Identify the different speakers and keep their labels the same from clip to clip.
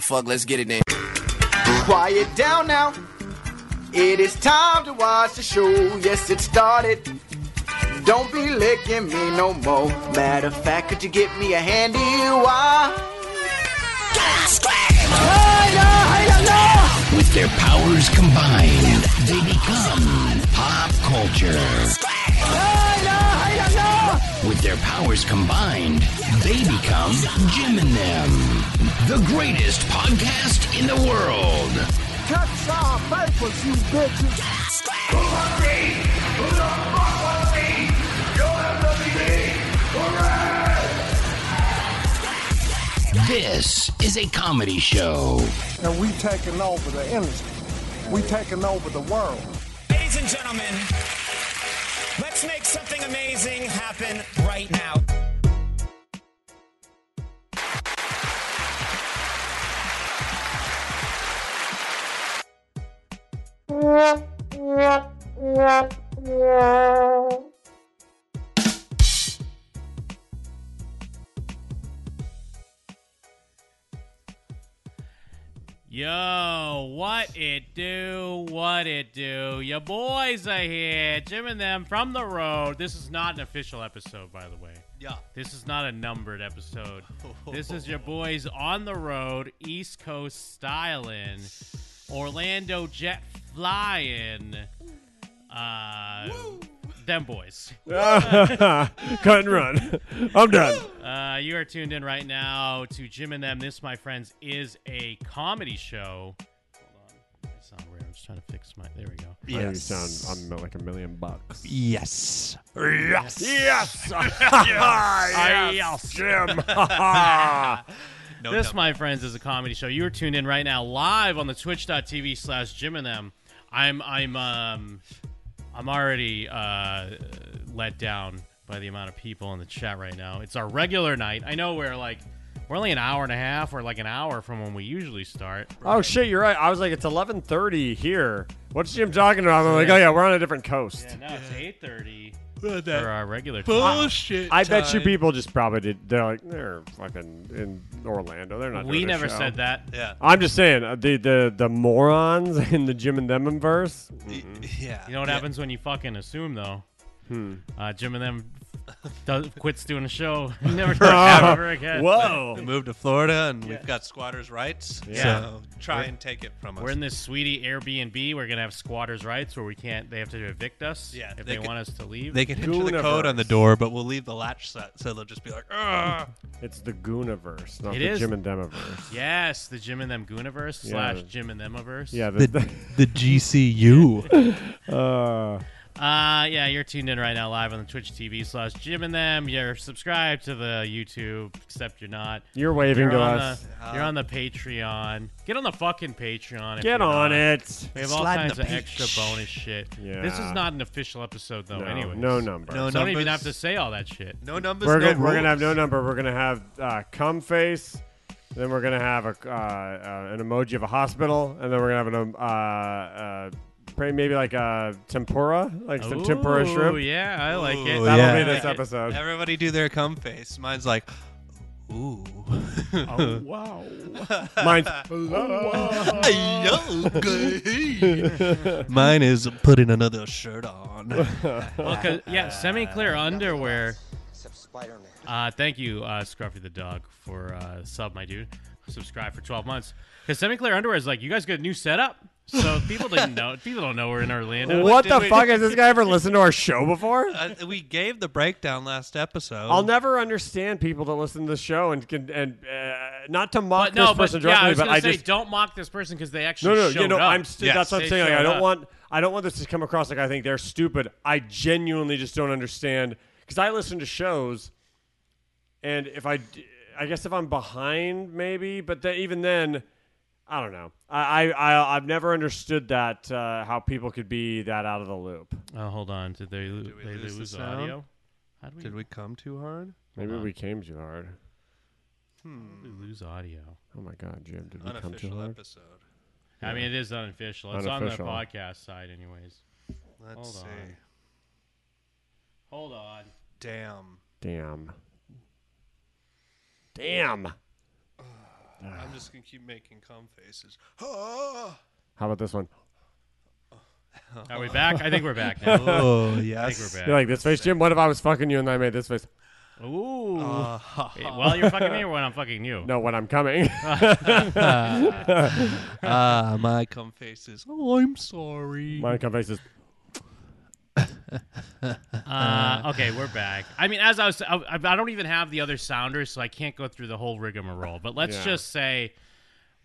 Speaker 1: fuck, let's get it in.
Speaker 2: Quiet down now. It is time to watch the show. Yes, it started. Don't be licking me no more. Matter of fact, could you get me a handy wire?
Speaker 3: With their powers combined, they become pop culture. With their powers combined, they become Jim and them, the greatest podcast in the world. This is a comedy show.
Speaker 4: and we taking over the industry. We taking over the world.
Speaker 5: Ladies and gentlemen, let's make something amazing happen right now.
Speaker 6: Yo, what it do? What it do? Your boys are here. Jim and them from the road. This is not an official episode, by the way.
Speaker 7: Yeah.
Speaker 6: This is not a numbered episode. This is your boys on the road, East Coast styling, Orlando jet flying. Uh, them boys.
Speaker 8: Cut and run. I'm done.
Speaker 6: Uh, you are tuned in right now to Jim and Them. This, my friends, is a comedy show. Hold on. I sound weird. I'm just trying to fix my. There we go.
Speaker 8: You sound I'm like a million bucks.
Speaker 7: Yes.
Speaker 8: Yes. Yes. yes. Jim.
Speaker 7: No,
Speaker 6: this,
Speaker 7: no.
Speaker 6: my friends, is a comedy show. You are tuned in right now live on the twitch.tv slash Jim and Them. I'm, I'm, um, I'm already uh, let down by the amount of people in the chat right now. It's our regular night. I know we're like, we're only an hour and a half or like an hour from when we usually start.
Speaker 8: Oh shit, you're right. I was like, it's 11:30 here. What's Jim talking about? I'm like, oh yeah, we're on a different coast.
Speaker 6: Yeah, now it's 8.30
Speaker 7: Look at
Speaker 6: for
Speaker 7: that
Speaker 6: our regular time.
Speaker 7: bullshit.
Speaker 8: I bet you
Speaker 7: time.
Speaker 8: people just probably did. They're like, they're fucking in Orlando. They're not.
Speaker 6: We
Speaker 8: doing a
Speaker 6: never
Speaker 8: show.
Speaker 6: said that.
Speaker 7: Yeah.
Speaker 8: I'm just saying uh, the the the morons in the Jim and them verse. Mm-hmm.
Speaker 7: Yeah.
Speaker 6: You know what happens when you fucking assume, though?
Speaker 8: Hmm.
Speaker 6: Uh, Jim and them does, quits doing a show. never do it ever again.
Speaker 7: We
Speaker 8: Whoa.
Speaker 7: moved to Florida and we've got squatters' rights.
Speaker 6: Yeah.
Speaker 7: So try and take it from us.
Speaker 6: We're in this sweetie Airbnb. We're gonna have squatters' rights where we can't. They have to evict us.
Speaker 7: Yeah,
Speaker 6: if
Speaker 7: they
Speaker 6: they,
Speaker 7: could-
Speaker 6: want us to leave.
Speaker 7: they can enter the code on the
Speaker 8: Gooniverse.
Speaker 7: door, but we'll leave the latch set, so they'll just be like, "Ugh."
Speaker 8: It's the Gooniverse, not
Speaker 6: It
Speaker 8: the
Speaker 6: is.
Speaker 8: Jim and them verse.
Speaker 6: yes, the Jim and them Gooniverse
Speaker 8: Yeah.
Speaker 6: slash Jim and themiverse.
Speaker 8: Yeah. The,
Speaker 7: the GCU.
Speaker 8: uh,
Speaker 6: Uh, yeah, you're tuned in right now live on the Twitch TV slash Jim and them. You're subscribed to the YouTube, except you're not.
Speaker 8: you're waving
Speaker 6: You're
Speaker 8: to
Speaker 6: on,
Speaker 8: us.
Speaker 6: the, you're on the Patreon. Get on the fucking Patreon. if
Speaker 8: Get
Speaker 6: you're
Speaker 8: on
Speaker 6: not.
Speaker 8: it.
Speaker 6: We have all
Speaker 7: Slide in
Speaker 6: kinds
Speaker 7: the
Speaker 6: of extra
Speaker 7: peach.
Speaker 6: bonus shit.
Speaker 8: Yeah.
Speaker 6: This is not an official episode though.
Speaker 8: No,
Speaker 6: anyway,
Speaker 8: no number.
Speaker 7: No
Speaker 6: So I don't even
Speaker 7: numbers.
Speaker 6: have to say all that shit.
Speaker 7: no numbers.
Speaker 8: we're
Speaker 7: no
Speaker 8: gonna, we're gonna have
Speaker 7: rules.
Speaker 8: no number. We're gonna have uh, cum face. Then we're gonna have a, uh, uh, an emoji of a hospital, and then we're gonna have an um, uh, uh, probably maybe like a tempura, like some tempura
Speaker 6: Ooh,
Speaker 8: shrimp.
Speaker 6: Yeah, I like it.
Speaker 7: Ooh,
Speaker 8: That'll
Speaker 7: Yeah.
Speaker 8: be this
Speaker 6: I like it.
Speaker 8: episode.
Speaker 7: Everybody do their cum face. Mine's like, ooh.
Speaker 8: Oh wow! Mine's hello.
Speaker 7: Mine is putting another shirt on.
Speaker 6: Well, 'cause- yeah, semi-clear
Speaker 7: Uh,
Speaker 6: underwear.
Speaker 2: Except Spider-Man.
Speaker 6: Uh, thank you, uh, Scruffy the dog, for uh, sub, my dude. Subscribe for 12 months. Because semi-clear underwear is like, you guys got a new setup. So people didn't know. People don't know we're in Orlando.
Speaker 8: What
Speaker 7: did
Speaker 8: the
Speaker 7: we-
Speaker 8: fuck? Has this guy ever listened to our show before?
Speaker 7: Uh, we gave the breakdown last episode.
Speaker 8: I'll never understand people that listen to the show and can and uh, not to mock
Speaker 6: But no,
Speaker 8: this
Speaker 6: but
Speaker 8: person
Speaker 6: yeah, I
Speaker 8: directly,
Speaker 6: was
Speaker 8: but
Speaker 6: gonna
Speaker 8: I
Speaker 6: say
Speaker 8: just
Speaker 6: don't mock this person because they
Speaker 8: No,
Speaker 6: actually
Speaker 8: no,
Speaker 6: showed
Speaker 8: you know,
Speaker 6: up.
Speaker 8: I'm st-
Speaker 7: Yes.
Speaker 8: that's what
Speaker 6: They
Speaker 8: I'm saying. Like, I
Speaker 6: showed
Speaker 8: don't
Speaker 6: up.
Speaker 8: want, I don't want this to come across like I think they're stupid. I genuinely just don't understand because I listen to shows, and if I, d- I guess if I'm behind, maybe, but then even then, I don't know. I, I, I I've never understood that uh, how people could be that out of the loop.
Speaker 6: Oh, hold on. Did they, lo-
Speaker 7: we
Speaker 6: they
Speaker 7: lose the
Speaker 6: lose
Speaker 7: sound?
Speaker 6: audio? How did we,
Speaker 7: Did we come too hard?
Speaker 8: Maybe we came too hard.
Speaker 6: we lose audio?
Speaker 8: Oh my God, Jim, did we come too
Speaker 7: Unofficial
Speaker 8: hard?
Speaker 7: episode.
Speaker 6: I mean, it is unofficial. It's
Speaker 8: Unofficial.
Speaker 6: on the podcast side, anyways.
Speaker 7: Let's
Speaker 6: Hold
Speaker 7: see.
Speaker 6: on. Hold on.
Speaker 7: Damn.
Speaker 8: Damn. Damn.
Speaker 1: I'm just gonna keep making cum faces. Ah!
Speaker 8: How about this one?
Speaker 6: Are we back? I think we're back now.
Speaker 7: Oh
Speaker 6: I think
Speaker 7: yes.
Speaker 6: we're
Speaker 8: You're
Speaker 6: back.
Speaker 8: like this face, Jim. What if I was fucking you and I made this face?
Speaker 7: Uh,
Speaker 6: Ooh. Wait, Well, you're fucking me or when I'm fucking you?
Speaker 8: No, when I'm coming.
Speaker 6: Uh,
Speaker 7: Ah, my cum faces. Oh, I'm sorry.
Speaker 8: My cum face is.
Speaker 6: Uh, okay, we're back. I mean, as I was, I, I don't even have the other sounders, so I can't go through the whole rigmarole. But let's
Speaker 8: Yeah.
Speaker 6: just say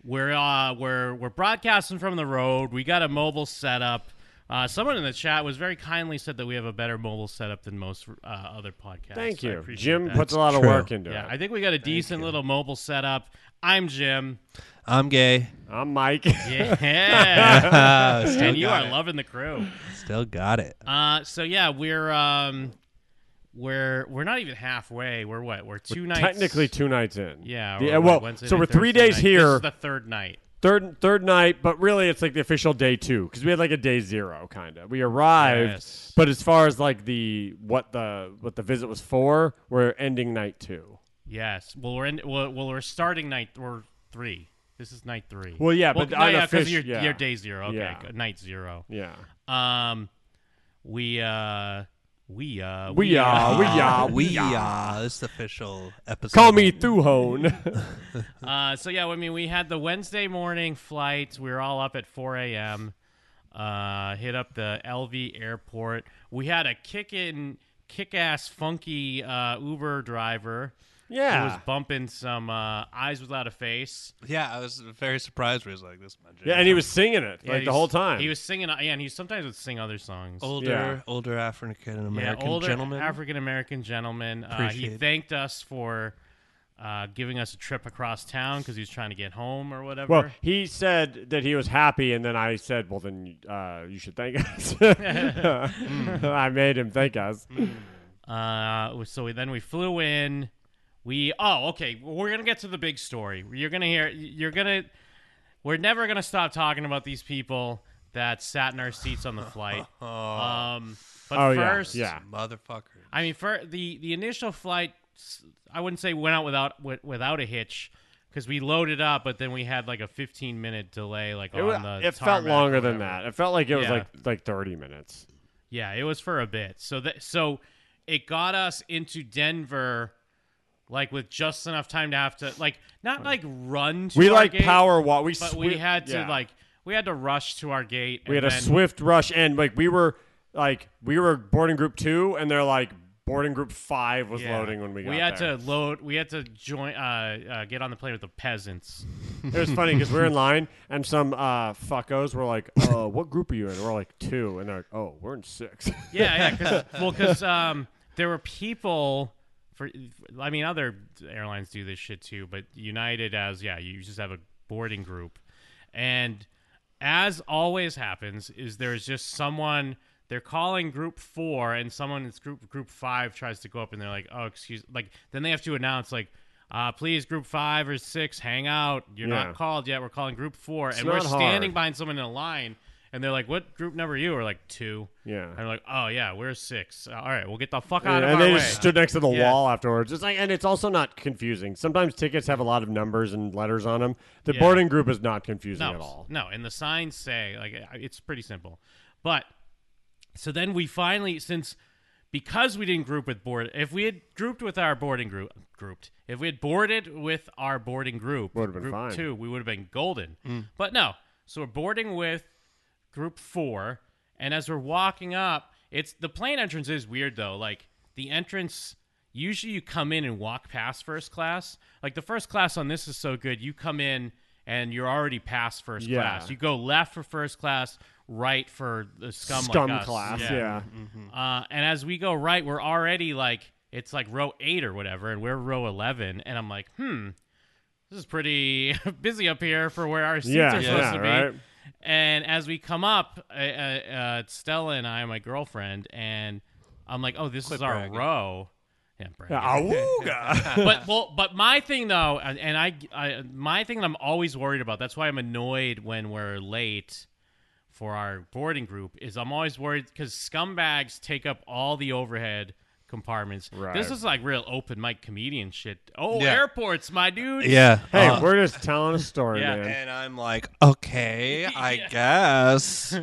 Speaker 6: we're uh, we're we're broadcasting from the road. We got a mobile setup. Uh, someone in the chat was very kindly said that we have a better mobile setup than most uh, other podcasts.
Speaker 8: Thank
Speaker 6: I
Speaker 8: you.
Speaker 6: appreciate
Speaker 8: Jim
Speaker 6: that.
Speaker 8: puts a lot of
Speaker 7: True.
Speaker 8: work into
Speaker 6: yeah, I
Speaker 8: it.
Speaker 6: think we got a decent little mobile setup. I'm Jim.
Speaker 7: I'm gay.
Speaker 8: I'm Mike.
Speaker 6: Yeah,
Speaker 7: Ah, still
Speaker 6: and you
Speaker 7: got
Speaker 6: are
Speaker 7: it.
Speaker 6: loving the crew.
Speaker 7: Still got it.
Speaker 6: Uh, so yeah, we're um, we're we're not even halfway. We're what? We're 2 nights.
Speaker 8: Technically, two nights in.
Speaker 6: Yeah.
Speaker 8: The-
Speaker 6: or
Speaker 8: well,
Speaker 6: Wednesday
Speaker 8: so
Speaker 6: night,
Speaker 8: we're three
Speaker 6: Thursday
Speaker 8: days
Speaker 6: night. This
Speaker 8: here,
Speaker 6: is the third night.
Speaker 8: third third night, but really it's like the official day two because we had like a day zero kind of. We arrived,
Speaker 6: Yes.
Speaker 8: but as far as like the what the what the visit was for, we're ending night two.
Speaker 6: Yes. Well, we're in. Well, well we're starting night. We're three. This is night three.
Speaker 8: Well, yeah, but
Speaker 6: no,
Speaker 8: on
Speaker 6: yeah, 'cause
Speaker 8: offici-
Speaker 6: you're,
Speaker 8: yeah.
Speaker 6: you're day zero. Okay,
Speaker 8: Yeah.
Speaker 6: good. night zero.
Speaker 8: Yeah,
Speaker 6: Um, we uh, we uh,
Speaker 8: we are, we
Speaker 7: Ah,
Speaker 8: are,
Speaker 7: we are. This is the official episode.
Speaker 8: Call me Thuhone.
Speaker 6: Uh, so yeah, I mean, we had the Wednesday morning flight. We were all up at 4 a.m. Uh, hit up the LV airport. We had a kickin', kick-ass, funky uh, Uber driver. Who was
Speaker 8: yeah,
Speaker 6: bumping some uh, eyes without a face.
Speaker 7: Yeah, I was very surprised. Where he was like, "This is my jam."
Speaker 8: yeah, and he was singing it
Speaker 6: Yeah,
Speaker 8: like the
Speaker 6: he's-
Speaker 8: whole time.
Speaker 6: He was singing. Yeah, and he sometimes would sing other songs.
Speaker 7: older, older African
Speaker 6: yeah,
Speaker 7: American
Speaker 6: older
Speaker 7: gentleman.
Speaker 6: African American gentleman. Uh, he
Speaker 7: Appreciate it.
Speaker 6: thanked us for uh, giving us a trip across town because he was trying to get home or whatever.
Speaker 8: well, he said that he was happy, and then I said, "Well, then uh, you should thank us." I made him thank us.
Speaker 6: Mm. Uh, so we, then we flew in. We oh okay, we're gonna get to the big story. You're gonna hear. You're gonna. We're never gonna stop talking about these people that sat in our seats on the flight. um, but
Speaker 8: Oh
Speaker 6: first,
Speaker 8: yeah,
Speaker 7: motherfucker.
Speaker 6: I mean, for the the initial flight, s- I wouldn't say went out without wi- without a hitch because we loaded up, but then we had like a 15 minute delay. Like
Speaker 8: yeah. It, was,
Speaker 6: on the
Speaker 8: it felt
Speaker 6: tarmac
Speaker 8: longer
Speaker 6: or
Speaker 8: than
Speaker 6: whatever.
Speaker 8: that. It felt like it was
Speaker 6: Yeah.
Speaker 8: like like thirty minutes.
Speaker 6: Yeah, it was for a bit. So that so it got us into Denver like with just enough time to have to like not like run to
Speaker 8: we
Speaker 6: our
Speaker 8: like
Speaker 6: gate,
Speaker 8: power walk. We
Speaker 6: but
Speaker 8: swi-
Speaker 6: we had to
Speaker 8: yeah.
Speaker 6: like we had to rush to our gate
Speaker 8: we had
Speaker 6: and
Speaker 8: a
Speaker 6: then-
Speaker 8: swift rush and like we were like we were boarding group two and they're like boarding group five was
Speaker 6: yeah.
Speaker 8: loading when we got
Speaker 6: We had
Speaker 8: there.
Speaker 6: to load we had to join uh, uh get on the plane with the peasants.
Speaker 8: It was funny because we were in line and some uh, fuckos were like, "Uh, what group are you in?" We're like two, and they're like, "Oh, we're in six.
Speaker 6: Yeah, yeah, cause, well cuz um there were people for I mean other airlines do this shit too, but United as yeah, you just have a boarding group. And as always happens is there's just someone they're calling group 4 and someone in group group 5 tries to go up and they're like, "Oh, excuse like then they have to announce like uh, please, group five or six, hang out. You're
Speaker 8: Yeah.
Speaker 6: not called yet. We're calling group four, and
Speaker 8: not
Speaker 6: we're
Speaker 8: hard.
Speaker 6: standing behind someone in a line, and they're like, "What group number are you?" Or like two.
Speaker 8: Yeah.
Speaker 6: And like, oh yeah, we're six. All right, we'll get the fuck out of
Speaker 8: and
Speaker 6: our
Speaker 8: they
Speaker 6: way.
Speaker 8: just stood next to the
Speaker 6: Yeah.
Speaker 8: wall afterwards. It's like, and it's also not confusing. Sometimes tickets have a lot of numbers and letters on them. The
Speaker 6: Yeah.
Speaker 8: boarding group is not confusing
Speaker 6: no,
Speaker 8: at all.
Speaker 6: no, and the signs say like I- it's pretty simple, but so then we finally since because we didn't group with board if we had grouped with our boarding group grouped if we had boarded with our boarding group
Speaker 8: Would've been
Speaker 6: group
Speaker 8: fine.
Speaker 6: two we would have been golden but no so we're boarding with group four and as we're walking up it's the plane entrance is weird though like the entrance usually you come in and walk past first class like the first class on this is so good you come in and you're already past first
Speaker 8: Yeah.
Speaker 6: class you go left for first class right for the scum,
Speaker 8: Scum
Speaker 6: like us.
Speaker 8: class, yeah. Mm-hmm.
Speaker 6: Uh, and as we go right, we're already like it's like row eight or whatever, and we're row eleven. And I'm like, hmm, this is pretty busy up here for where our seats
Speaker 8: Yeah,
Speaker 6: are supposed
Speaker 8: yeah,
Speaker 6: to be.
Speaker 8: right.
Speaker 6: And as we come up, uh, uh, uh, Stella and I, my girlfriend, and I'm like, oh, this is our
Speaker 7: bragging.
Speaker 6: row. Yeah, bragging
Speaker 8: Awooga.
Speaker 6: but well, but my thing though, and and I, I, my thing that I'm always worried about. That's why I'm annoyed when we're late for our boarding group. Is I'm always worried because scumbags take up all the overhead compartments.
Speaker 8: Right.
Speaker 6: This is like real open mic comedian shit. Oh,
Speaker 1: Yeah.
Speaker 6: airports, my dude.
Speaker 7: Yeah.
Speaker 8: Hey,
Speaker 7: uh,
Speaker 8: we're just telling a story,
Speaker 6: Yeah.
Speaker 8: man.
Speaker 1: And I'm like,
Speaker 7: okay, I guess.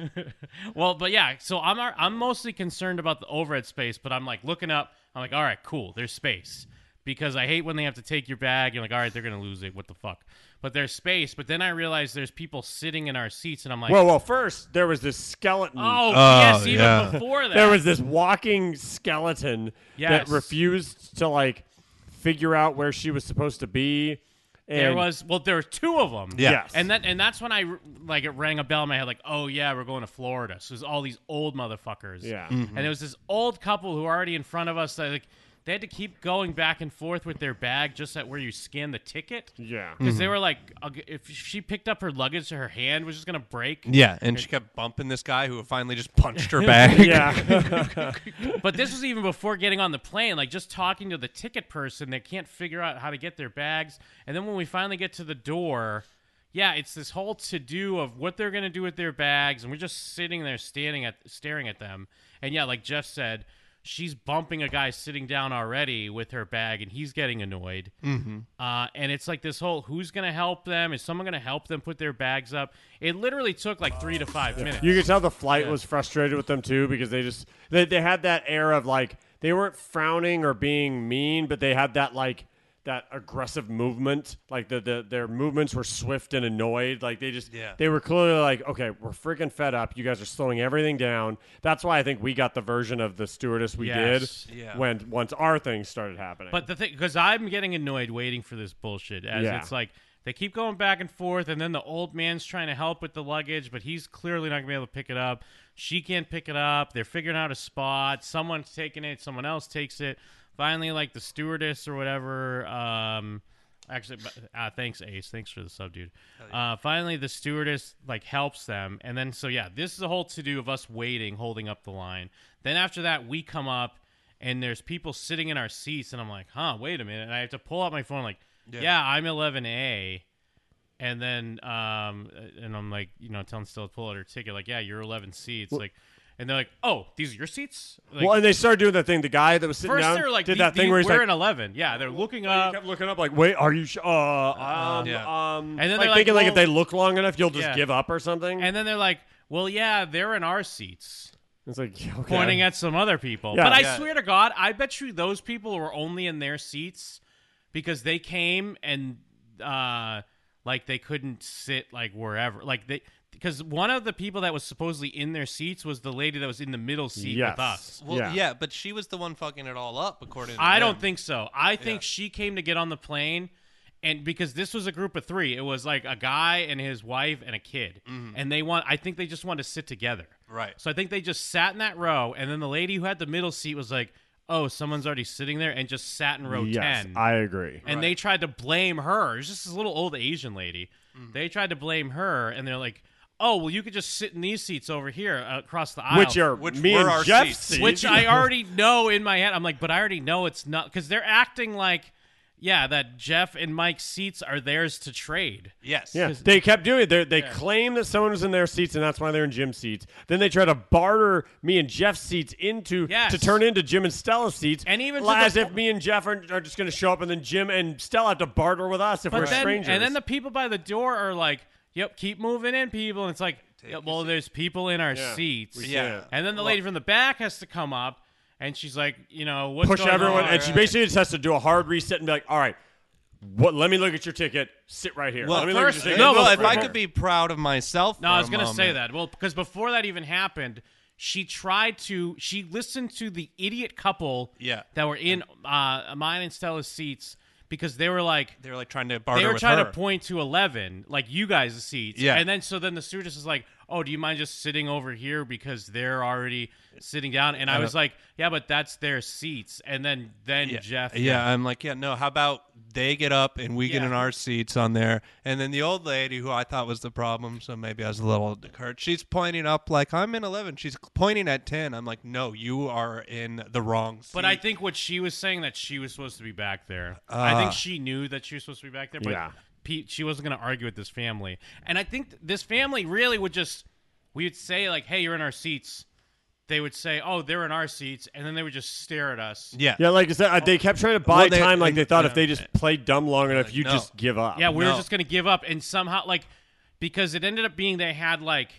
Speaker 6: Well, but yeah, so I'm ar- I'm mostly concerned about the overhead space, but I'm like looking up. I'm like, all right, cool, there's space because I hate when they have to take your bag. You're like, all right, they're gonna lose it. What the fuck? But there's space. But then I realize there's people sitting in our seats, and I'm like,
Speaker 8: Whoa, whoa! First, there was this skeleton.
Speaker 6: oh,
Speaker 7: Oh,
Speaker 6: yes, even
Speaker 7: yeah.
Speaker 6: before that,
Speaker 8: there was this walking skeleton
Speaker 6: Yes.
Speaker 8: that refused to like figure out where she was supposed to be. And
Speaker 6: there was well, there were two of them.
Speaker 7: Yeah.
Speaker 8: Yes.
Speaker 6: And that and that's when I r- like it rang a bell in my head, like, oh yeah, we're going to Florida. So there's all these old motherfuckers.
Speaker 8: Yeah.
Speaker 6: And there was this old couple who were already in front of us that like they had to keep going back and forth with their bag just at where you scan the ticket.
Speaker 8: Yeah.
Speaker 6: Because they were like, I'll g- if she picked up her luggage, her hand was just gonna break.
Speaker 7: Yeah, and
Speaker 1: and she kept bumping this guy who finally just punched her back.
Speaker 7: back.
Speaker 8: Yeah.
Speaker 6: But this was even before getting on the plane. Like just talking to the ticket person, they can't figure out how to get their bags. And then when we finally get to the door, yeah, it's this whole to do of what they're gonna do with their bags, and we're just sitting there, standing at, staring at them. And yeah, like Jeff said, she's bumping a guy sitting down already with her bag, and he's getting annoyed. Uh, and it's like this whole who's gonna help them? Is someone gonna help them put their bags up? It literally took like three to five minutes.
Speaker 8: You could tell the flight was frustrated with them too because they just they, they had that air of like they weren't frowning or being mean, but they had that like that aggressive movement. Like the, the their movements were swift and annoyed. Like they just
Speaker 1: Yeah.
Speaker 8: they were clearly like, okay, we're freaking fed up. You guys are slowing everything down. That's why I think we got the version of the stewardess we
Speaker 6: Yes.
Speaker 8: did
Speaker 1: Yeah.
Speaker 8: when once our thing started happening.
Speaker 6: But the thing, because I'm getting annoyed waiting for this bullshit, as
Speaker 8: Yeah.
Speaker 6: it's like they keep going back and forth, and then the old man's trying to help with the luggage, but he's clearly not gonna be able to pick it up. She can't pick it up. They're figuring out a spot. Someone's taking it. Someone else takes it. Finally, like the stewardess or whatever. Um, actually, but- uh, thanks, Ace. Thanks for the sub, dude. Uh, finally, the stewardess like helps them, and then so yeah, this is a whole to do of us waiting, holding up the line. Then after that, we come up and there's people sitting in our seats and I'm like, huh, wait a minute. And I have to pull out my phone like, yeah, I'm 11A. And then, um, and I'm like, you know, telling Stella to pull out her ticket. Like, yeah, you're 11C. It's like, and they're like, oh, these are your seats? Like,
Speaker 8: well, and they started doing that thing. The guy that was sitting
Speaker 6: first
Speaker 8: down
Speaker 6: they're like,
Speaker 8: did
Speaker 6: the-
Speaker 8: that
Speaker 6: the-
Speaker 8: thing where he's
Speaker 6: we're
Speaker 8: like,
Speaker 6: in 11. Yeah, they're looking
Speaker 8: I
Speaker 6: up.
Speaker 8: kept looking up like, wait, are you? Sh- uh, um,
Speaker 1: Yeah.
Speaker 8: um,
Speaker 6: And then
Speaker 8: like
Speaker 6: they're
Speaker 8: thinking
Speaker 6: like,
Speaker 8: like if they
Speaker 6: well-
Speaker 8: look long enough, you'll just
Speaker 6: Yeah.
Speaker 8: give up or something.
Speaker 6: And then they're like, well, yeah, they're in our seats.
Speaker 8: it's like yeah, okay.
Speaker 6: pointing at some other people.
Speaker 8: Yeah.
Speaker 6: but I
Speaker 8: Yeah.
Speaker 6: swear to God, I bet you those people were only in their seats because they came and uh, like they couldn't sit like wherever. Like they because one of the people that was supposedly in their seats was the lady that was in the middle seat
Speaker 8: yes.
Speaker 6: with us.
Speaker 1: Well,
Speaker 8: yeah.
Speaker 1: yeah. but she was the one fucking it all up, according to
Speaker 6: I
Speaker 1: them.
Speaker 6: don't think so. I think she came to get on the plane. And because this was a group of three, it was like a guy and his wife and a kid, and they want. I think they just wanted to sit together.
Speaker 1: Right.
Speaker 6: So I think they just sat in that row, and then the lady who had the middle seat was like, "Oh, someone's already sitting there," and just sat in row
Speaker 8: Yes,
Speaker 6: ten.
Speaker 8: I agree.
Speaker 6: and they tried to blame her. It was just this little old Asian lady. They tried to blame her, and they're like, "Oh, well, you could just sit in these seats over here uh, across the aisle."
Speaker 8: Which are
Speaker 1: Which
Speaker 8: me
Speaker 1: were
Speaker 8: and
Speaker 1: our
Speaker 8: Jeff
Speaker 1: seats.
Speaker 8: seats.
Speaker 6: which I already know in my head. I'm like, but I already know it's not because they're acting like, yeah, that Jeff and Mike's seats are theirs to trade.
Speaker 1: Yes.
Speaker 8: Yeah, they kept doing it. They they claim that someone was in their seats, and that's why they're in Jim's seats. Then they try to barter me and Jeff's seats into
Speaker 6: Yes.
Speaker 8: to turn into Jim and Stella's seats,
Speaker 6: And even to the
Speaker 8: as if
Speaker 6: po-
Speaker 8: me and Jeff are, are just going to show up, and then Jim and Stella have to barter with us if
Speaker 6: But
Speaker 8: we're
Speaker 6: then,
Speaker 8: strangers.
Speaker 6: and then the people by the door are like, "Yep, keep moving in, people." And it's like, yeah, well, there's people in our
Speaker 8: Yeah.
Speaker 6: seats.
Speaker 1: Yeah.
Speaker 6: And then the lady from the back has to come up, and she's like, you know, what's
Speaker 8: push
Speaker 6: going
Speaker 8: everyone,
Speaker 6: on?
Speaker 8: and she basically just has to do a hard reset and be like, "All right, what? Let me look at your ticket. Sit right here.
Speaker 1: Well,
Speaker 8: let me
Speaker 1: first,
Speaker 8: look at your ticket.
Speaker 1: no, well, if
Speaker 8: Sit right
Speaker 1: I
Speaker 8: here."
Speaker 1: could be proud of myself.
Speaker 6: No,
Speaker 1: for
Speaker 6: I was
Speaker 1: a
Speaker 6: gonna say
Speaker 1: moment.
Speaker 6: that. Well, because before that even happened, she tried to. She listened to the idiot couple.
Speaker 1: Yeah.
Speaker 6: That were in uh, mine and Stella's seats because they were like
Speaker 1: They were like trying to barter
Speaker 6: they were
Speaker 1: with
Speaker 6: trying
Speaker 1: her.
Speaker 6: to point to eleven, like you guys' seats.
Speaker 1: Yeah.
Speaker 6: And then so then the stewardess is like, "Oh, do you mind just sitting over here because they're already sitting down?" And I was like, "Yeah, but that's their seats." And then then
Speaker 1: uh, yeah.
Speaker 6: Jeff,
Speaker 1: Yeah, I'm like, yeah, no. How about they get up and we get
Speaker 6: Yeah.
Speaker 1: in our seats on there, and then the old lady who I thought was the problem, so maybe I was a little hurt. She's pointing up like I'm in 11. She's pointing at 10. I'm like, no, you are in the wrong seat.
Speaker 6: But I think what she was saying that she was supposed to be back there. I
Speaker 1: Uh.
Speaker 6: think she knew that she was supposed to be back there, but
Speaker 8: Yeah.
Speaker 6: Pete, she wasn't going to argue with this family. And I think th- this family really would just we would say like, "Hey, you're in our seats." they would say, "Oh, they're in our seats," and then they would just stare at us.
Speaker 1: Yeah.
Speaker 8: Yeah, like I said, uh, they kept trying to buy
Speaker 1: Well, they-
Speaker 8: time. Like
Speaker 1: and-
Speaker 8: they thought if
Speaker 1: yeah.
Speaker 8: they just played dumb long enough, you
Speaker 1: no.
Speaker 8: just give up.
Speaker 6: Yeah, we were
Speaker 1: No.
Speaker 6: just gonna give up, and somehow like because it ended up being they had like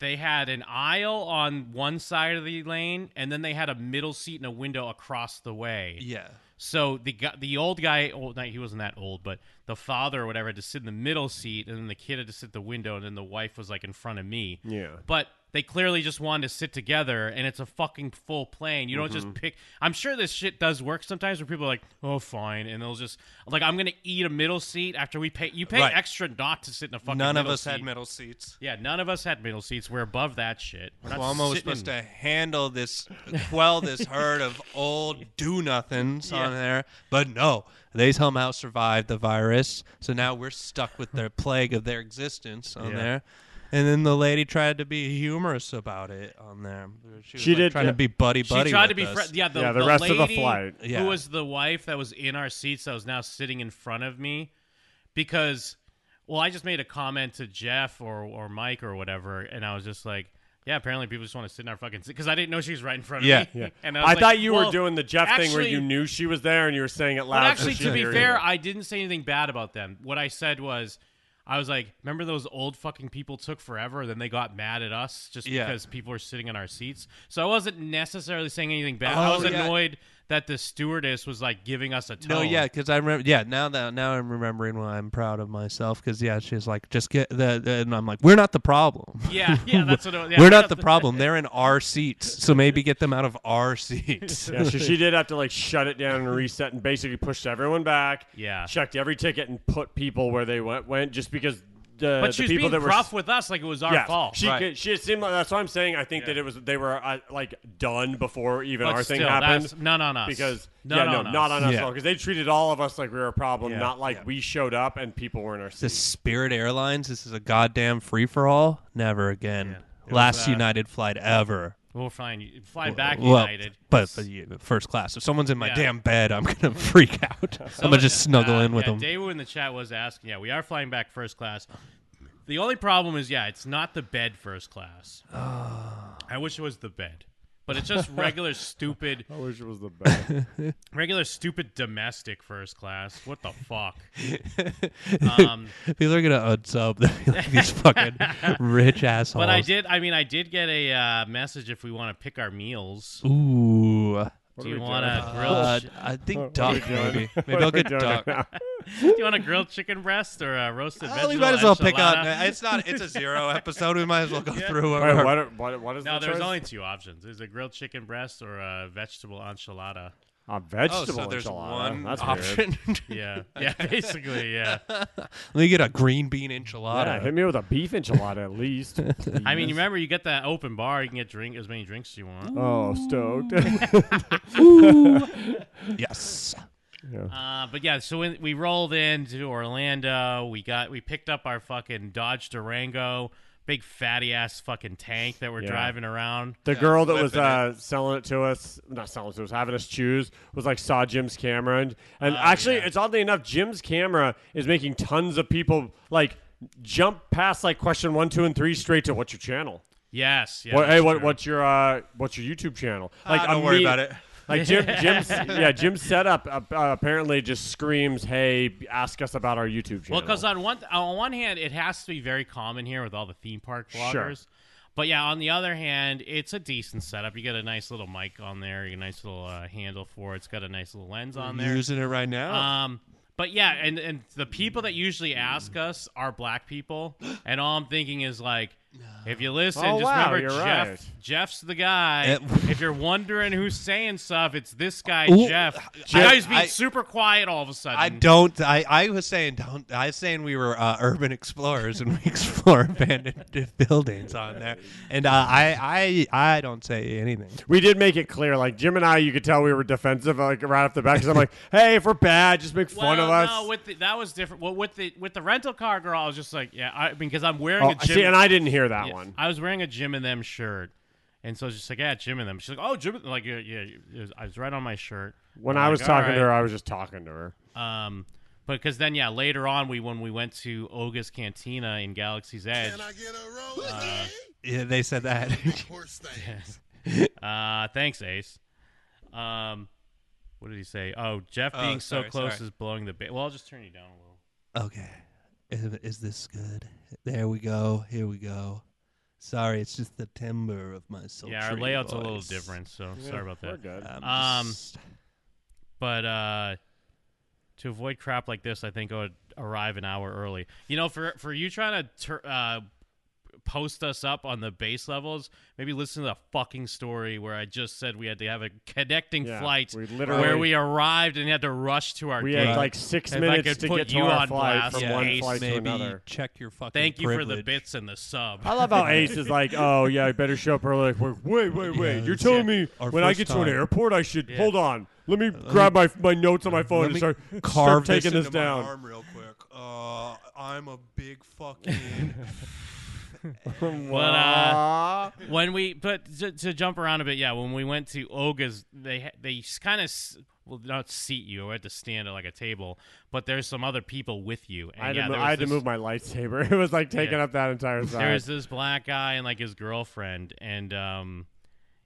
Speaker 6: they had an aisle on one side of the lane, and then they had a middle seat and a window across the way.
Speaker 1: Yeah.
Speaker 6: So the guy, the old guy, old not he wasn't that old, but the father or whatever had to sit in the middle seat, and then the kid had to sit at the window, and then the wife was like in front of me.
Speaker 8: Yeah.
Speaker 6: But they clearly just wanted to sit together, and it's a fucking full plane. You don't just pick. I'm sure this shit does work sometimes, where people are like, "Oh, fine," and they'll just like, "I'm gonna eat a middle seat after we pay." You pay
Speaker 1: Right.
Speaker 6: extra not to sit in a fucking.
Speaker 1: None of
Speaker 6: middle
Speaker 1: us had
Speaker 6: seat.
Speaker 1: middle seats.
Speaker 6: Yeah, none of us had middle seats. We're above that shit. We're
Speaker 1: Cuomo
Speaker 6: not
Speaker 1: was
Speaker 6: sitting in-
Speaker 1: supposed to handle this, quell this herd of old do nothings on
Speaker 6: Yeah.
Speaker 1: there, but no, they somehow survived the virus. So now we're stuck with their plague of their existence on
Speaker 6: Yeah.
Speaker 1: there. And then the lady tried to be humorous about it on there. She, was
Speaker 8: She
Speaker 1: like,
Speaker 8: did,
Speaker 1: trying
Speaker 8: yeah.
Speaker 1: to be buddy buddy.
Speaker 6: She tried to
Speaker 1: with
Speaker 6: be
Speaker 1: us.
Speaker 6: friends. Yeah, the,
Speaker 8: Yeah, the rest of the
Speaker 6: lady
Speaker 8: flight.
Speaker 1: Yeah.
Speaker 6: Who was the wife that was in our seats that was now sitting in front of me? Because, well, I just made a comment to Jeff or, or Mike or whatever, and I was just like, yeah, apparently people just want to sit in our fucking seat because I didn't know she was right in front of
Speaker 1: Yeah.
Speaker 6: me.
Speaker 8: Yeah.
Speaker 6: And
Speaker 8: I,
Speaker 6: was like,
Speaker 8: thought you
Speaker 6: well,
Speaker 8: were doing the Jeff thing where
Speaker 6: actually-
Speaker 8: you knew she was there and you were saying it loud.
Speaker 6: But
Speaker 8: so
Speaker 6: actually,
Speaker 8: she
Speaker 6: to
Speaker 8: could
Speaker 6: be
Speaker 8: hear
Speaker 6: fair,
Speaker 8: you.
Speaker 6: I didn't say anything bad about them. What I said was, I was like, remember those old fucking people took forever, then they got mad at us just
Speaker 1: Yeah.
Speaker 6: because people were sitting in our seats. So I wasn't necessarily saying anything bad. I
Speaker 1: Oh,
Speaker 6: was
Speaker 1: yeah.
Speaker 6: annoyed that the stewardess was like giving us a tone.
Speaker 1: No, yeah, because I remember. Yeah, now that now I'm remembering why I'm proud of myself. Because yeah, she's like, just get the, the- and I'm like, we're not the problem.
Speaker 6: yeah, yeah. That's what. It, yeah,
Speaker 1: we're not the problem. They're in our seats, so maybe get them out of our seats.
Speaker 8: Yeah, she, she did have to like shut it down and reset and basically pushed everyone back.
Speaker 6: Yeah.
Speaker 8: Checked every ticket and put people where they went went just because the,
Speaker 6: But
Speaker 8: the
Speaker 6: she was
Speaker 8: people
Speaker 6: being
Speaker 8: that were
Speaker 6: rough with us, like it was our
Speaker 8: yeah,
Speaker 6: fault.
Speaker 8: She
Speaker 1: Right.
Speaker 8: could, she it seemed like that's why I'm saying I think that it was they were uh, like done before even
Speaker 6: But
Speaker 8: our thing
Speaker 6: still,
Speaker 8: happened.
Speaker 6: that's- none on us.
Speaker 8: because
Speaker 6: None
Speaker 8: yeah, no,
Speaker 6: on us.
Speaker 8: not on us
Speaker 1: Yeah.
Speaker 8: because they treated all of us like we were a problem,
Speaker 1: Yeah.
Speaker 8: not like
Speaker 1: Yeah.
Speaker 8: we showed up and people were in our
Speaker 1: The
Speaker 8: seats.
Speaker 1: Spirit Airlines. This is a goddamn free for all. Never again.
Speaker 6: It
Speaker 1: Last
Speaker 6: was, uh,
Speaker 1: United flight ever.
Speaker 6: we'll find you. Fly back,
Speaker 1: Well,
Speaker 6: United.
Speaker 1: but but you- first class. If someone's in my
Speaker 6: Yeah.
Speaker 1: damn bed, I'm gonna freak out. I'm gonna just snuggle
Speaker 6: Uh,
Speaker 1: in with
Speaker 6: yeah,
Speaker 1: them.
Speaker 6: Daewoo in the chat was asking, yeah, we are flying back first class. The only problem is, yeah, it's not the bed first class. I wish it was the bed, but it's just regular stupid,
Speaker 8: I wish it was the best.
Speaker 6: regular stupid domestic first class. What the fuck? Um,
Speaker 1: People are gonna unsub. They'll be like, These fucking rich assholes.
Speaker 6: But I did. I mean, I did get a uh, message if we want to pick our meals.
Speaker 1: Ooh.
Speaker 6: do you want to grill?
Speaker 1: Uh,
Speaker 6: chi-
Speaker 1: I think duck
Speaker 8: doing?
Speaker 1: maybe.
Speaker 8: What
Speaker 1: Maybe
Speaker 8: are
Speaker 1: I'll
Speaker 8: we
Speaker 1: get
Speaker 8: doing
Speaker 1: duck.
Speaker 8: now?
Speaker 6: do you want a grilled chicken breast or a roasted?
Speaker 1: Well, we
Speaker 6: vegetable
Speaker 1: might as well pick
Speaker 6: enchilada?
Speaker 1: on. It's not. It's a zero episode. We might as well go through.
Speaker 8: Wait,
Speaker 1: Our,
Speaker 8: what, are- what, what is
Speaker 6: No,
Speaker 8: the
Speaker 6: there's
Speaker 8: choice?
Speaker 6: only two options: there's a grilled chicken breast or a vegetable enchilada.
Speaker 8: a vegetable.
Speaker 1: oh, so there's
Speaker 8: enchilada.
Speaker 1: one
Speaker 8: That's
Speaker 1: option.
Speaker 8: weird.
Speaker 6: Yeah, yeah, basically, yeah.
Speaker 1: Let me get a green bean enchilada.
Speaker 8: Yeah, hit me with a beef enchilada at least.
Speaker 6: I mean, you remember you get that open bar, you can get drink as many drinks as you want.
Speaker 8: Oh, stoked.
Speaker 1: yes.
Speaker 6: Uh, but yeah, so when we rolled into Orlando, we got we picked up our fucking Dodge Durango, big fatty ass fucking tank that we're
Speaker 8: Yeah.
Speaker 6: driving around.
Speaker 8: The girl that was
Speaker 1: flipping
Speaker 8: uh, selling it to us, not selling it to us, having us choose, was like saw Jim's camera, and, and actually, it's oddly enough, Jim's camera is making tons of people like jump past like question one, two, and three straight to what's your channel?
Speaker 6: Yes, yeah.
Speaker 8: what, hey,
Speaker 6: that's
Speaker 8: what,
Speaker 6: true.
Speaker 8: what's your uh, what's your YouTube channel? Like,
Speaker 1: Ah, don't worry
Speaker 8: imme-
Speaker 1: about it.
Speaker 8: Like Jim, Jim's, yeah, Jim's setup uh, apparently just screams, "Hey, ask us about our YouTube channel."
Speaker 6: Well, because on one on one hand, it has to be very common here with all the theme park vloggers.
Speaker 8: Sure.
Speaker 6: But yeah, on the other hand, it's a decent setup. You get a nice little mic on there, you get a nice little uh, handle for it. It's got a nice little lens on there.
Speaker 1: Using it right now.
Speaker 6: Um, but yeah, and and the people that usually ask
Speaker 1: Mm.
Speaker 6: us are black people, and all I'm thinking is like, if you listen,
Speaker 8: Oh,
Speaker 6: just
Speaker 8: wow,
Speaker 6: remember
Speaker 8: you're
Speaker 6: Jeff.
Speaker 8: right.
Speaker 6: Jeff's the guy.
Speaker 1: It-
Speaker 6: if you're wondering who's saying stuff, it's this guy,
Speaker 1: Ooh,
Speaker 6: Jeff.
Speaker 1: I-
Speaker 6: Now he's being
Speaker 1: I-
Speaker 6: super quiet all of a sudden.
Speaker 1: I don't. I, I was saying don't. I was saying we were uh, urban explorers and we explore abandoned buildings on there. And uh, I I I don't say anything.
Speaker 8: We did make it clear, like Jim and I, you could tell we were defensive, like right off the bat. Because I'm like, "Hey, if we're bad, just make
Speaker 6: Well,
Speaker 8: fun of us."
Speaker 6: no, with the, that was different. Well, with the with the rental car girl, I was just like, yeah, I mean, because I'm wearing
Speaker 8: Oh,
Speaker 6: a
Speaker 8: I
Speaker 6: gym.
Speaker 8: see, and I didn't hear that
Speaker 6: Yeah,
Speaker 8: one.
Speaker 6: I was wearing a Jim and them shirt, and so I was just like, yeah, Jim and them. She's like, oh, Jim, and-" like yeah, yeah, it was, I was right on my shirt.
Speaker 8: When
Speaker 6: I'm
Speaker 8: I
Speaker 6: like,
Speaker 8: was
Speaker 6: "All
Speaker 8: talking
Speaker 6: right."
Speaker 8: to her, I was just talking to her.
Speaker 6: Um, but because then, yeah, later on, we when we went to Oga's Cantina in Galaxy's Edge, uh,
Speaker 9: Can I get a roll?
Speaker 1: Yeah, they said that.
Speaker 9: Horse things.
Speaker 6: Uh, thanks, Ace. Um, what did he say? Oh, Jeff
Speaker 1: Oh,
Speaker 6: being so
Speaker 1: sorry,
Speaker 6: close
Speaker 1: sorry.
Speaker 6: is blowing the. Ba- well, I'll just turn you down a little.
Speaker 7: Okay. Is, is this good? There we go. Here we go. Sorry, it's just the timbre of my soul.
Speaker 6: yeah, our layout's a little different, so sorry about that.
Speaker 8: We're good.
Speaker 6: Um, but uh, to avoid crap like this, I think I would arrive an hour early. You know, for for you trying to tur uh, post us up on the base levels, maybe listen to the fucking story where I just said we had to have a connecting
Speaker 8: Yeah,
Speaker 6: flight
Speaker 8: we literally-
Speaker 6: where we arrived and had to rush to our
Speaker 8: we
Speaker 6: gate.
Speaker 8: had like six
Speaker 6: If I
Speaker 8: minutes
Speaker 6: could
Speaker 8: to
Speaker 6: put
Speaker 8: get to
Speaker 6: you
Speaker 8: our
Speaker 6: on
Speaker 8: flight
Speaker 6: blast,
Speaker 8: from
Speaker 6: yeah,
Speaker 8: one
Speaker 6: Ace,
Speaker 8: flight to
Speaker 1: Maybe
Speaker 8: another.
Speaker 1: check your fucking.
Speaker 6: Thank you for the
Speaker 1: privilege.
Speaker 6: bits and the sub.
Speaker 8: I love how Ace is like, oh yeah, I better show up early. Like, wait, wait, wait, wait. You're telling me
Speaker 1: Our
Speaker 8: when I
Speaker 1: first
Speaker 8: get to an
Speaker 1: time.
Speaker 8: airport, I should hold on. Let me grab my my notes on my phone
Speaker 1: Let
Speaker 8: and
Speaker 1: me
Speaker 8: start,
Speaker 1: carve
Speaker 8: start taking
Speaker 1: this,
Speaker 8: this,
Speaker 1: into
Speaker 8: down.
Speaker 1: My arm real quick. Uh, I'm a big fucking.
Speaker 6: But uh, when we, but to, to jump around a bit, yeah, when we went to Oga's, they ha- they kind of well not seat you. I had to stand at like a table, but there's some other people with you. And
Speaker 8: I had,
Speaker 6: yeah,
Speaker 8: to, move,
Speaker 6: there was
Speaker 8: I had to
Speaker 6: this-
Speaker 8: move my lightsaber. It was like taking
Speaker 6: Yeah.
Speaker 8: up that entire side.
Speaker 6: There was this black guy and like his girlfriend, and um,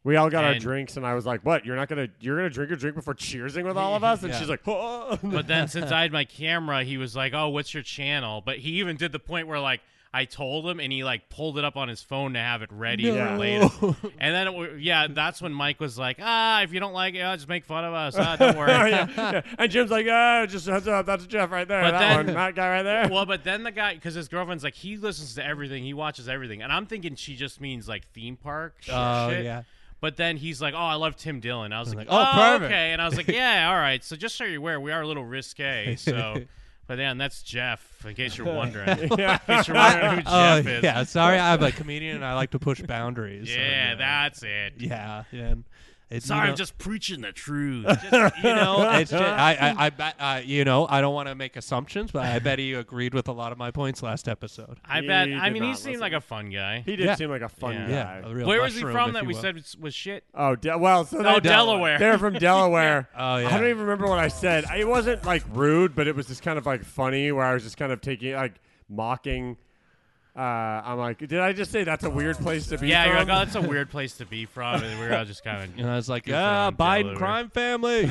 Speaker 8: we all got our
Speaker 6: and-
Speaker 8: drinks, and I was like, "What? You're not gonna you're gonna drink your drink before cheersing with all of us?" And she's like, "Oh."
Speaker 6: but then since I had my camera, he was like, "Oh, what's your channel?" But he even did the point where like I told him, and he like pulled it up on his phone to have it ready
Speaker 8: No.
Speaker 6: for later. And then it, wa- yeah, that's when Mike was like, "Ah, if you don't like it, ah, just make fun of us. Ah, don't worry."
Speaker 8: Oh, yeah, yeah. And Jim's like, "Ah, just heads up, that's Jeff right there.
Speaker 6: But
Speaker 8: that
Speaker 6: then-
Speaker 8: one, that guy right there."
Speaker 6: well, but then the guy, because his girlfriend's like, he listens to everything, he watches everything, and I'm thinking she just means like theme park. sh-
Speaker 1: Oh,
Speaker 6: shit.
Speaker 1: yeah.
Speaker 6: But then he's like, "Oh, I love Tim Dillon." I was
Speaker 1: like,
Speaker 6: like, "Oh,
Speaker 1: "Oh, perfect."
Speaker 6: okay." And I was like, "Yeah, all right." So just so you're aware, we are a little risque. So, but then that's Jeff, in case you're wondering.
Speaker 8: yeah.
Speaker 6: In case you're wondering who
Speaker 1: Oh
Speaker 6: Jeff is.
Speaker 1: yeah, sorry. I'm a comedian and I like to push boundaries. so,
Speaker 6: Yeah, that's it.
Speaker 1: Yeah, and it's
Speaker 6: Sorry,
Speaker 1: you know,
Speaker 6: I'm just preaching the truth.
Speaker 1: you know, it's just, I, I, I bet, uh, you know, I don't want to make assumptions, but I bet you agreed with a lot of my points last episode.
Speaker 6: I
Speaker 8: He
Speaker 6: bet.
Speaker 8: did
Speaker 6: I mean, he
Speaker 8: not
Speaker 6: seemed
Speaker 8: listen.
Speaker 6: like a fun guy.
Speaker 8: He did
Speaker 1: Yeah.
Speaker 8: seem like a fun
Speaker 6: Yeah.
Speaker 8: guy.
Speaker 1: Yeah, a real
Speaker 6: Where was he
Speaker 1: mushroom,
Speaker 6: from
Speaker 1: if
Speaker 6: that
Speaker 1: you
Speaker 6: we
Speaker 1: will.
Speaker 6: said was, was shit?
Speaker 8: Oh, De- well, so
Speaker 6: Oh,
Speaker 8: they-
Speaker 6: Delaware.
Speaker 8: They're from Delaware.
Speaker 1: Oh, yeah.
Speaker 8: I don't even remember what I said. I- It wasn't like rude, but it was just kind of like funny, where I was just kind of taking like mocking. Uh, I'm like, did I just say that's a weird place to be?
Speaker 6: Yeah, you're like,
Speaker 8: from?"
Speaker 6: oh, that's a weird place to be from, and we were all just kind of.
Speaker 1: And I was like,
Speaker 6: Goofing
Speaker 1: yeah,
Speaker 6: on
Speaker 1: Biden
Speaker 6: Delaware."
Speaker 1: crime family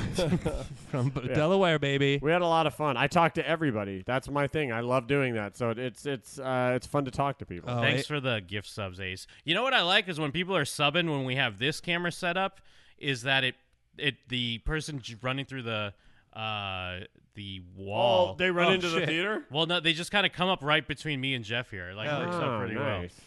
Speaker 1: from B- Delaware,
Speaker 6: "Oh."
Speaker 1: baby.
Speaker 8: We had a lot of fun. I talked to everybody. That's my thing. I love doing that. So it- it's it's uh, it's fun to talk to people.
Speaker 1: Oh,
Speaker 6: Thanks
Speaker 1: it-
Speaker 6: for the gift subs, Ace. You know what I like is when people are subbing when we have this camera set up, is that it it the person j- running through the uh the wall.
Speaker 8: run
Speaker 1: Oh, into the shit.
Speaker 8: theater.
Speaker 6: well, no, they just kind of come up right between me and Jeff here. Like works out pretty
Speaker 8: Ah, Oh, nice.
Speaker 6: well.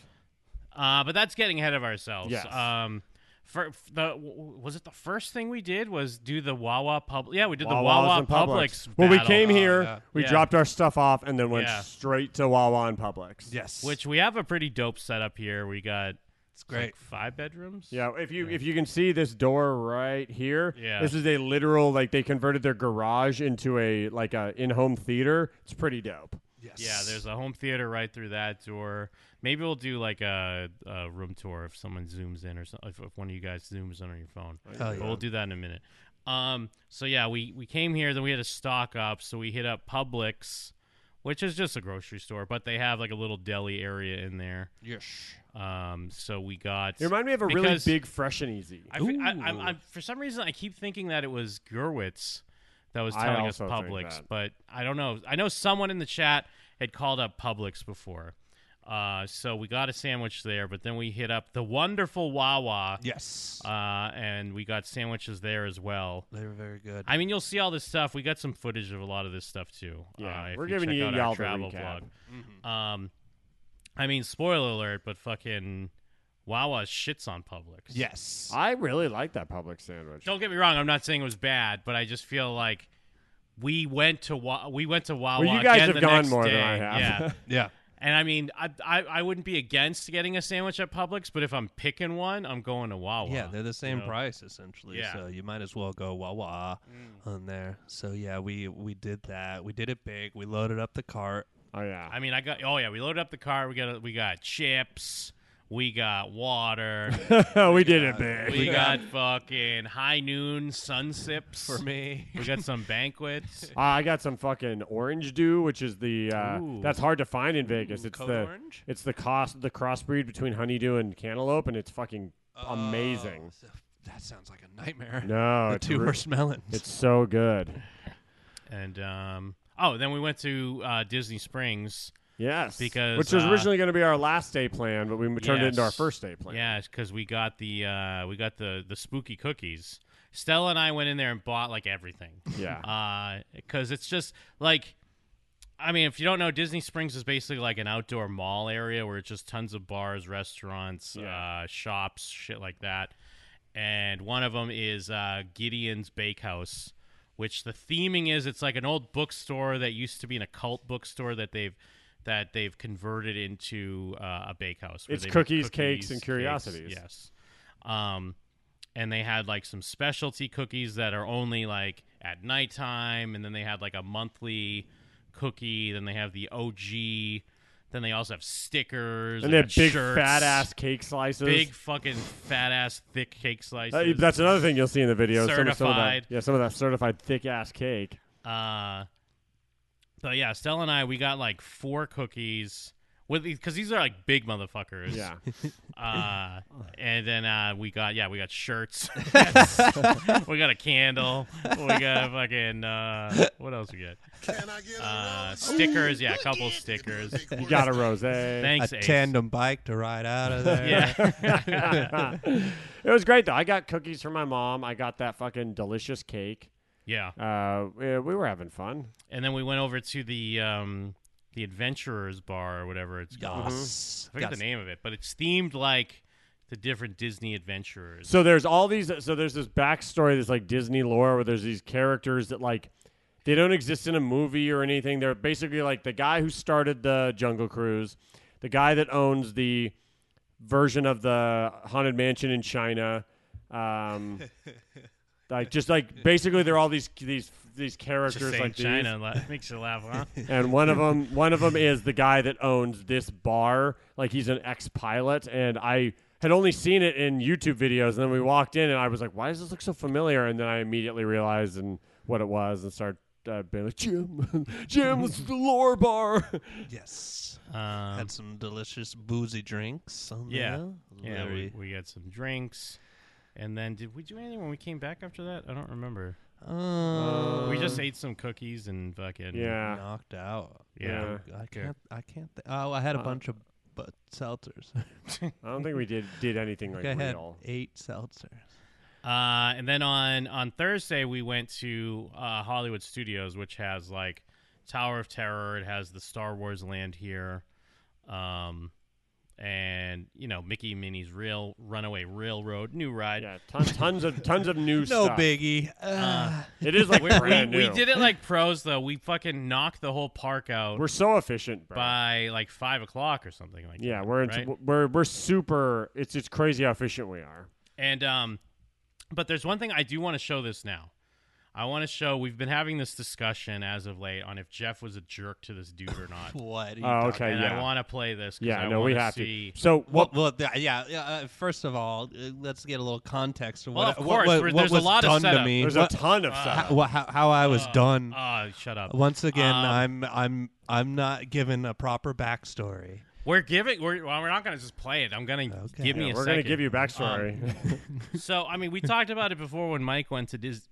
Speaker 6: Uh, but that's getting ahead of ourselves.
Speaker 8: Yes.
Speaker 6: Um, for f- the w- w- was it the first thing we did was do the Wawa public? Yeah, we did the
Speaker 8: Wawa's
Speaker 6: Wawa
Speaker 8: and Publix.
Speaker 6: Publix.
Speaker 8: Well, we
Speaker 6: battle.
Speaker 8: came
Speaker 6: Uh,
Speaker 8: here,
Speaker 1: Oh, yeah.
Speaker 8: we
Speaker 6: Yeah.
Speaker 8: dropped our stuff off, and then went
Speaker 6: Yeah.
Speaker 8: straight to Wawa and Publix.
Speaker 1: Yes,
Speaker 6: which we have a pretty dope setup here. We got
Speaker 1: it's great.
Speaker 6: like five bedrooms.
Speaker 8: Yeah, if you if you can see this door right here,
Speaker 6: Yeah.
Speaker 8: this is a literal like they converted their garage into a like a in-home theater. It's pretty dope.
Speaker 6: Yeah, there's a home theater right through that door. Maybe we'll do like a, a room tour if someone zooms in or so, if, if one of you guys zooms in on your phone.
Speaker 1: Hell
Speaker 8: Oh,
Speaker 6: But
Speaker 1: yeah.
Speaker 6: We'll do that in a minute. Um, so yeah, we we came here, then we had to stock up, so we hit up Publix, which is just a grocery store, but they have like a little deli area in there.
Speaker 1: Yes.
Speaker 6: Um, so we got.
Speaker 8: It reminded me of a really
Speaker 6: because-
Speaker 8: big fresh and easy.
Speaker 6: I, fe- I, I'm, I'm, for some reason, I keep thinking that it was Gerwitz that was
Speaker 8: I
Speaker 6: telling us
Speaker 8: also think
Speaker 6: Publix,
Speaker 8: that.
Speaker 6: but I don't know. I know someone in the chat had called up Publix before. Uh, so we got a sandwich there, but then we hit up the wonderful Wawa.
Speaker 1: Yes,
Speaker 6: Uh, and we got sandwiches there as well.
Speaker 1: they were very good.
Speaker 6: I mean, you'll see all this stuff. We got some footage of a lot of this stuff too.
Speaker 8: Yeah,
Speaker 6: uh, if
Speaker 8: we're giving
Speaker 6: check
Speaker 8: you
Speaker 6: out
Speaker 8: y'all
Speaker 6: our
Speaker 8: the
Speaker 6: travel
Speaker 8: recap. Mm-hmm.
Speaker 6: vlog. Um, I mean, spoiler alert, but fucking Wawa shits on Publix.
Speaker 1: yes,
Speaker 8: I really like that Publix sandwich.
Speaker 6: Don't get me wrong. I'm not saying it was bad, but I just feel like we went to Wa- we went to Wawa.
Speaker 8: Well, you guys
Speaker 6: again
Speaker 8: have
Speaker 6: the
Speaker 8: gone
Speaker 6: next
Speaker 8: more than
Speaker 6: day.
Speaker 8: I have.
Speaker 6: Yeah,
Speaker 1: yeah.
Speaker 6: and I mean, I, I I wouldn't be against getting a sandwich at Publix, but if I'm picking one, I'm going to Wawa.
Speaker 1: Yeah, they're the same
Speaker 6: know?
Speaker 1: price essentially.
Speaker 6: Yeah.
Speaker 1: So you might as well go wah wah on there. So yeah, we we did that. We did it big. We loaded up the cart.
Speaker 8: Oh yeah,
Speaker 6: I mean, I got oh yeah, we loaded up the car. We got we got chips. We got water.
Speaker 8: we did it big.
Speaker 6: we got fucking high noon sun sips for me. We got some banquets.
Speaker 8: Uh, I got some fucking orange dew, which is the uh,
Speaker 6: Ooh.
Speaker 8: that's hard to find in Vegas. It's
Speaker 1: code
Speaker 8: the
Speaker 1: orange?
Speaker 8: it's the cost the crossbreed between honeydew and cantaloupe, and it's fucking amazing.
Speaker 1: That sounds like a nightmare.
Speaker 8: No,
Speaker 1: the
Speaker 8: it's
Speaker 1: two
Speaker 8: re-
Speaker 1: were smelling.
Speaker 8: It's so good.
Speaker 6: And um, oh, then we went to uh, Disney Springs.
Speaker 8: Yes,
Speaker 6: Because,
Speaker 8: which was
Speaker 6: uh,
Speaker 8: originally going to be our last day plan, but we turned it into our
Speaker 6: Yes.
Speaker 8: first day plan.
Speaker 6: Yeah, because we got the uh, we got the the spooky cookies. Stella and I went in there and bought like everything.
Speaker 8: yeah.
Speaker 6: because it's just like i mean if you don't know disney springs is basically like an outdoor mall area where it's just tons of bars restaurants uh, shops shit like that and one of them is uh, gideon's bakehouse which the theming is it's like an old bookstore that used to be an occult bookstore that they've that they've converted into uh, a bakehouse where
Speaker 8: It's
Speaker 6: they make
Speaker 8: cookies, cakes, and
Speaker 6: cakes,
Speaker 8: curiosities.
Speaker 6: yes um, and they had like some specialty cookies that are only like at nighttime and then they had like a monthly cookie then they have the og then they also have stickers
Speaker 8: and they had
Speaker 6: got
Speaker 8: big
Speaker 6: shirts,
Speaker 8: fat ass cake slices.
Speaker 6: big fucking fat ass thick cake slices
Speaker 8: Uh, that's another thing you'll see in the video. some- Some, of that,
Speaker 6: Certified.
Speaker 8: yeah, some of that certified thick ass cake.
Speaker 6: Uh, but yeah, Stella and I, we got like four cookies with because these are like big motherfuckers.
Speaker 8: Yeah.
Speaker 6: Uh, and then uh, we got yeah, we got shirts. we got a candle. We got a fucking uh, what else we get? Uh, stickers. Yeah, a couple stickers.
Speaker 8: You got a rose. it
Speaker 6: Thanks,
Speaker 1: a
Speaker 6: Ace.
Speaker 1: tandem bike to ride out of there.
Speaker 6: Yeah.
Speaker 8: was great though. I got cookies from my mom. I got that fucking delicious cake.
Speaker 6: yeah.
Speaker 8: Uh, we, we were having fun.
Speaker 6: And then we went over to the um the Adventurers Bar or whatever it's called.
Speaker 7: Mm-hmm.
Speaker 6: I forget the name of it, but it's themed like the different Disney adventurers.
Speaker 8: So there's all these. So there's this backstory that's like Disney lore where there's these characters that like they don't exist in a movie or anything. They're basically like the guy who started the Jungle Cruise, the guy that owns the version of the haunted mansion in China. Um, like just like basically they're all these these these characters
Speaker 6: just saying
Speaker 8: like these.
Speaker 6: China la- makes you laugh, huh?
Speaker 8: and one of them one of them is the guy that owns this bar like he's an ex-pilot and i had only seen it in youtube videos and then we walked in and i was like why does this look so familiar and then i immediately realized and what it was and started uh, being like jim jim this is the lore bar
Speaker 7: Yes.
Speaker 6: Um,
Speaker 7: Had some delicious boozy drinks on
Speaker 6: yeah,
Speaker 7: there.
Speaker 6: yeah. We,
Speaker 7: Very-
Speaker 6: we had some drinks, and then did we do anything when we came back after that? I don't remember.
Speaker 7: Uh,
Speaker 6: we just ate some cookies and fucking
Speaker 8: yeah
Speaker 7: knocked out.
Speaker 6: yeah.
Speaker 7: I can't. I can't. Th- oh, I had
Speaker 8: Uh,
Speaker 7: a bunch of but seltzers.
Speaker 8: i don't think we did did anything like
Speaker 7: I had
Speaker 8: real
Speaker 7: eight seltzers.
Speaker 6: Uh, and then on on Thursday we went to uh, Hollywood Studios, which has like Tower of Terror. It has the Star Wars land here, um, and you know Mickey and Minnie's Rail Runaway Railroad new ride.
Speaker 8: yeah ton, tons of tons of new
Speaker 7: No
Speaker 8: stuff
Speaker 7: biggie.
Speaker 6: Uh,
Speaker 8: it is like
Speaker 6: we,
Speaker 8: brand
Speaker 6: we
Speaker 8: new
Speaker 6: did it like pros though. We fucking knocked the whole park out
Speaker 8: we're so efficient bro.
Speaker 6: by like five o'clock or something like
Speaker 8: yeah
Speaker 6: that.
Speaker 8: we're
Speaker 6: right?
Speaker 8: into, we're we're super it's it's crazy how efficient we are
Speaker 6: and um, but there's one thing I do want to show this now. I want to show we've been having this discussion as of late on if Jeff was a jerk to this dude or not.
Speaker 7: what? are you
Speaker 8: oh
Speaker 7: talking-
Speaker 8: okay
Speaker 6: and
Speaker 8: yeah
Speaker 6: I want to play this. 'cause
Speaker 8: Yeah,
Speaker 6: I
Speaker 8: no, we
Speaker 6: wanna
Speaker 8: have
Speaker 6: see-
Speaker 8: to. So what?
Speaker 7: Well, well th- yeah. yeah uh, first of all, uh, let's get a little context. Of
Speaker 6: Well,
Speaker 7: what,
Speaker 6: of
Speaker 7: what-
Speaker 6: course,
Speaker 7: what-
Speaker 6: there-
Speaker 7: what
Speaker 6: there's a
Speaker 7: was
Speaker 6: lot of
Speaker 7: done to
Speaker 6: setup.
Speaker 7: me.
Speaker 8: There's
Speaker 7: what-
Speaker 8: a ton
Speaker 6: uh,
Speaker 8: of stuff.
Speaker 7: Uh, how, how, how I was done.
Speaker 6: Ah, shut up.
Speaker 7: Once again,
Speaker 6: Um,
Speaker 7: I'm I'm I'm not given a proper backstory.
Speaker 6: We're giving. We're, well, we're not going to just play it. I'm going to
Speaker 7: Okay.
Speaker 6: give me
Speaker 8: Yeah,
Speaker 6: a
Speaker 8: we're
Speaker 6: second. Um,
Speaker 8: gonna give you backstory.
Speaker 6: So, I mean, we talked about it before when Mike went to Dis-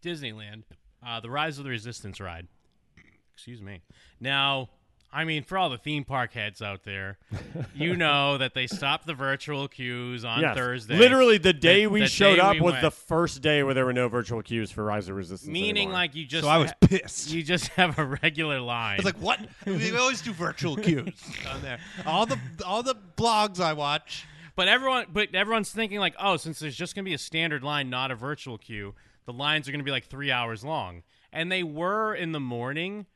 Speaker 6: Disneyland, uh, the Rise of the Resistance ride. Excuse me. Now, I mean, for all the theme park heads out there, you know that they stopped the virtual queues on
Speaker 8: Yes.
Speaker 6: Thursday.
Speaker 8: Literally, the day we
Speaker 6: the
Speaker 8: showed
Speaker 6: day
Speaker 8: up
Speaker 6: we
Speaker 8: was
Speaker 6: went.
Speaker 8: the first day where there were no virtual queues for Rise of Resistance.
Speaker 6: meaning
Speaker 8: anymore.
Speaker 6: like you just
Speaker 7: So I was
Speaker 6: ha-
Speaker 7: pissed.
Speaker 6: you just have a regular line.
Speaker 7: It's like what we always do virtual queues on there. All the all the blogs I watch.
Speaker 6: But everyone, but everyone's thinking like, oh, since there's just gonna be a standard line, not a virtual queue, the lines are gonna be like three hours long, and they were in the morning.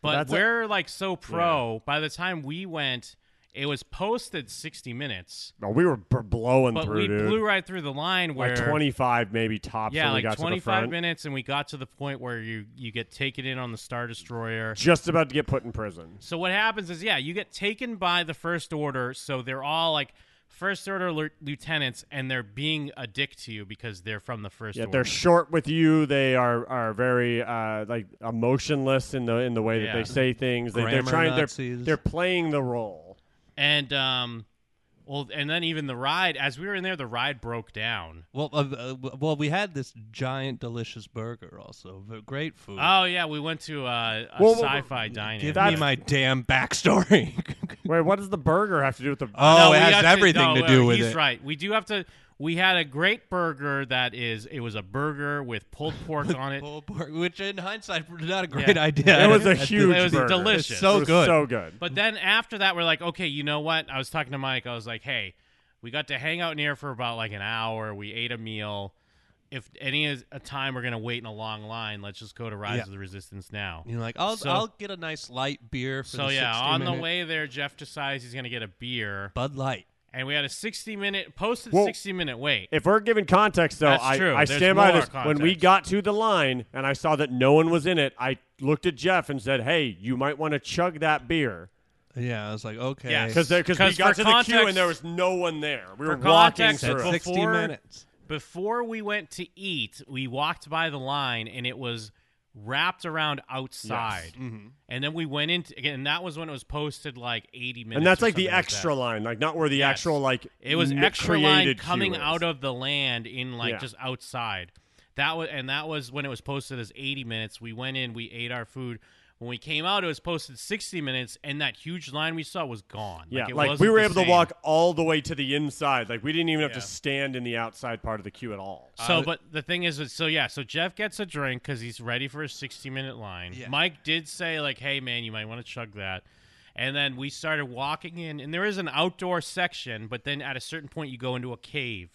Speaker 6: But
Speaker 8: That's a-
Speaker 6: we're like so pro. By the time we went, it was posted 60 minutes,
Speaker 8: No, Oh, we were b- blowing
Speaker 6: but
Speaker 8: through,
Speaker 6: we
Speaker 8: dude.
Speaker 6: blew right through the line where
Speaker 8: like twenty-five, maybe tops.
Speaker 6: yeah,
Speaker 8: when we
Speaker 6: like
Speaker 8: got to the
Speaker 6: 25
Speaker 8: front.
Speaker 6: minutes, and we got to the point where you you get taken in on the Star Destroyer.
Speaker 8: Just about to get put in prison.
Speaker 6: So what happens is, yeah, you get taken by the first order, so they're all like first order lieu- lieutenants, and they're being a dick to you because they're from the first.
Speaker 8: Yeah,
Speaker 6: order.
Speaker 8: they're short with you. They are are very uh, like emotionless in the in the way that
Speaker 6: Yeah.
Speaker 8: they say things. They, they're
Speaker 7: Grammar
Speaker 8: trying. They're
Speaker 7: Nazis.
Speaker 8: they're playing the role.
Speaker 6: and um, Well, and then even the ride, as we were in there, the ride broke down.
Speaker 7: Well, uh, uh, well, we had this giant, delicious burger. Also, v- great food.
Speaker 6: Oh yeah, we went to uh, a
Speaker 8: Well, well,
Speaker 6: sci-fi dining.
Speaker 7: Give me
Speaker 8: that's-
Speaker 7: my damn backstory.
Speaker 8: Wait, what does the burger have to do with the?
Speaker 7: oh,
Speaker 6: we
Speaker 7: it has
Speaker 6: have
Speaker 7: everything
Speaker 6: no,
Speaker 7: to,
Speaker 6: uh,
Speaker 7: do with
Speaker 6: he's
Speaker 7: it.
Speaker 6: right. We do have to. We had a great burger that is. It was a burger with pulled pork on it.
Speaker 7: Pulled pork, which in hindsight, not a great idea.
Speaker 8: it was a
Speaker 7: At the-
Speaker 8: huge.
Speaker 6: it was
Speaker 8: burger.
Speaker 6: delicious.
Speaker 8: It was
Speaker 7: So good.
Speaker 8: So good.
Speaker 6: But then after that, we're like, okay, you know what? I was talking to Mike. I was like, hey, we got to hang out in here for about like an hour. We ate a meal. If any is a time we're gonna wait in a long line, let's just go to Rise
Speaker 7: Yeah.
Speaker 6: of the Resistance now.
Speaker 7: You're like, I'll
Speaker 6: So-
Speaker 7: I'll get a nice light beer. For
Speaker 6: So
Speaker 7: the
Speaker 6: yeah,
Speaker 7: 60
Speaker 6: on the
Speaker 7: minute
Speaker 6: way there, Jeff decides he's gonna get a beer,
Speaker 7: Bud Light.
Speaker 6: and we had a sixty minute posted
Speaker 8: Well,
Speaker 6: sixty minute wait.
Speaker 8: If we're giving context, though,
Speaker 6: That's
Speaker 8: I,
Speaker 6: true.
Speaker 8: I
Speaker 6: There's
Speaker 8: stand by
Speaker 6: more
Speaker 8: this. When we
Speaker 6: context.
Speaker 8: got to the line and I saw that no one was in it, I looked at Jeff and said, "Hey, you might want to chug that beer."
Speaker 7: Yeah, I was like, okay.
Speaker 6: Yeah,
Speaker 8: Because because uh, we
Speaker 6: 'Cause
Speaker 8: got
Speaker 6: for
Speaker 8: to the queue
Speaker 6: context-
Speaker 8: and there was no one there. We were
Speaker 6: for
Speaker 8: walking
Speaker 6: context,
Speaker 8: through.
Speaker 6: before-
Speaker 8: it.
Speaker 7: 60 minutes.
Speaker 6: Before we went to eat, we walked by the line and it was wrapped around outside.
Speaker 8: Mm-hmm.
Speaker 6: And then we went into again, and that was when it was posted like 80 minutes.
Speaker 8: And that's
Speaker 6: or
Speaker 8: like the
Speaker 6: something
Speaker 8: extra
Speaker 6: that.
Speaker 8: line, like not where the
Speaker 6: Yes.
Speaker 8: actual like
Speaker 6: It was
Speaker 8: n-
Speaker 6: extra line
Speaker 8: created queue
Speaker 6: coming
Speaker 8: is.
Speaker 6: out of the land in like
Speaker 8: Yeah.
Speaker 6: just outside. That was and that was when it was posted as 80 minutes. We went in, we ate our food. When we came out, it was posted 60 minutes, and that huge line we saw was gone.
Speaker 8: Yeah,
Speaker 6: it
Speaker 8: like,
Speaker 6: wasn't
Speaker 8: we were
Speaker 6: the
Speaker 8: able
Speaker 6: same.
Speaker 8: to walk all the way to the inside. Like we didn't even have
Speaker 6: Yeah. Uh,
Speaker 8: to stand in the outside part of the queue at all.
Speaker 6: So, but the thing is, is- so yeah, so Jeff gets a drink because he's ready for his 60 minute line.
Speaker 7: Yeah.
Speaker 6: Mike did say, like, hey, man, you might want to chug that. And then we started walking in, and there is an outdoor section, but then at a certain point, you go into a cave.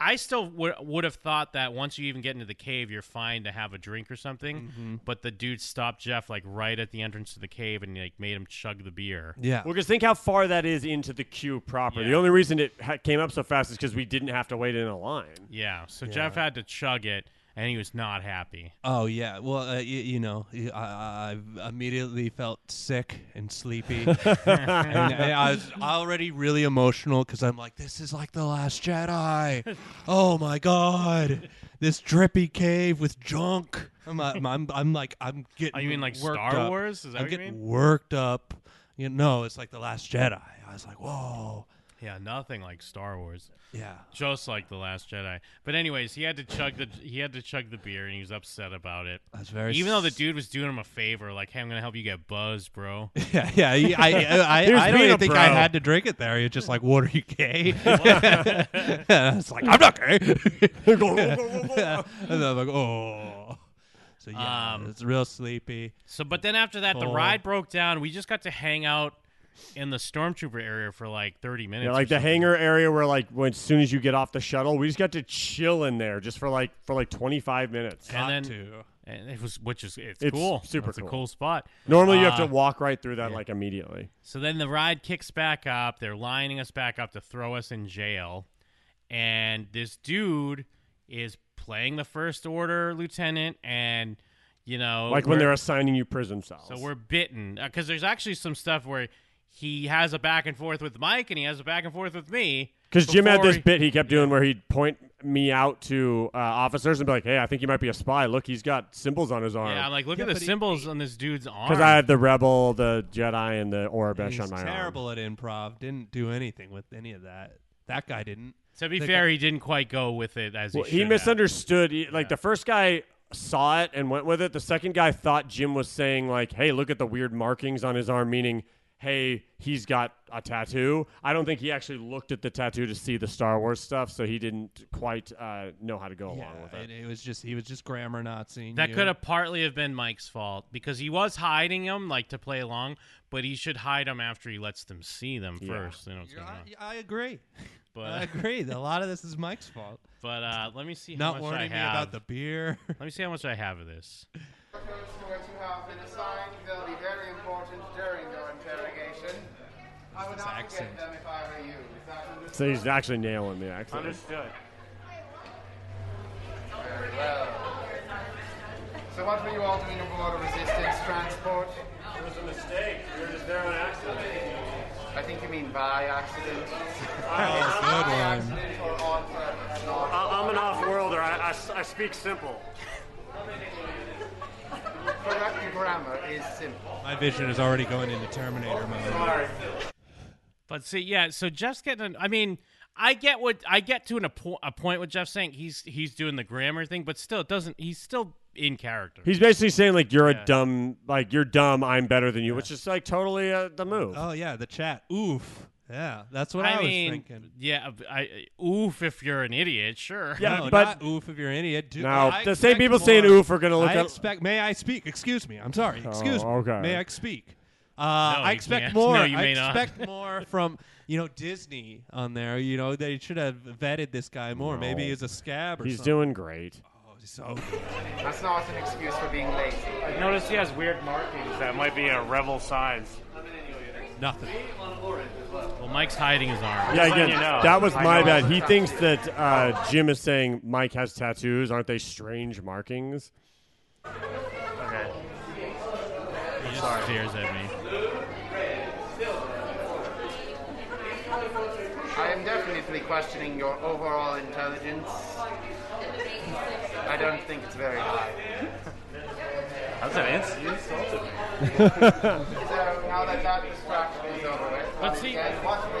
Speaker 6: I still would would have thought that once you even get into the cave, you're fine to have a drink or something. But the dude stopped Jeff like right at the entrance to the cave and like made him chug the beer.
Speaker 7: Yeah.
Speaker 8: Well, because think how far that is into the queue proper. The
Speaker 6: Yeah.
Speaker 8: only reason it ha- came up so fast is because we didn't have to wait in a line.
Speaker 6: Yeah, so Jeff had to chug it, and he was not happy.
Speaker 7: Oh yeah, well uh, y- you know, y- I, I immediately felt sick and sleepy, and I, I was already really emotional because I'm like, this is like the Last Jedi. Oh my god, this drippy cave with junk. I'm I'm I'm, I'm like I'm getting.
Speaker 6: Oh, you mean like
Speaker 7: worked
Speaker 6: Star
Speaker 7: up.
Speaker 6: Wars? Is that
Speaker 7: I'm
Speaker 6: what you
Speaker 7: getting
Speaker 6: mean?
Speaker 7: worked up. You know, it's like the Last Jedi. I was like, whoa,
Speaker 6: Yeah, nothing like Star Wars.
Speaker 7: yeah.
Speaker 6: just like the last jedi but anyways he had to chug the he had to chug the beer and he was upset about it
Speaker 7: That's very
Speaker 6: even though the
Speaker 7: s-
Speaker 6: dude was doing him a favor like hey i'm gonna help you get buzzed bro
Speaker 7: Yeah, yeah. I, I,
Speaker 8: He
Speaker 7: I,
Speaker 8: was
Speaker 7: I don't
Speaker 8: being a
Speaker 7: even think I
Speaker 8: bro.
Speaker 7: had to drink it there. You're just like, what are you gay? and I was like, I'm not gay.
Speaker 8: Go, go, go, go, go.
Speaker 7: and then I'm like, oh. So yeah,
Speaker 6: Um,
Speaker 7: it's real sleepy.
Speaker 6: so but then after that the
Speaker 7: Cool.
Speaker 6: ride broke down we just got to hang out in the stormtrooper area for like 30 minutes
Speaker 8: Yeah,
Speaker 6: or
Speaker 8: like the
Speaker 6: something.
Speaker 8: hangar area where like when as soon as you get off the shuttle, we just got to chill in there just for like for like 25 minutes.
Speaker 6: and then
Speaker 7: Two.
Speaker 6: and it was which is it's,
Speaker 8: It's
Speaker 6: cool
Speaker 8: super
Speaker 6: it's a
Speaker 8: cool.
Speaker 6: cool spot
Speaker 8: Normally you have to
Speaker 6: Uh,
Speaker 8: walk right through that like immediately.
Speaker 6: So then the ride kicks back up. They're lining us back up to throw us in jail. And this dude is playing the First Order lieutenant and, you know.
Speaker 8: Like when
Speaker 6: we're-
Speaker 8: they're assigning you prison cells.
Speaker 6: So we're bitten. Because there's actually some stuff where he has a back and forth with Mike and he has a back and forth with me.
Speaker 8: Because Jim had
Speaker 6: before
Speaker 8: this
Speaker 6: he-
Speaker 8: bit he kept doing where he'd point me out to uh, officers and be like, "Hey, I think you might be a spy. Look, he's got symbols on his
Speaker 6: Yeah, I'm
Speaker 8: arm."
Speaker 6: like, look
Speaker 7: Yeah,
Speaker 6: at the
Speaker 7: but he-
Speaker 6: symbols on this dude's arm.
Speaker 8: Because I had the rebel, the Jedi, and the Orabesh
Speaker 7: He's
Speaker 8: on my arm.
Speaker 7: terrible at improv. Didn't do anything with any of that. That guy didn't.
Speaker 6: to be
Speaker 7: the
Speaker 6: fair, he didn't quite go with it as
Speaker 8: Well,
Speaker 6: he
Speaker 8: he
Speaker 6: should have.
Speaker 8: misunderstood. He- like the first guy saw it and went with it. The second guy thought Jim was saying like, "Hey, look at the weird markings on his arm," meaning, "Hey, he's got a tattoo." I don't think he actually looked at the tattoo to see the Star Wars stuff, so he didn't quite uh, know how to go along with
Speaker 7: Yeah,
Speaker 8: it.
Speaker 7: it, it was just he was just grammar Nazi.
Speaker 6: That could have partly have been Mike's fault because he was hiding them, like to play along, but he should hide them after he lets them see them first. They know what's going
Speaker 7: I,
Speaker 6: on.
Speaker 7: I agree. I
Speaker 6: But
Speaker 7: agree. A lot of this is Mike's fault.
Speaker 6: but uh, let me see how
Speaker 7: Not
Speaker 6: much I
Speaker 7: warning
Speaker 6: have.
Speaker 7: me about the beer.
Speaker 6: Let me see how much I have of this.
Speaker 9: very important during your interrogation. I would not
Speaker 7: accent.
Speaker 9: forget them if I were you. Is that understood?
Speaker 8: So he's actually nailing the accent.
Speaker 9: So what were you all doing aboard a resistance transport?
Speaker 8: It was a mistake. We were just there on accident.
Speaker 9: I think you mean by accident.
Speaker 7: Good
Speaker 9: By
Speaker 7: one.
Speaker 9: accident or on purpose, not
Speaker 8: I'm an off-worlder. I, I, speak simple.
Speaker 9: correct grammar is simple.
Speaker 7: My vision is already going into Terminator mode.
Speaker 6: But see, yeah. So Jeff's getting. an- I mean, I get what I get to an appo- a point with Jeff saying he's he's doing the grammar thing, but still, it doesn't. He's still in character.
Speaker 8: He's basically saying like you're
Speaker 6: Yeah.
Speaker 8: a dumb, like you're dumb. I'm better than you, which is like totally uh, the move.
Speaker 7: Oh yeah, the chat. Oof. Yeah, that's what I,
Speaker 6: I,
Speaker 7: was
Speaker 6: mean,
Speaker 7: thinking.
Speaker 6: yeah. I, I oof if you're an idiot, sure.
Speaker 8: yeah,
Speaker 7: No,
Speaker 8: but
Speaker 7: not oof if you're an idiot. Dude,
Speaker 8: now
Speaker 7: I
Speaker 8: the same
Speaker 7: expect
Speaker 8: people saying
Speaker 7: more-
Speaker 8: oof are gonna look
Speaker 7: I
Speaker 8: at. Oh,
Speaker 7: expect. May I speak? Excuse me. I'm sorry. Excuse me.
Speaker 8: okay.
Speaker 7: May I speak? Uh,
Speaker 6: No,
Speaker 7: I
Speaker 6: you
Speaker 7: expect
Speaker 6: can't.
Speaker 7: more.
Speaker 6: No, you
Speaker 7: I
Speaker 6: may not.
Speaker 7: expect more from you know Disney on there. You know they should have vetted this guy more. Maybe
Speaker 8: No.
Speaker 7: he's a scab or
Speaker 8: He's
Speaker 7: something.
Speaker 8: doing great.
Speaker 7: Oh, so
Speaker 9: That's not an excuse for being lazy.
Speaker 10: I've noticed he has weird markings that might be a rebel signs.
Speaker 6: nothing. Well, Mike's hiding his arm.
Speaker 8: Yeah,
Speaker 10: Just letting
Speaker 8: again,
Speaker 10: you know.
Speaker 8: that was
Speaker 10: I
Speaker 8: my
Speaker 10: know.
Speaker 8: bad. He thinks that uh, Jim is saying Mike has tattoos. Aren't they strange markings?
Speaker 10: Okay.
Speaker 6: He just stares at me.
Speaker 9: I am definitely questioning your overall intelligence. I don't think it's very high.
Speaker 10: That's an ins- you insulted me.
Speaker 9: So now that that distraction is over with,
Speaker 6: But see,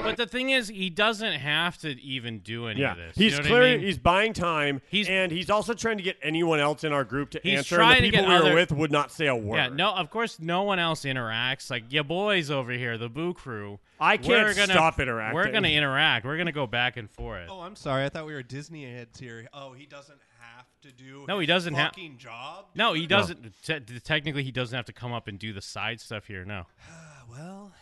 Speaker 6: but the thing is, he doesn't have to even do any
Speaker 8: Yeah,
Speaker 6: of this. You
Speaker 8: he's
Speaker 6: know what I
Speaker 8: clearly
Speaker 6: mean?
Speaker 8: he's buying time,
Speaker 6: He's-
Speaker 8: and he's also trying to get anyone else in our group to
Speaker 6: He's
Speaker 8: answer. And
Speaker 6: trying
Speaker 8: the
Speaker 6: to
Speaker 8: people
Speaker 6: get
Speaker 8: we
Speaker 6: other-
Speaker 8: were with would not say a word.
Speaker 6: Yeah, no, of course no one else interacts. Like your boys over here, the Boo Crew.
Speaker 8: I can't
Speaker 6: we're gonna,
Speaker 8: stop interacting.
Speaker 6: We're gonna interact. We're gonna go back and forth.
Speaker 7: Oh, I'm sorry. I thought we were Disney heads here. Oh, he doesn't have to do.
Speaker 6: No, he
Speaker 7: his
Speaker 6: doesn't have-
Speaker 7: fucking job.
Speaker 6: No, he doesn't. Te- technically, he doesn't have to come up and do the side stuff here. No,
Speaker 7: Well,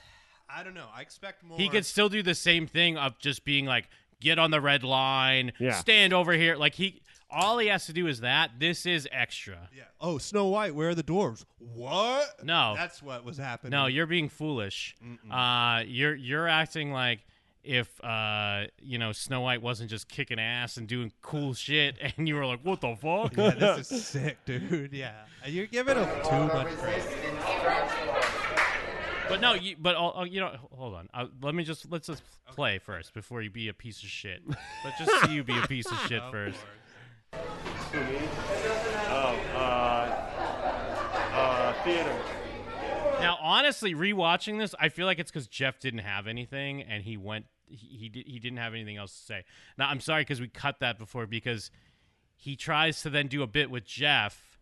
Speaker 7: I don't know. I expect more.
Speaker 6: he could still do the same thing of just being like, get on the red line,
Speaker 8: Yeah.
Speaker 6: stand over here. Like he, all he has to do is that. This is extra.
Speaker 7: Yeah. Oh, Snow White, where are the dwarves? What?
Speaker 6: No.
Speaker 7: That's what was happening.
Speaker 6: No, you're being foolish. Uh, you're you're acting like if uh, you know Snow White wasn't just kicking ass and doing cool shit, and you were like, "What the fuck?"
Speaker 7: Yeah, this is sick, dude. Yeah. You're giving him too much. credit.
Speaker 6: But no, you, but I'll, I'll- you know, hold on. i let me just let's just play first before you be a piece of shit. Let's just see you be a piece of shit first.
Speaker 10: Theater.
Speaker 6: Now, honestly, rewatching this, I feel like it's because Jeff didn't have anything and he went. He he, di- he didn't have anything else to say. Now, I'm sorry because we cut that before because he tries to then do a bit with Jeff,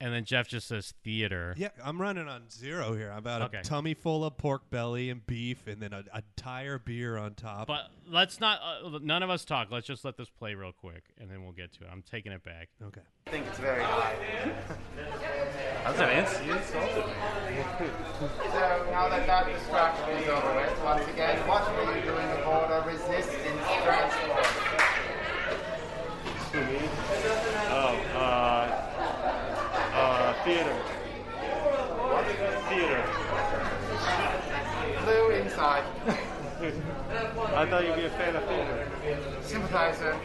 Speaker 6: and then Jeff just says theater.
Speaker 7: Yeah, I'm running on zero here. I've got
Speaker 6: Okay.
Speaker 7: a tummy full of pork belly and beef and then an entire beer on top.
Speaker 6: But let's not. Uh, none of us talk. Let's just let this play real quick, and then we'll get to it. I'm taking it back.
Speaker 7: okay.
Speaker 9: I think it's very high.
Speaker 10: That's an ins- you insulted me.
Speaker 9: So now that that distraction is over with, once again, what were you doing aboard a resistance transport?
Speaker 10: Oh, uh, uh, theater. What? Theater.
Speaker 9: Blue inside.
Speaker 10: I thought you'd be a fan of theater.
Speaker 9: Sympathizer,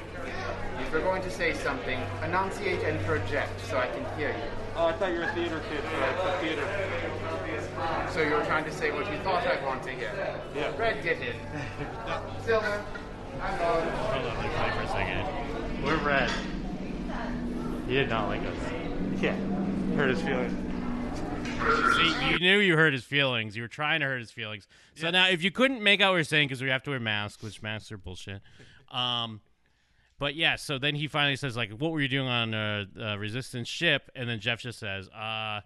Speaker 9: if you're going to say something, enunciate and project so I can hear you.
Speaker 10: Oh, I thought you were a theater kid. Right? Theater.
Speaker 9: So you were trying to say what you thought I'd want to hear.
Speaker 10: Yeah.
Speaker 9: Red, get in. Silver, I'm going.
Speaker 6: Hold on, let me play for a second.
Speaker 10: We're red. He did not like us. Yeah. Hurt his feelings.
Speaker 6: See, you knew you hurt his feelings. You were trying to hurt his feelings. So now, if you couldn't make out what you're saying because we have to wear masks, which masks are bullshit. Um, but yeah, so then he finally says, like, what were you doing on a, uh resistance ship? And then Jeff just says, uh,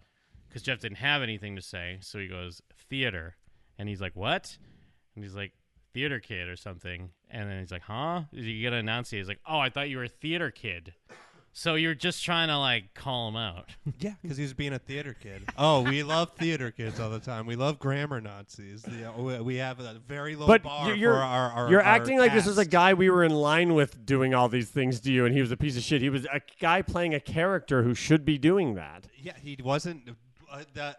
Speaker 6: because Jeff didn't have anything to say. So he goes, theater. And he's like, what? And he's like, theater kid or something. And then he's like, huh? You got to announce it. He's like, oh, I thought you were a theater kid. So you're just trying to, like, call him out.
Speaker 7: Yeah, because he was being a theater kid. Oh, we love theater kids all the time. We love grammar Nazis. The- we- we have a very low
Speaker 8: But
Speaker 7: bar
Speaker 8: you- you're
Speaker 7: for our. our
Speaker 8: you're
Speaker 7: our
Speaker 8: acting like this is a
Speaker 7: cast.
Speaker 8: guy we were in line with doing all these things to you, and he was a piece of shit. He was a guy playing a character who should be doing that.
Speaker 7: Yeah, he wasn't. Uh, the, uh,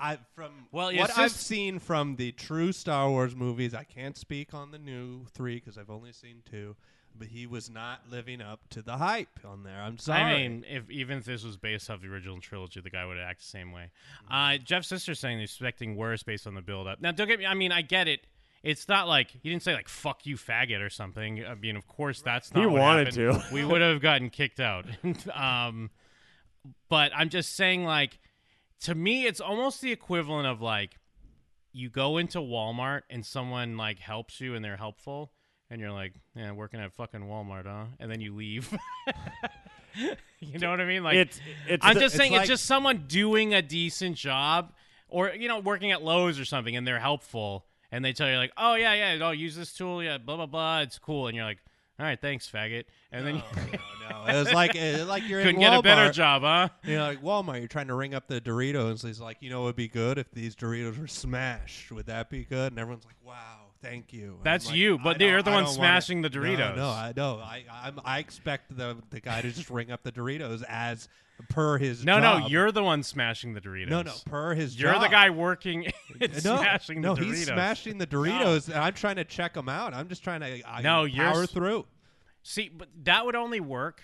Speaker 7: I from
Speaker 6: Well, it's
Speaker 7: what I've
Speaker 6: just-
Speaker 7: seen from the true Star Wars movies, I can't speak on the new three because I've only seen two. But he was not living up to the hype on there. I'm sorry.
Speaker 6: I mean, if even if this was based off the original trilogy, the guy would act the same way. Uh, Jeff's sister's saying they're expecting worse based on the build-up. Now, don't get me. I mean, I get it. It's not like he didn't say like "fuck you, faggot" or something. I mean, of course that's not.
Speaker 8: He
Speaker 6: what
Speaker 8: wanted
Speaker 6: happened.
Speaker 8: to.
Speaker 6: we would have gotten kicked out. um, but I'm just saying, like, to me, it's almost the equivalent of like you go into Walmart and someone like helps you and they're helpful and you're like, yeah, working at fucking Walmart, huh? And then you leave. you know what I mean? Like
Speaker 8: It's- it's
Speaker 6: I'm
Speaker 8: the-
Speaker 6: just
Speaker 8: it's
Speaker 6: saying
Speaker 8: like-
Speaker 6: it's just someone doing a decent job or you know working at Lowe's or something and they're helpful and they tell you like, "Oh yeah, yeah, oh use this tool, yeah, blah blah blah, it's cool." And you're like, "All right, thanks, faggot." And then you
Speaker 1: No, it's like it's like you're
Speaker 6: couldn't
Speaker 1: in
Speaker 6: get
Speaker 1: Walmart.
Speaker 6: a better job, huh?
Speaker 1: You're like Walmart. You're trying to ring up the Doritos. He's like, you know, it would be good if these Doritos were smashed. Would that be good? And everyone's like, wow, thank you. And I'm
Speaker 6: That's
Speaker 1: like,
Speaker 6: you,
Speaker 1: I
Speaker 6: but
Speaker 1: don't-
Speaker 6: you're the
Speaker 1: I
Speaker 6: one
Speaker 1: don't wanna-
Speaker 6: smashing the
Speaker 1: No,
Speaker 6: Doritos.
Speaker 1: No, I know. I I'm, I expect the the guy to just ring up the Doritos as per his.
Speaker 6: No, no,
Speaker 1: job.
Speaker 6: you're the one smashing the Doritos.
Speaker 1: no, no, per his.
Speaker 6: You're the
Speaker 1: job.
Speaker 6: guy working and
Speaker 1: No,
Speaker 6: smashing
Speaker 1: no,
Speaker 6: the Doritos.
Speaker 1: he's smashing the Doritos, and I'm trying to check them out. I'm just trying to I
Speaker 6: No,
Speaker 1: power
Speaker 6: you're s-
Speaker 1: through.
Speaker 6: See, but that would only work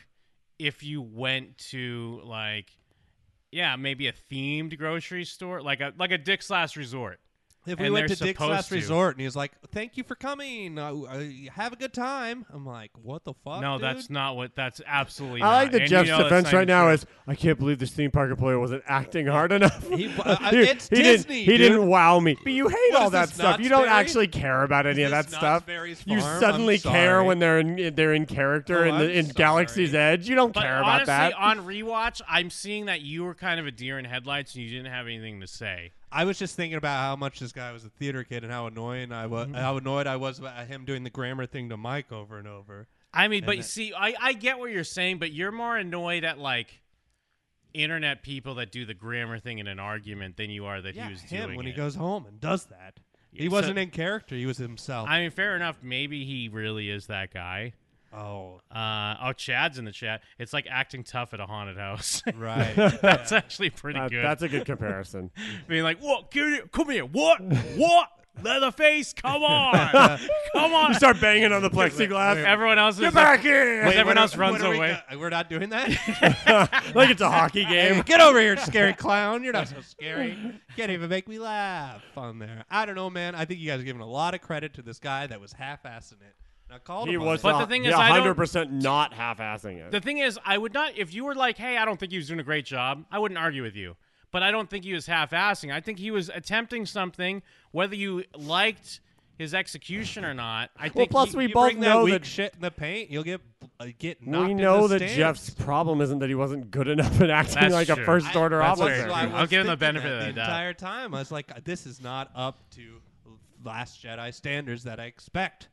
Speaker 6: if you went to like yeah, maybe a themed grocery store, like a like a Dick's Last Resort.
Speaker 1: If we
Speaker 6: And
Speaker 1: went
Speaker 6: they're
Speaker 1: to Dick's
Speaker 6: supposed
Speaker 1: Last
Speaker 6: to.
Speaker 1: Resort and he's like, "Thank you for coming. Uh, uh, have a good time." I'm like, "What the fuck?"
Speaker 6: no,
Speaker 1: dude?
Speaker 6: that's not what that's absolutely
Speaker 8: I like
Speaker 6: not.
Speaker 8: that
Speaker 6: And you
Speaker 8: Jeff's
Speaker 6: know that's
Speaker 8: defense
Speaker 6: not
Speaker 8: right
Speaker 6: even
Speaker 8: now
Speaker 6: true.
Speaker 8: is I can't believe this theme park employee wasn't acting hard enough.
Speaker 1: He- uh, it's
Speaker 8: Didn't,
Speaker 1: Disney,
Speaker 8: he
Speaker 1: dude.
Speaker 8: didn't wow me. But you hate
Speaker 1: What
Speaker 8: all
Speaker 1: is
Speaker 8: that
Speaker 1: this,
Speaker 8: stuff.
Speaker 1: Knott's
Speaker 8: You don't
Speaker 1: Berry?
Speaker 8: actually care about any
Speaker 1: this
Speaker 8: of that
Speaker 1: Knott's
Speaker 8: stuff.
Speaker 1: Berry's
Speaker 8: You
Speaker 1: Farm? I'm
Speaker 8: suddenly care
Speaker 1: sorry.
Speaker 8: when they're in they're in character
Speaker 1: Oh,
Speaker 8: in
Speaker 1: I'm
Speaker 8: the in
Speaker 1: sorry.
Speaker 8: Galaxy's Edge. You don't
Speaker 6: But
Speaker 8: care
Speaker 6: honestly,
Speaker 8: about that.
Speaker 6: on rewatch, I'm seeing that you were kind of a deer in headlights and you didn't have anything to say.
Speaker 1: I was just thinking about how much this guy was a theater kid and how annoying I
Speaker 6: Mm-hmm.
Speaker 1: was, how annoyed I was about him doing the grammar thing to Mike over and over.
Speaker 6: I mean, but
Speaker 1: that-
Speaker 6: see, I, I get what you're saying, but you're more annoyed at like internet people that do the grammar thing in an argument than you are that
Speaker 1: yeah,
Speaker 6: he was
Speaker 1: him
Speaker 6: doing
Speaker 1: when
Speaker 6: it.
Speaker 1: he goes home and does that.
Speaker 6: Yeah,
Speaker 1: he
Speaker 6: so-
Speaker 1: wasn't in character. He was himself.
Speaker 6: I mean, fair enough. Maybe he really is that guy.
Speaker 1: oh,
Speaker 6: Uh, oh, Chad's in the chat. It's like acting tough at a haunted house.
Speaker 1: right.
Speaker 6: that's actually pretty
Speaker 8: That-
Speaker 6: good.
Speaker 8: Uh, That's a good comparison.
Speaker 6: Being like, what? Give it- Come here. What? what? Leatherface, come on, come on.
Speaker 8: you start banging on the plexiglass.
Speaker 6: everyone else is
Speaker 8: Get back here!
Speaker 6: Wait, everyone
Speaker 1: What are-
Speaker 6: else runs
Speaker 1: what are we
Speaker 6: away.
Speaker 1: go- we're not doing that.
Speaker 8: like it's a hockey
Speaker 1: Hey,
Speaker 8: game.
Speaker 1: get over here, scary clown. You're not so scary. Can't even make me laugh on there. I don't know, man. I think you guys are giving a lot of credit to this guy that was half-assing it. And I called
Speaker 8: He
Speaker 1: him. on
Speaker 8: was
Speaker 1: it.
Speaker 6: But the
Speaker 8: a-
Speaker 6: thing
Speaker 8: yeah,
Speaker 6: is, I don't-
Speaker 8: 100% not half-assing it.
Speaker 6: The thing is, I would not. If you were like, "Hey, I don't think he was doing a great job," I wouldn't argue with you. But I don't think he was half-assing. I think he was attempting something, whether you liked his execution or not. I
Speaker 8: well,
Speaker 6: think.
Speaker 8: plus
Speaker 6: he-
Speaker 8: we
Speaker 1: you
Speaker 8: both
Speaker 1: bring that
Speaker 8: know
Speaker 1: weak
Speaker 8: that
Speaker 1: shit in the paint, you'll get uh, get knocked.
Speaker 8: we
Speaker 1: in
Speaker 8: know
Speaker 1: the
Speaker 8: that
Speaker 1: stands.
Speaker 8: Jeff's problem isn't that he wasn't good enough at acting
Speaker 6: That's
Speaker 8: like
Speaker 6: true.
Speaker 8: a first order
Speaker 1: I- that's
Speaker 8: officer.
Speaker 1: why I was
Speaker 6: I'll give him the
Speaker 1: thinking
Speaker 6: benefit
Speaker 1: that
Speaker 6: of the
Speaker 1: the
Speaker 6: doubt.
Speaker 1: entire time. I was like, this is not up to Last Jedi standards that I expect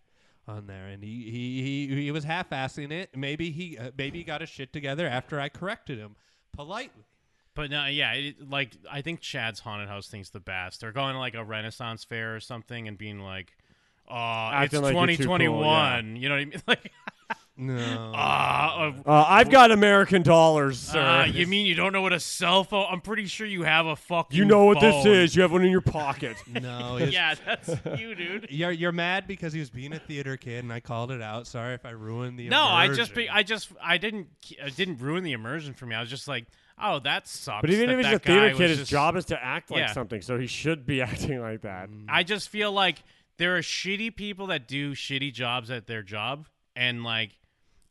Speaker 1: on there, and he he he, he was half-assing it. Maybe he uh, maybe he got his shit together after I corrected him politely.
Speaker 6: But no, yeah, it, like I think Chad's haunted house thing's the best. They're going to like a Renaissance fair or something and being like, "Oh,
Speaker 8: Acting like
Speaker 6: it's
Speaker 8: you're too cool,
Speaker 6: 2021." You know what I mean? Like,
Speaker 1: No.
Speaker 6: ah, uh,
Speaker 8: Uh, I've got American dollars, sir.
Speaker 6: uh, you mean you don't know what a cell phone? I'm pretty sure you have a fucking.
Speaker 8: you know what this
Speaker 6: phone.
Speaker 8: is. You have one in your pocket.
Speaker 1: No, it's,
Speaker 6: Yeah, that's you, dude.
Speaker 1: You're you're mad because he was being a theater kid, and I called it out. Sorry if I ruined the.
Speaker 6: No, I just
Speaker 1: immersion.
Speaker 6: be, I just I didn't I didn't ruin the immersion for me. I was just like, oh, that sucks.
Speaker 8: but even
Speaker 6: that
Speaker 8: if he's
Speaker 6: that
Speaker 8: a theater
Speaker 6: guy
Speaker 8: kid,
Speaker 6: was
Speaker 8: his
Speaker 6: just-
Speaker 8: job is to act like
Speaker 6: Yeah. Mm.
Speaker 8: something, so he should be acting like that.
Speaker 6: I just feel like there are shitty people that do shitty jobs at their job, and like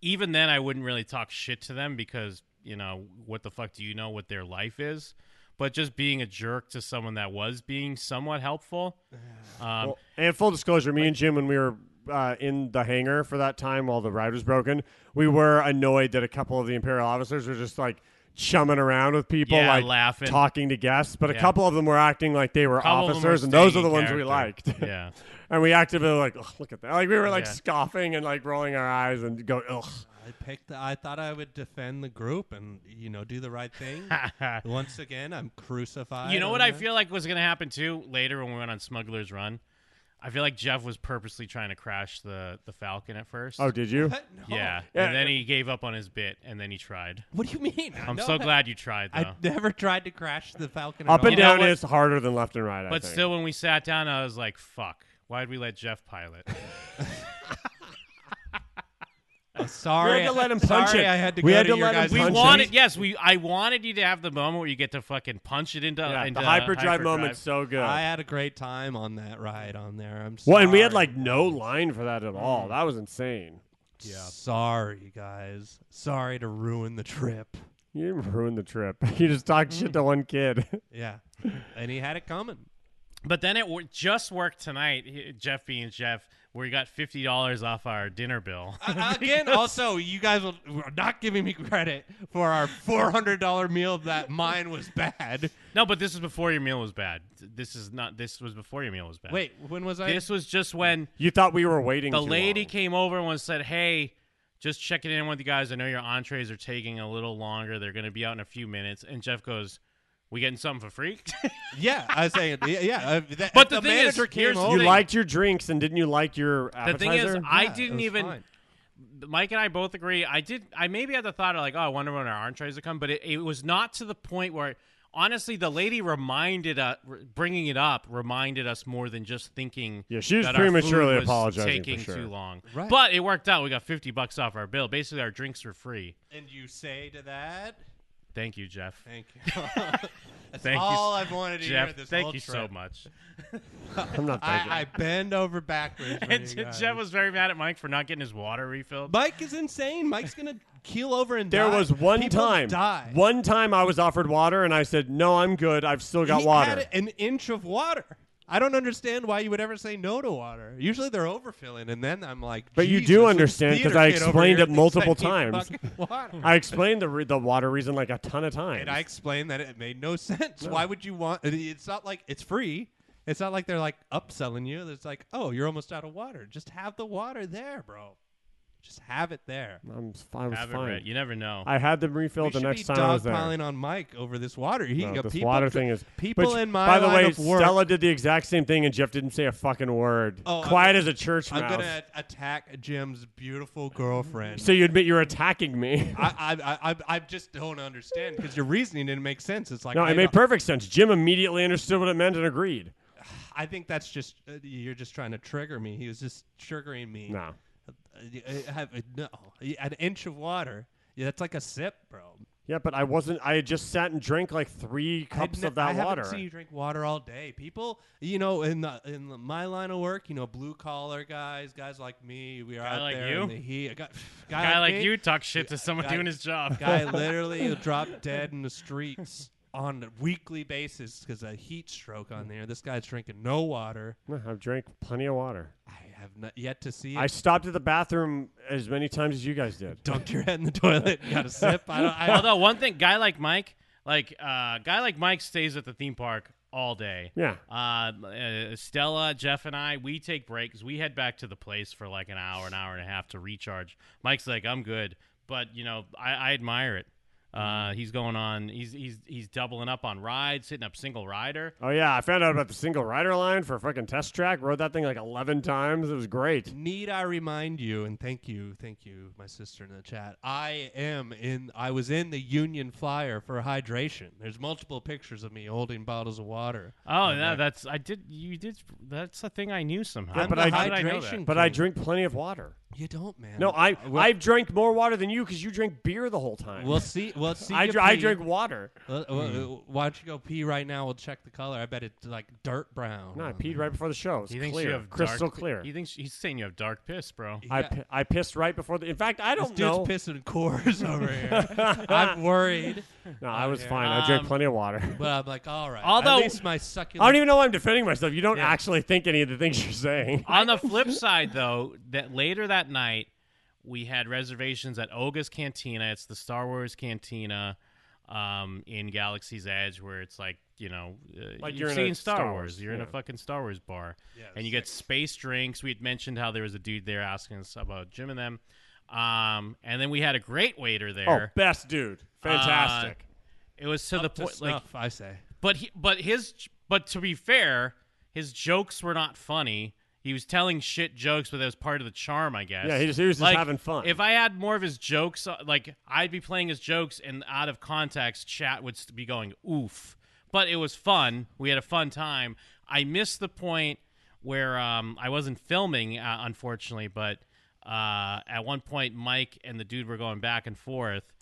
Speaker 6: even then, I wouldn't really talk shit to them because you know what the fuck do you know what their life is? But just being a jerk to someone that was being somewhat helpful, um,
Speaker 8: Well, and full disclosure, me and Jim, when we were uh, in the hangar for that time while the ride was broken, we were annoyed that a couple of the Imperial officers were just like chumming around with people,
Speaker 6: Yeah,
Speaker 8: like
Speaker 6: laughing.
Speaker 8: talking to guests. But a
Speaker 6: Yeah.
Speaker 8: couple of them were acting like they were
Speaker 6: couple of them were
Speaker 8: officers, and those are
Speaker 6: staying
Speaker 8: the
Speaker 6: in
Speaker 8: ones we liked.
Speaker 6: character. yeah.
Speaker 8: and we actively were like, "Ugh, look at that. Like we were like
Speaker 6: Yeah.
Speaker 8: scoffing and like rolling our eyes and go, ugh.
Speaker 1: I picked. I thought I would defend the group and you know do the right thing. Once again, I'm crucified.
Speaker 6: You know
Speaker 1: on
Speaker 6: what I
Speaker 1: that.
Speaker 6: feel like was going to happen too later when we went on Smuggler's Run? I feel like Jeff was purposely trying to crash the, the Falcon at first.
Speaker 8: Oh, did you?
Speaker 6: yeah.
Speaker 8: Yeah,
Speaker 6: And then
Speaker 8: yeah.
Speaker 6: he gave up on his bit and then he tried.
Speaker 1: What do you mean?
Speaker 6: I'm
Speaker 1: No,
Speaker 6: so
Speaker 1: I-
Speaker 6: glad you tried, though.
Speaker 1: I never tried to crash the Falcon. at
Speaker 8: Up
Speaker 1: all.
Speaker 8: and
Speaker 6: know
Speaker 8: down
Speaker 6: what?
Speaker 8: is harder than left and right. I
Speaker 6: but
Speaker 8: think.
Speaker 6: still, when we sat down, I was like, fuck, why'd we let Jeff pilot?
Speaker 1: Sorry,
Speaker 8: We had to let him punch
Speaker 1: sorry
Speaker 8: it.
Speaker 1: I had to
Speaker 8: We
Speaker 1: go
Speaker 8: had
Speaker 1: to
Speaker 8: to
Speaker 1: your
Speaker 8: let him
Speaker 1: guys'
Speaker 6: we
Speaker 8: punch
Speaker 1: lunches.
Speaker 6: wanted, yes, we. I wanted you to have the moment where you get to fucking punch it into,
Speaker 8: yeah,
Speaker 6: into
Speaker 8: the hyperdrive,
Speaker 6: hyperdrive.
Speaker 8: moment's so good.
Speaker 1: I had a great time on that ride on there. I'm sorry.
Speaker 8: well, and we had like no line for that at all.
Speaker 6: Mm.
Speaker 8: That was insane.
Speaker 1: Sorry, guys. Sorry to ruin the trip.
Speaker 8: You
Speaker 6: Mm.
Speaker 8: didn't ruin the trip. You just talked shit to one kid.
Speaker 1: Yeah, and he had it coming.
Speaker 6: But then it w- just worked tonight, he- Jeff being Jeff, where we got fifty dollars off our dinner bill.
Speaker 1: Uh, again, also, you guys will, are not giving me credit for our $400 meal that mine was bad.
Speaker 6: no, but this was before your meal was bad. This is not. This was before your meal was bad.
Speaker 1: Wait, when was I?
Speaker 6: this was just when
Speaker 8: You thought we were waiting.
Speaker 6: the
Speaker 8: too
Speaker 6: lady
Speaker 8: long.
Speaker 6: came over and was said, "Hey, just checking in with you guys. I know your entrees are taking a little longer. They're going to be out in a few minutes." And Jeff goes, "We getting something for free?"
Speaker 1: yeah, I was saying, yeah. yeah uh, th-
Speaker 6: But
Speaker 1: the,
Speaker 6: the thing is,
Speaker 1: manager came
Speaker 6: here's the
Speaker 1: over.
Speaker 8: You
Speaker 6: thing.
Speaker 8: liked your drinks, and didn't you like your appetizer?
Speaker 6: the thing is, I
Speaker 1: Yeah, it
Speaker 6: didn't
Speaker 1: was
Speaker 6: even.
Speaker 1: fine.
Speaker 6: Mike and I both agree. I did. I maybe had the thought of like, oh, I wonder when our entrees will come, but it, it was not to the point where. Honestly, the lady reminded us, bringing it up, reminded us more than just thinking.
Speaker 8: Yeah, she was
Speaker 6: that our food
Speaker 8: prematurely
Speaker 6: was
Speaker 8: apologizing for
Speaker 6: Taking
Speaker 8: sure.
Speaker 6: too long,
Speaker 1: Right.
Speaker 6: but it worked out. We got fifty bucks off our bill. Basically, our drinks were free.
Speaker 1: And you say to that,
Speaker 6: Thank you, Jeff.
Speaker 1: thank you. That's
Speaker 6: Thank you,
Speaker 1: all I've wanted to
Speaker 6: Jeff,
Speaker 1: hear this
Speaker 6: thank
Speaker 1: whole
Speaker 6: you
Speaker 1: trip.
Speaker 6: so much.
Speaker 8: I'm not thinking.
Speaker 1: I, I bend over backwards. for
Speaker 6: And
Speaker 1: you guys.
Speaker 6: Jeff was very mad at Mike for not getting his water refilled.
Speaker 1: Mike is insane. Mike's gonna keel over and
Speaker 8: there
Speaker 1: die.
Speaker 8: was one
Speaker 1: People
Speaker 8: time,
Speaker 1: Die.
Speaker 8: one time I was offered water, and I said, "No, I'm good. I've still got
Speaker 1: he
Speaker 8: water."
Speaker 1: had an inch of water. I don't understand why you would ever say no to water. Usually they're overfilling, and then I'm like,
Speaker 8: But you do
Speaker 1: "Jesus, this
Speaker 8: understand, 'cause
Speaker 1: theater
Speaker 8: I
Speaker 1: kid over
Speaker 8: explained
Speaker 1: here
Speaker 8: it multiple
Speaker 1: thinks I need
Speaker 8: times.
Speaker 1: fucking water.
Speaker 8: I explained the re- the water reason like a ton of times.
Speaker 1: and I explained that it made no sense. Why would you want? It's not like it's free. It's not like they're like upselling you. It's like, oh, you're almost out of water. Just have the water there, bro. Just have it there.
Speaker 8: I'm s- I was
Speaker 6: Have it
Speaker 8: fine.
Speaker 6: read. You never know.
Speaker 8: I had them refilled
Speaker 1: we
Speaker 8: the next
Speaker 1: should be
Speaker 8: time I was there.
Speaker 1: dogpiling on Mike over this water. He
Speaker 8: No,
Speaker 1: got
Speaker 8: this
Speaker 1: people,
Speaker 8: water thing is
Speaker 1: people
Speaker 8: which,
Speaker 1: in my
Speaker 8: By the
Speaker 1: line
Speaker 8: way,
Speaker 1: of work.
Speaker 8: Stella did the exact same thing, and Jeff didn't say a fucking word.
Speaker 1: Oh, I'm
Speaker 8: Quiet
Speaker 1: gonna-
Speaker 8: as a church
Speaker 1: I'm
Speaker 8: mouse.
Speaker 1: gonna attack Jim's beautiful girlfriend.
Speaker 8: So you admit you're attacking me?
Speaker 1: I, I, I, I- I just don't understand because your reasoning didn't make sense. It's like
Speaker 8: no,
Speaker 1: I,
Speaker 8: it made perfect sense. Jim immediately understood what it meant and agreed.
Speaker 1: I think that's just uh, you're just trying to trigger me. He was just triggering me.
Speaker 8: No,
Speaker 1: Uh, uh, have- uh, no, an inch of water. Yeah, that's like a sip, bro.
Speaker 8: yeah, but I wasn't. I had just sat and drank like three cups
Speaker 1: I'd ne-
Speaker 8: of that
Speaker 1: I
Speaker 8: water.
Speaker 1: haven't seen you drink water all day. People, you know, in the in the- my line of work, you know, blue collar guys, guys like me, we are
Speaker 6: Guy
Speaker 1: out
Speaker 6: like
Speaker 1: there
Speaker 6: you?
Speaker 1: in the heat. A guy, guy,
Speaker 6: guy like
Speaker 1: me,
Speaker 6: you talk shit to someone
Speaker 1: Guy-
Speaker 6: doing his job.
Speaker 1: guy literally dropped dead in the streets on a weekly basis because a heat stroke on there. This guy's drinking no water.
Speaker 8: No, I've drank plenty of water.
Speaker 1: I have not yet to see it.
Speaker 8: I stopped at the bathroom as many times as you guys did.
Speaker 1: dunked your head in the toilet, got a sip. I don't. I,
Speaker 6: Although one thing, guy like Mike, like uh, guy like Mike stays at the theme park all day.
Speaker 8: Yeah.
Speaker 6: Uh, uh, Stella, Jeff, and I, we take breaks. We head back to the place for like an hour, an hour and a half to recharge. Mike's like, I'm good, but you know, I, I admire it. Uh, he's going on. He's he's he's doubling up on rides, hitting up single rider.
Speaker 8: Oh yeah, I found out about the single rider line for fucking test track. Rode that thing like eleven times. It was great.
Speaker 1: Need I remind you, and thank you, thank you, my sister in the chat. I am in. I was in the Union Flyer for hydration. There's multiple pictures of me holding bottles of water.
Speaker 6: Oh, yeah, that's I did. You did. That's a thing I knew somehow.
Speaker 8: Yeah, but
Speaker 6: How
Speaker 8: I-
Speaker 6: did I know that?
Speaker 1: hydration.
Speaker 8: But I
Speaker 1: King.
Speaker 8: drink plenty of water.
Speaker 1: You don't, man.
Speaker 8: No, I
Speaker 1: We'll,
Speaker 8: I've drank more water than you because you drank beer the whole time.
Speaker 1: We'll see. We'll see.
Speaker 8: I,
Speaker 1: you
Speaker 8: dr- I
Speaker 1: pee.
Speaker 8: drink water.
Speaker 1: Uh, uh,
Speaker 8: Hmm.
Speaker 1: uh, Why don't you go pee right now? We'll check the color. I bet it's like dirt brown.
Speaker 8: No, I
Speaker 1: on
Speaker 8: peed
Speaker 1: there.
Speaker 8: right before the show. It's
Speaker 6: Oh, He thinks
Speaker 8: clear,
Speaker 6: you have
Speaker 8: crystal
Speaker 6: dark,
Speaker 8: clear.
Speaker 6: He thinks he's saying you have dark piss, bro.
Speaker 8: I,
Speaker 1: Yeah.
Speaker 8: pi- I pissed right before the. In fact, I
Speaker 1: This
Speaker 8: don't
Speaker 1: dude's
Speaker 8: know.
Speaker 1: pissing cores over here. I'm worried,
Speaker 8: No, I was
Speaker 1: here.
Speaker 8: fine. I drank
Speaker 6: Um,
Speaker 8: plenty of water.
Speaker 1: but I'm like, all right.
Speaker 6: Although-
Speaker 1: at least my
Speaker 8: I
Speaker 1: succulent.
Speaker 8: don't even know why I'm defending myself. You don't
Speaker 6: Yeah.
Speaker 8: actually think any of the things you're saying.
Speaker 6: On the flip side, though, that later that night we had reservations at Oga's Cantina. It's the Star Wars Cantina um, in Galaxy's Edge, where it's like you know, uh,
Speaker 8: Like
Speaker 6: you've
Speaker 8: you're in
Speaker 6: seen
Speaker 8: a
Speaker 6: Star,
Speaker 8: Star
Speaker 6: Wars.
Speaker 8: Wars,
Speaker 6: You're in a
Speaker 8: yeah.
Speaker 6: fucking Star Wars bar, and you get space drinks. We had mentioned how there was a dude there asking us about Jim and them, um, and then we had a great waiter
Speaker 8: Oh,
Speaker 6: there.
Speaker 8: best dude,
Speaker 6: Uh,
Speaker 8: fantastic.
Speaker 6: it was to the
Speaker 1: Up to
Speaker 6: point, like
Speaker 1: snuff, I say.
Speaker 6: but he, but his but to be fair, his jokes were not funny. He was telling shit jokes, but that was part of the charm, I guess.
Speaker 8: Yeah, he just- he was just having fun.
Speaker 6: If I had more of his jokes, uh, like I'd be playing his jokes, and out of context, chat would st- be going oof. But it was fun. We had a fun time. I missed the point where um, I wasn't filming, uh, unfortunately. But uh, at one point, Mike and the dude were going back and forth,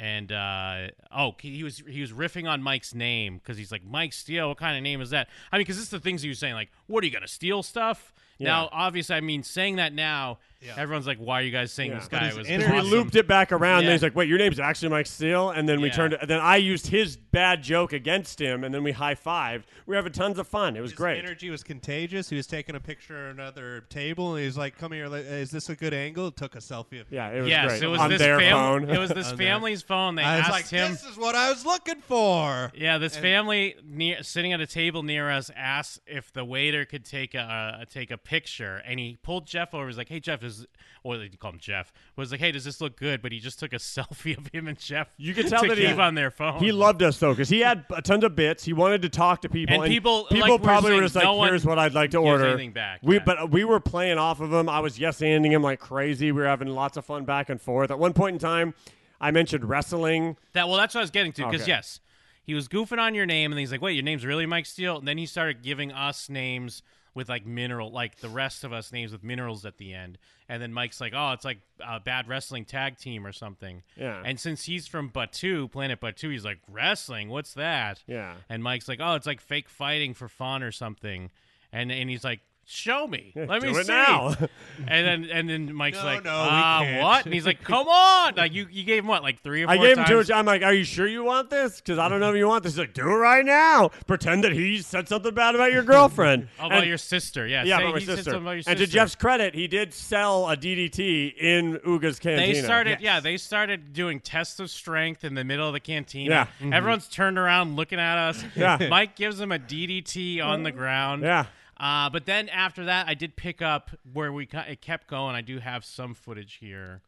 Speaker 6: and uh, oh, he was he was riffing on Mike's name because he's like Mike Steele. What kind of name is that? I mean, because this is the things he was saying. Like, what are you gonna steal stuff? Now, obviously, I mean, saying that now
Speaker 1: Yeah.
Speaker 6: Everyone's like, "Why are you guys saying
Speaker 8: Yeah.
Speaker 6: this
Speaker 8: But
Speaker 6: guy
Speaker 1: his
Speaker 6: was?"
Speaker 1: inner-
Speaker 8: we
Speaker 6: awesome.
Speaker 8: looped it back around. And
Speaker 6: Yeah.
Speaker 8: he's like, "Wait, your name's actually Mike Steele." And then we
Speaker 6: Yeah.
Speaker 8: turned. it- Then I used his bad joke against him, and then we high fived. We were having tons of fun. It was
Speaker 1: His
Speaker 8: great.
Speaker 1: energy was contagious. He was taking a picture of another table, and he was like, "Come here, like, is this a good angle?" Took a selfie. Of
Speaker 8: Yeah, it was
Speaker 6: Yes,
Speaker 8: great.
Speaker 6: it was
Speaker 8: on
Speaker 6: this
Speaker 8: their
Speaker 6: fam-
Speaker 8: phone.
Speaker 6: It was this family's phone. They
Speaker 1: I was
Speaker 6: asked
Speaker 1: like,
Speaker 6: him.
Speaker 1: "This is what I was looking for."
Speaker 6: Yeah, this family near, sitting at a table near us asked if the waiter could take a uh, take a picture, and he pulled Jeff over. He's like, "Hey, Jeff is," or they call him Jeff. Was like, "Hey, does this look good?" But he just took a selfie of him and Jeff.
Speaker 8: You could tell
Speaker 6: to
Speaker 8: that he-
Speaker 6: keep on their phone.
Speaker 8: He loved us though, because he had a tons of bits. He wanted to talk to people,
Speaker 6: And people,
Speaker 8: people
Speaker 6: like we were
Speaker 8: probably were
Speaker 6: saying,
Speaker 8: just like,
Speaker 6: no one
Speaker 8: "Here's what I'd like to
Speaker 6: gives
Speaker 8: order."
Speaker 6: anything back,
Speaker 8: we,
Speaker 6: yeah.
Speaker 8: but we were playing off of him. I was yes anding him like crazy. We were having lots of fun back and forth. At one point in time, I mentioned wrestling.
Speaker 6: that. Well, that's what I was getting to. Because
Speaker 8: Okay.
Speaker 6: yes, he was goofing on your name, and he's like, "Wait, your name's really Mike Steele?" And then he started giving us names with like mineral, like the rest of us names with minerals at the end. And then Mike's like, "Oh, it's like uh, bad wrestling tag team or something."
Speaker 8: Yeah.
Speaker 6: And since he's from Batu, Planet Batu, he's like, "Wrestling? What's that?"
Speaker 8: Yeah.
Speaker 6: And Mike's like, "Oh, it's like fake fighting for fun or something." And and he's like. Show me. Let
Speaker 8: do
Speaker 6: me
Speaker 8: it
Speaker 6: see.
Speaker 8: now."
Speaker 6: and then and then Mike's
Speaker 1: No,
Speaker 6: like,
Speaker 1: no, we
Speaker 6: "Ah,
Speaker 1: can't."
Speaker 6: what?" And he's like, "Come on!" Like you, you gave him what, like three or four
Speaker 8: I gave him
Speaker 6: times?
Speaker 8: two. or three- I'm like, "Are you sure you want this? Because I don't know if you want this." He's like, "Do it right now. Pretend that he said something bad about your girlfriend."
Speaker 6: Oh,
Speaker 8: And-
Speaker 6: about your sister. Yeah,
Speaker 8: yeah,
Speaker 6: say
Speaker 8: about my
Speaker 6: he said
Speaker 8: sister.
Speaker 6: something about your
Speaker 8: And to
Speaker 6: sister.
Speaker 8: Jeff's credit, he did sell a DDT in Uga's cantina.
Speaker 6: they started,
Speaker 8: Yes.
Speaker 6: yeah, they started doing tests of strength in the middle of the cantina.
Speaker 8: Yeah. Mhm.
Speaker 6: Everyone's turned around looking at us.
Speaker 8: Yeah.
Speaker 6: Mike gives him a DDT on the ground.
Speaker 8: Yeah.
Speaker 6: Uh, but then after that, I did pick up where we ki- it kept going. I do have some footage here.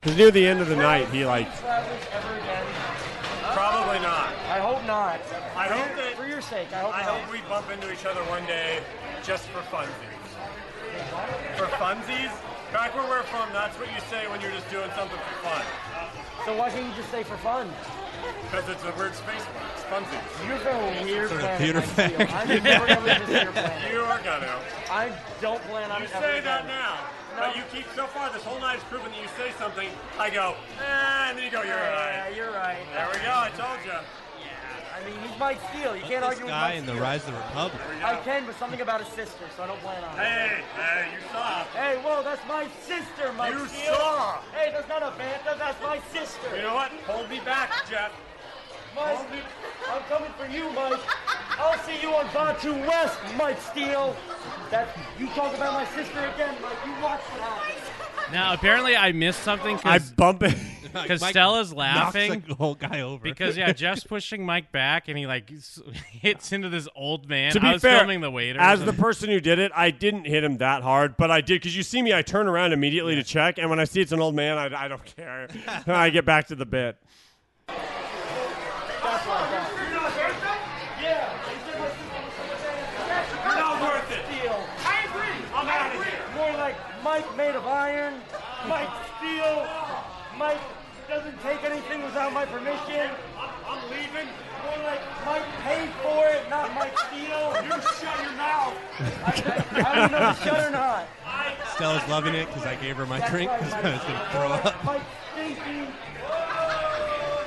Speaker 8: Because near the end of the night, he like
Speaker 9: Travelers ever again?
Speaker 8: probably not.
Speaker 9: I hope not.
Speaker 8: I hope that-
Speaker 9: for your sake, I hope
Speaker 8: I
Speaker 9: not.
Speaker 8: hope we bump into each other one day just for funsies. For funsies? Back where we're from, that's what you say when you're just doing something for fun.
Speaker 9: So why can't you just say for fun?
Speaker 8: Because it's a weird space word. It's funsies.
Speaker 9: You're from a weird
Speaker 1: Sort of
Speaker 9: planet.
Speaker 1: theater
Speaker 9: I feel.
Speaker 1: fact.
Speaker 9: I'm never gonna visit your planet.
Speaker 8: You are gonna.
Speaker 9: I don't plan on
Speaker 8: You
Speaker 9: ever
Speaker 8: say that
Speaker 9: again.
Speaker 8: now.
Speaker 9: No.
Speaker 8: But you keep so far this whole night's proven that you say something. I go, eh, and then you go, you're
Speaker 9: Yeah,
Speaker 8: right.
Speaker 9: you're right.
Speaker 8: There we go. I told you.
Speaker 9: I mean, he's Mike Steele. You can't
Speaker 1: This
Speaker 9: argue with
Speaker 1: guy
Speaker 9: Mike
Speaker 1: in the
Speaker 9: Steele.
Speaker 1: Rise of the Republic.
Speaker 9: I can, but something about his sister, so I don't plan on it.
Speaker 8: Hey, hey, you saw.
Speaker 9: Hey, whoa, that's my sister, Mike
Speaker 8: You
Speaker 9: Steele.
Speaker 8: saw.
Speaker 9: Hey, that's not a bantha, that's my sister.
Speaker 8: You know what? Hold me back, Jeff.
Speaker 9: Mike, I'm coming for you, Mike. I'll see you on Bantu West, Mike Steele. That you talk about my sister again, Mike. You watch what happens.
Speaker 6: Now, apparently, I missed something because
Speaker 8: bump it.
Speaker 1: Mike
Speaker 6: Stella's
Speaker 1: knocks
Speaker 6: laughing.
Speaker 1: the whole guy over.
Speaker 6: Because yeah, Jeff's pushing Mike back, and he like s- hits into this old man.
Speaker 8: to be
Speaker 6: I was
Speaker 8: fair,
Speaker 6: filming the waiter.
Speaker 8: as the person who did it, I didn't hit him that hard, but I did because you see me, I turn around immediately to check, and when I see it's an old man, I, I don't care. I get back to the bit.
Speaker 9: Yeah, he said my sister was from Bantu. That's
Speaker 8: not
Speaker 9: Mike
Speaker 8: worth it.
Speaker 9: Steele.
Speaker 10: I agree. I'm out of here.
Speaker 9: More like Mike made of iron, Mike Steele, Mike doesn't take anything without my permission.
Speaker 8: I'm leaving.
Speaker 9: More like Mike paid for it, not Mike Steele.
Speaker 8: You shut your mouth.
Speaker 9: I don't know if you shut or not.
Speaker 1: Stella's loving it because I gave her my
Speaker 9: That's
Speaker 1: drink
Speaker 9: right,
Speaker 1: because
Speaker 9: Mike
Speaker 1: I was going to
Speaker 9: Steele.
Speaker 1: throw up.
Speaker 9: Mike Stinky.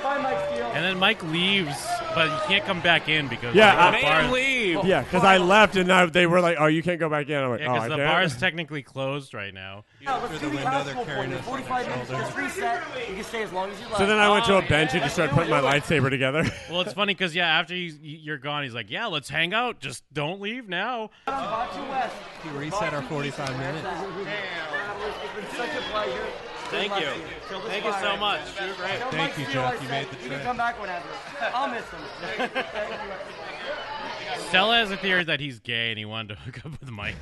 Speaker 9: Bye, Mike Steele.
Speaker 6: and then Mike leaves, but you can't come back in because
Speaker 8: Yeah, uh,
Speaker 6: like,
Speaker 8: I-
Speaker 6: the bar-
Speaker 8: Yeah, because I left, and I, they were like, "Oh, you can't go back in." I'm like,
Speaker 6: Oh, Yeah,
Speaker 8: "Oh, I
Speaker 6: because the
Speaker 8: can't."
Speaker 6: bar is technically closed right now.
Speaker 9: Now, let's do
Speaker 1: the
Speaker 9: the
Speaker 1: window, they're
Speaker 9: obstacle
Speaker 1: carrying
Speaker 9: point.
Speaker 1: us on
Speaker 9: 45 minutes, just reset. You can stay as long as you like.
Speaker 8: so then I went to
Speaker 6: Oh,
Speaker 8: a bench and
Speaker 9: yeah,
Speaker 8: just started
Speaker 9: do it,
Speaker 8: putting my
Speaker 9: do it.
Speaker 8: lightsaber together.
Speaker 6: Well, it's funny because yeah, after you, you're gone, he's like, "Yeah, let's hang out. Just don't leave now."
Speaker 9: Batu West.
Speaker 1: He reset our 45 minutes.
Speaker 9: It's been such a pleasure. Thank you. Thank
Speaker 6: you so much. You're great.
Speaker 9: Tell
Speaker 1: Thank
Speaker 9: Mike
Speaker 1: you,
Speaker 9: Steele
Speaker 1: Jeff.
Speaker 9: I
Speaker 1: You
Speaker 9: said
Speaker 1: made the
Speaker 9: You
Speaker 1: trip.
Speaker 9: can come back whenever. I'll miss him. Thank you.
Speaker 6: Stella has a theory that he's gay and he wanted to hook up with Mike.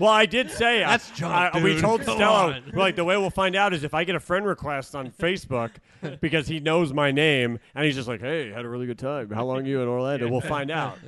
Speaker 8: well, I did say uh,
Speaker 1: That's junk,
Speaker 8: I- we
Speaker 1: dude.
Speaker 8: told
Speaker 1: Come
Speaker 8: Stella
Speaker 1: on.
Speaker 8: we're like the way we'll find out is if I get a friend request on Facebook because he knows my name and he's just like, "Hey, had a really good time. How long are you in Orlando?" We'll find out.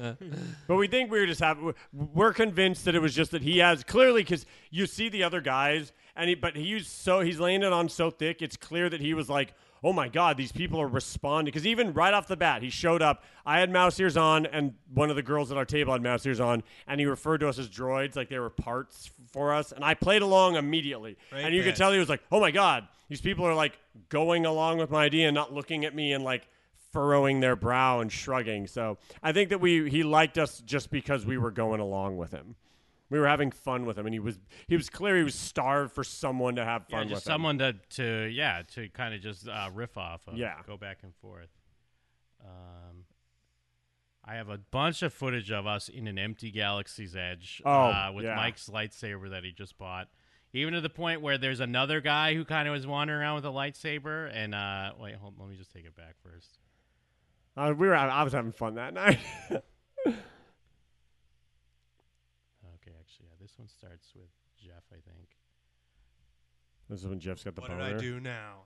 Speaker 8: But we think we were just having. We're convinced that it was just that he has clearly because you see the other guys, and he but he's so he's laying it on so thick. It's clear that he was like, oh my god, these people are responding because even right off the bat he showed up. I had mouse ears on, and one of the girls at our table had mouse ears on, and he referred to us as droids like they were parts for us, and I played along immediately,
Speaker 1: Right
Speaker 8: and you could
Speaker 1: then.
Speaker 8: tell he was like, oh my god, these people are like going along with my idea and not looking at me and like furrowing their brow and shrugging. So I think that we he liked us just because we were going along with him. We were having fun with him, and he was he was clear he was starved for someone to have
Speaker 6: Yeah,
Speaker 8: fun with.
Speaker 6: just someone to, to yeah to kind of just uh, riff off of.
Speaker 8: Yeah.
Speaker 6: go back and forth. Um, I have a bunch of footage of us in an empty galaxy's edge.
Speaker 8: Oh,
Speaker 6: uh, with
Speaker 8: yeah.
Speaker 6: Mike's lightsaber that he just bought. Even to the point where there's another guy who kind of was wandering around with a lightsaber, and uh, wait, hold, let me just take it back first.
Speaker 8: Him. Uh, we were I was having fun that night.
Speaker 6: Okay, actually, yeah, this one starts with Jeff, I think.
Speaker 8: this is when Jeff's got the
Speaker 1: What
Speaker 8: boner.
Speaker 1: did I do now?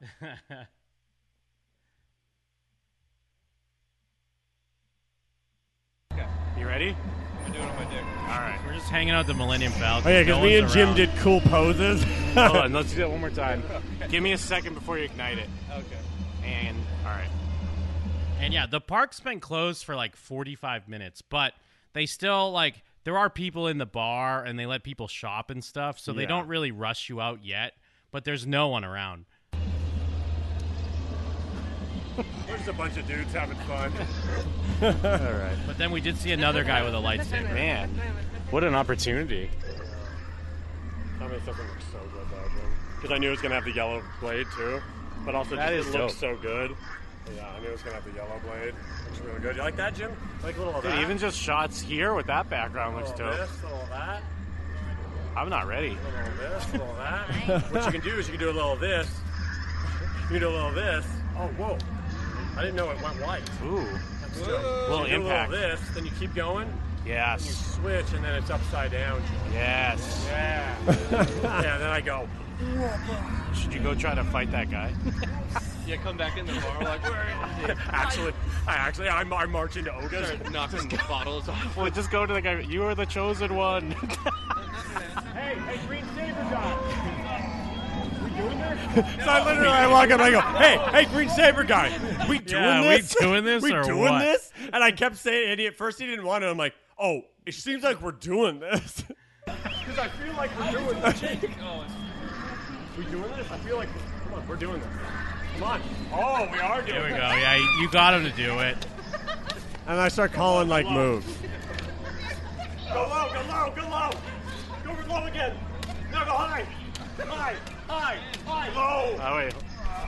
Speaker 10: You ready?
Speaker 1: I'm doing it with my dick.
Speaker 10: All right.
Speaker 6: We're just hanging out at the Millennium Falcon.
Speaker 8: Oh yeah,
Speaker 6: No
Speaker 8: because me and
Speaker 6: one's
Speaker 8: Jim
Speaker 6: around.
Speaker 8: did cool poses.
Speaker 10: Hold on. Let's do that one more time. Give me a second before you ignite it.
Speaker 1: Okay.
Speaker 10: And all right.
Speaker 6: And yeah, the park's been closed for like 45 minutes, but they still like there are people in the bar and they let people shop and stuff, so they
Speaker 8: Yeah.
Speaker 6: don't really rush you out yet, but there's no one around.
Speaker 8: We're just a bunch of dudes having fun.
Speaker 10: All right.
Speaker 6: But then we did see another guy with a lightsaber.
Speaker 10: Man, what an opportunity.
Speaker 8: I mean, something looks so good though, Jim. Because I knew it was gonna have the yellow blade too, but also
Speaker 10: That
Speaker 8: just
Speaker 10: is
Speaker 8: it looks so
Speaker 10: dope.
Speaker 8: good. Yeah, I knew it was gonna have the yellow blade. Looks really good. You like that, Jim? Like a little of
Speaker 10: Dude,
Speaker 8: that.
Speaker 10: even just shots here with that background
Speaker 8: a
Speaker 10: looks
Speaker 8: little
Speaker 10: dope.
Speaker 8: of this, a little of that,
Speaker 10: I'm not ready.
Speaker 8: a little of this, a little of that. what you can do is you can do a little of this. You can do a little of this. Oh, whoa! I didn't know it went white.
Speaker 10: Ooh,
Speaker 8: That's dope. So
Speaker 10: Little
Speaker 8: you do
Speaker 10: impact.
Speaker 8: A little of this, then you keep going. You
Speaker 10: yes,
Speaker 8: switch, and then it's upside down. Jim.
Speaker 10: yes.
Speaker 8: Yeah. yeah. Then I go.
Speaker 10: Should you go try to fight that guy?
Speaker 1: Yeah, come back in the bar. Like, where is
Speaker 8: Actually, I actually I, I march into Oga's.
Speaker 1: it? Knocking the bottles off.
Speaker 10: Well, just go to the guy. You are the chosen one.
Speaker 9: Hey, hey, green saber guy. We doing this?
Speaker 8: So I literally I walk up and I go, hey, hey, green saber guy, we doing
Speaker 6: Yeah, we
Speaker 8: this?
Speaker 6: doing this
Speaker 8: we
Speaker 6: or
Speaker 8: doing
Speaker 6: what?"
Speaker 8: this? And I kept saying, and he, at first he didn't want to. I'm like, oh, it seems like we're doing this.
Speaker 9: Because I feel like we're doing this.
Speaker 8: we doing this? I feel like, come on, we're doing this. Come on. Oh, we are doing
Speaker 6: There we go. Yeah, you got him to do it.
Speaker 8: And I start calling like moves.
Speaker 9: Go low, go low, go low. Go for low again. Now go high. High, high, high.
Speaker 10: Oh wait,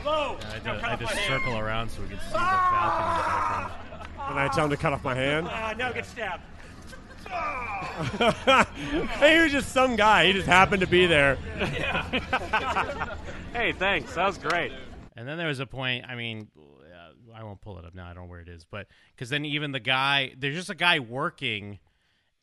Speaker 9: Low, low.
Speaker 6: I did,
Speaker 9: now cut
Speaker 6: I
Speaker 9: off my
Speaker 6: just
Speaker 9: hand.
Speaker 6: circle around so we could see the Falcon. in the background.
Speaker 8: And I tell him to cut off my hand.
Speaker 9: Ah, now get stabbed.
Speaker 8: and he was just some guy. He just happened to be there.
Speaker 10: hey, thanks. That was great.
Speaker 6: And then there was a point. I mean, uh, I won't pull it up now. I don't know where it is, but because then even the guy, there's just a guy working,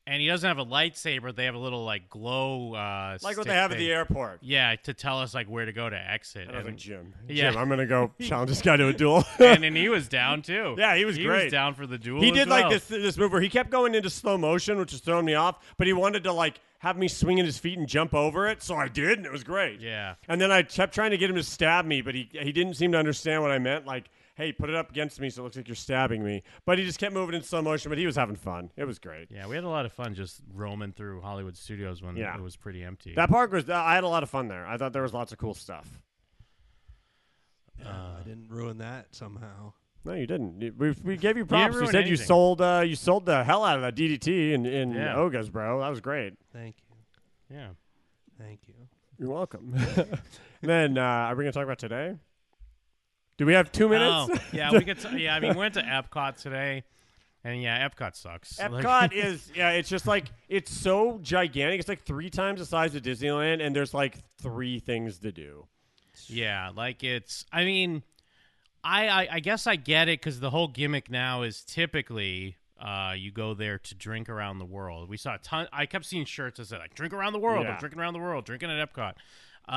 Speaker 6: and he doesn't have a lightsaber. They have a little like glow, uh,
Speaker 8: Like what they
Speaker 6: stick
Speaker 8: have at
Speaker 6: thing.
Speaker 8: the airport.
Speaker 6: Yeah, to tell us like where to go to exit.
Speaker 8: And I was like,
Speaker 6: And,
Speaker 8: Jim,
Speaker 6: Yeah.
Speaker 8: Jim, I'm gonna go challenge this guy to a duel.
Speaker 6: and and he was down too.
Speaker 8: Yeah, he was great.
Speaker 6: down for the duel.
Speaker 8: He
Speaker 6: as
Speaker 8: did
Speaker 6: well.
Speaker 8: like this this move where he kept going into slow motion, which was throwing me off. But he wanted to like have me swinging his feet and jump over it, so I did, and it was great.
Speaker 6: Yeah.
Speaker 8: And then I kept trying to get him to stab me, but he he didn't seem to understand what I meant. Like, hey, put it up against me, so it looks like you're stabbing me. But he just kept moving in slow motion. But he was having fun. It was great.
Speaker 6: Yeah, we had a lot of fun just roaming through Hollywood studios when
Speaker 8: Yeah.
Speaker 6: it was pretty empty.
Speaker 8: That park was. I had a lot of fun there. I thought there was lots of cool stuff.
Speaker 1: Uh, I didn't ruin that somehow.
Speaker 8: No, you didn't. You- We, we gave you props. You
Speaker 6: ruin
Speaker 8: said you
Speaker 6: anything.
Speaker 8: sold uh, you sold the hell out of that DDT in in
Speaker 6: Yeah.
Speaker 8: Ogas, bro. That was great.
Speaker 1: Thank you.
Speaker 6: yeah.
Speaker 1: Thank you.
Speaker 8: You're welcome. and then uh, are we going to talk about today? Do we have two minutes?
Speaker 6: Oh, yeah, we could. T- yeah, I mean, we went to Epcot today, and yeah, Epcot sucks. Like-
Speaker 8: Epcot is yeah, it's just like it's so gigantic. It's like three times the size of Disneyland, and there's like three things to do.
Speaker 6: Yeah, like it's. I mean, I I, I guess I get it because the whole gimmick now is typically uh, you go there to drink around the world. We saw a ton. I kept seeing shirts that said like "Drink around the world."
Speaker 8: Yeah.
Speaker 6: I'm drinking around the world. Drinking at Epcot.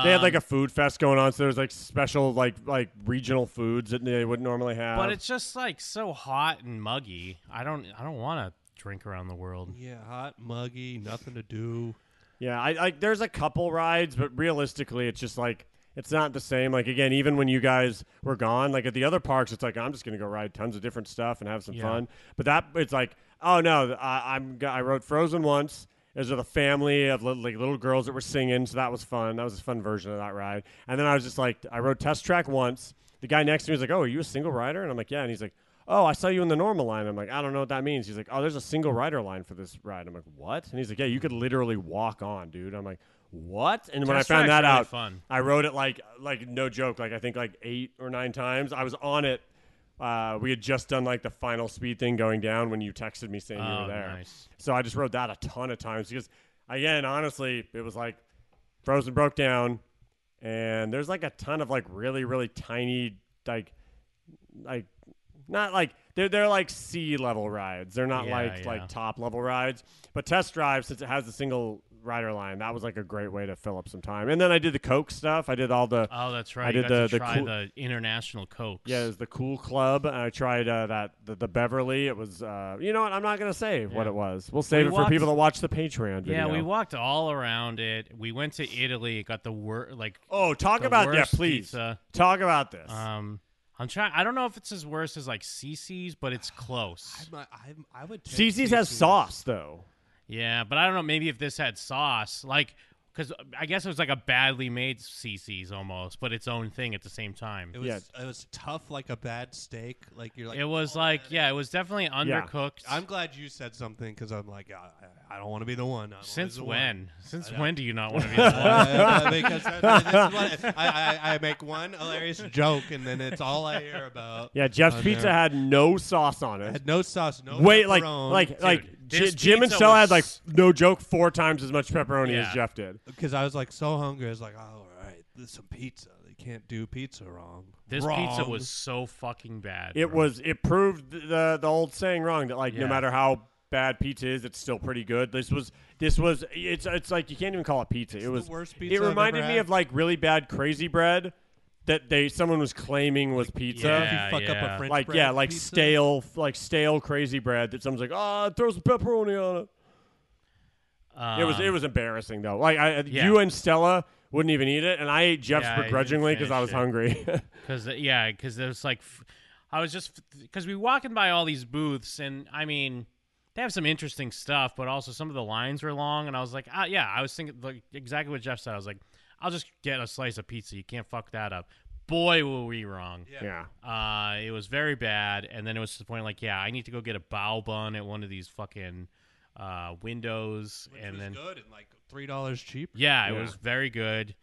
Speaker 8: They had like
Speaker 6: Um,
Speaker 8: a food fest going on, so there's like special like like regional foods that they wouldn't normally have.
Speaker 6: Um, but it's just like so hot and muggy. I don't. I don't want to drink around the world.
Speaker 1: Yeah, hot, muggy, nothing to do.
Speaker 8: Yeah, I like there's a couple rides, but realistically, it's just like it's not the same. Like again, even when you guys were gone, like at the other parks, it's like I'm just gonna go ride tons of different stuff and have some
Speaker 6: Yeah.
Speaker 8: fun. But that it's like oh no, I, I'm I rode Frozen once. It was with a family of little, like little girls that were singing, so that was fun. That was a fun version of that ride. And then I was just like, I rode Test Track once. The guy next to me was like, "Oh, are you a single rider?" And I'm like, "Yeah." And he's like, oh, I saw you in the normal line. I'm like, I don't know what that means. He's like, oh, there's a single rider line for this ride. I'm like, what? And he's like, yeah, you could literally walk on, dude. I'm like, what? And when I
Speaker 6: Test
Speaker 8: found
Speaker 6: track's
Speaker 8: that
Speaker 6: really
Speaker 8: out,
Speaker 6: fun.
Speaker 8: I rode it like, like no joke, like I think like eight or nine times. I was on it. Uh, we had just done like the final speed thing going down when you texted me saying you
Speaker 6: Oh,
Speaker 8: were there.
Speaker 6: nice.
Speaker 8: So I just rode that a ton of times because, again, honestly, it was like Frozen broke down, and there's like a ton of like really really tiny like like not like they're they're like sea level rides. They're not
Speaker 6: Yeah,
Speaker 8: like
Speaker 6: yeah.
Speaker 8: like top level rides. But test drive since it has the single rider line, that was like a great way to fill up some time. And then I did the Coke stuff. I did all the
Speaker 6: Oh, that's right.
Speaker 8: I
Speaker 6: you
Speaker 8: did
Speaker 6: got
Speaker 8: the-
Speaker 6: to
Speaker 8: the
Speaker 6: try
Speaker 8: cool-
Speaker 6: the international cokes.
Speaker 8: yeah, it was the Cool Club. and I tried uh, that the, the Beverly. It was uh, you know what? I'm not gonna say what
Speaker 6: Yeah.
Speaker 8: it was. We'll save
Speaker 6: We
Speaker 8: it
Speaker 6: walked-
Speaker 8: for people that watch the Patreon video.
Speaker 6: Yeah, we walked all around it. We went to Italy. Got the wor- like
Speaker 8: Oh, talk
Speaker 6: the
Speaker 8: about yeah,
Speaker 6: worst
Speaker 8: please
Speaker 6: pizza.
Speaker 8: talk about this.
Speaker 1: uh,
Speaker 6: Um, I'm trying. I don't know if it's as worse as like CC's, but it's close.
Speaker 1: My, I'm, I would. take
Speaker 8: CC's has
Speaker 1: CC's.
Speaker 8: sauce though.
Speaker 6: Yeah, but I don't know. Maybe if this had sauce, like, because I guess it was like a badly made CC's almost, but its own thing at the same time.
Speaker 1: It was
Speaker 8: Yeah.
Speaker 1: it was tough like a bad steak. Like you're like
Speaker 6: It was like, yeah, it was definitely undercooked.
Speaker 1: I'm glad you said something because I'm like I, I- I don't want to be the one. I'm always
Speaker 6: Since
Speaker 1: the
Speaker 6: when?
Speaker 1: one.
Speaker 6: Since
Speaker 1: I know.
Speaker 6: when do you not want to be the one?
Speaker 1: Uh, because I, this is what I, I, I make one hilarious joke and then it's all I hear about.
Speaker 8: Yeah, Jeff's
Speaker 1: on
Speaker 8: Pizza
Speaker 1: there.
Speaker 8: had no sauce on it.
Speaker 1: had no sauce, no
Speaker 8: Wait, like,
Speaker 1: pepperoni.
Speaker 8: like, like, J-
Speaker 6: this
Speaker 8: Jim and
Speaker 6: pizza
Speaker 8: Stella had like
Speaker 6: was-
Speaker 8: no joke four times as much pepperoni
Speaker 6: Yeah.
Speaker 8: as Jeff did.
Speaker 1: because I was like so hungry. I was like, oh, all right, there's some pizza. They can't do pizza wrong.
Speaker 6: This pizza
Speaker 1: Wrong.
Speaker 6: was so fucking bad.
Speaker 8: It
Speaker 6: bro.
Speaker 8: was it proved the the old saying wrong that like
Speaker 6: Yeah.
Speaker 8: no matter how bad pizza is, it's still pretty good. This was this was it's it's like you can't even call it pizza. it was
Speaker 1: worst pizza
Speaker 8: It
Speaker 1: I've
Speaker 8: reminded
Speaker 1: ever
Speaker 8: me
Speaker 1: had.
Speaker 8: of like really bad crazy bread that they someone was claiming was pizza.
Speaker 1: If you
Speaker 6: Yeah,
Speaker 1: fuck up
Speaker 6: yeah.
Speaker 1: a French
Speaker 8: Like
Speaker 1: bread
Speaker 8: yeah, like
Speaker 1: pizza,
Speaker 8: stale, like stale crazy bread that someone's like, oh, throw some pepperoni on it. It was it
Speaker 6: Um,
Speaker 8: was embarrassing though. Like I,
Speaker 6: Yeah.
Speaker 8: you and Stella wouldn't even eat it, and I ate Jeff's
Speaker 6: Yeah, I didn't
Speaker 8: begrudgingly because I
Speaker 6: finish
Speaker 8: was
Speaker 6: it.
Speaker 8: hungry.
Speaker 6: Cause the- yeah, cause there's like, f- I was just because we walking by all these booths, and I mean, they have some interesting stuff, but also some of the lines were long, and I was like, ah, yeah, I was thinking like exactly what Jeff said. I was like, I'll just get a slice of pizza. You can't fuck that up. Boy, were we wrong.
Speaker 8: yeah,
Speaker 6: Uh, it was very bad, and then it was to the point like, yeah, I need to go get a bao bun at one of these fucking uh, windows,
Speaker 1: which
Speaker 6: and
Speaker 1: was
Speaker 6: then
Speaker 1: good and like three dollars cheaper.
Speaker 6: yeah, it
Speaker 8: Yeah.
Speaker 6: was very good.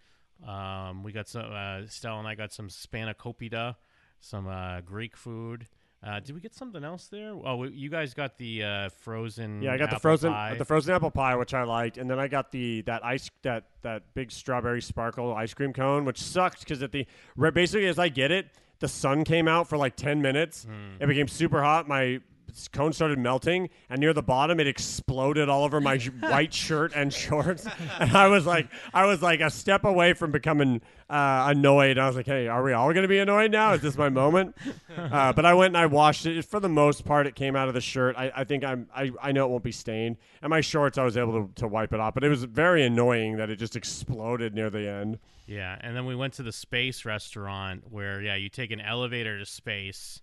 Speaker 6: Um, we got some. Uh, Stella and I got some spanakopita, some uh, Greek food. Uh, did we get something else there? Oh, we, you guys got the uh, frozen.
Speaker 8: yeah. I got the
Speaker 6: apple
Speaker 8: frozen,
Speaker 6: pie.
Speaker 8: the frozen apple pie, which I liked, and then I got the that ice that that big strawberry sparkle ice cream cone, which sucked because at the re- basically as I get it, the sun came out for like ten minutes.
Speaker 6: Hmm.
Speaker 8: It became super hot. My s- cone started melting, and near the bottom, it exploded all over my sh- white shirt and shorts. And I was like, I was like a step away from becoming uh, annoyed. I was like, hey, are we all going to be annoyed now? Is this my moment? Uh, but I went and I washed it. For the most part, it came out of the shirt. I, I think I'm, I, I know it won't be stained. And my shorts, I was able to, to wipe it off. But it was very annoying that it just exploded near the end.
Speaker 6: yeah, and then we went to the space restaurant where yeah, you take an elevator to space.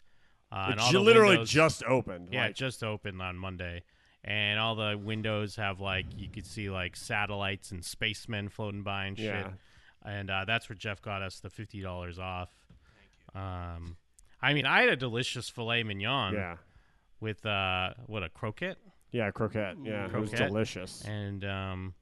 Speaker 6: Uh, and
Speaker 8: It
Speaker 6: all
Speaker 8: ju-
Speaker 6: the
Speaker 8: literally
Speaker 6: windows-
Speaker 8: just opened.
Speaker 6: yeah,
Speaker 8: like-
Speaker 6: it just opened on Monday, and all the windows have like you could see like satellites and spacemen floating by and shit.
Speaker 8: Yeah.
Speaker 6: And uh, that's where Jeff got us the fifty dollars off. Um, I mean, I had a delicious filet mignon
Speaker 8: yeah.
Speaker 6: with uh, what a croquette
Speaker 8: Yeah, croquette. Yeah, it was
Speaker 6: Croquette.
Speaker 8: delicious.
Speaker 6: and um,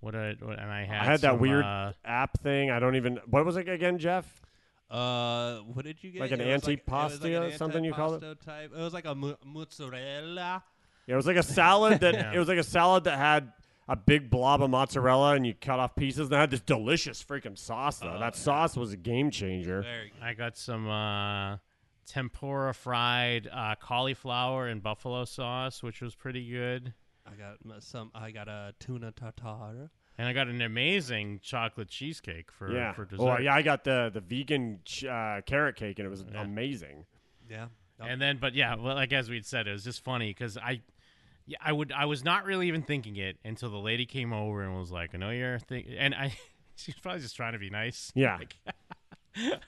Speaker 6: what, I what and I had
Speaker 8: I had that
Speaker 6: some,
Speaker 8: weird
Speaker 6: uh,
Speaker 8: app thing. I don't even. What was it again, Jeff?
Speaker 1: Uh, what did you get?
Speaker 8: Like an
Speaker 1: It was it was
Speaker 8: antipasti or something you call it?
Speaker 1: antipasto Type. It was like a mu- mozzarella.
Speaker 8: Yeah, it was like a salad that
Speaker 6: Yeah.
Speaker 8: it was like a salad that had a big blob of mozzarella and you cut off pieces and it had this delicious freaking sauce though.
Speaker 6: Oh,
Speaker 8: that sauce was a game changer.
Speaker 1: Very good.
Speaker 6: I got some uh, tempura fried uh, cauliflower and buffalo sauce, which was pretty good.
Speaker 1: I got m- some. I got a tuna tartare.
Speaker 6: And I got an amazing chocolate cheesecake for
Speaker 8: yeah.
Speaker 6: for dessert.
Speaker 8: Oh yeah, I got the the vegan ch- uh, carrot cake and it was amazing.
Speaker 1: Yeah.
Speaker 6: And then, but yeah, well, like as we'd said, it was just funny because I, yeah, I would, I was not really even thinking it until the lady came over and was like, "I know you're thinking," and I, she was probably just trying to be nice.
Speaker 8: Yeah.
Speaker 1: Yeah.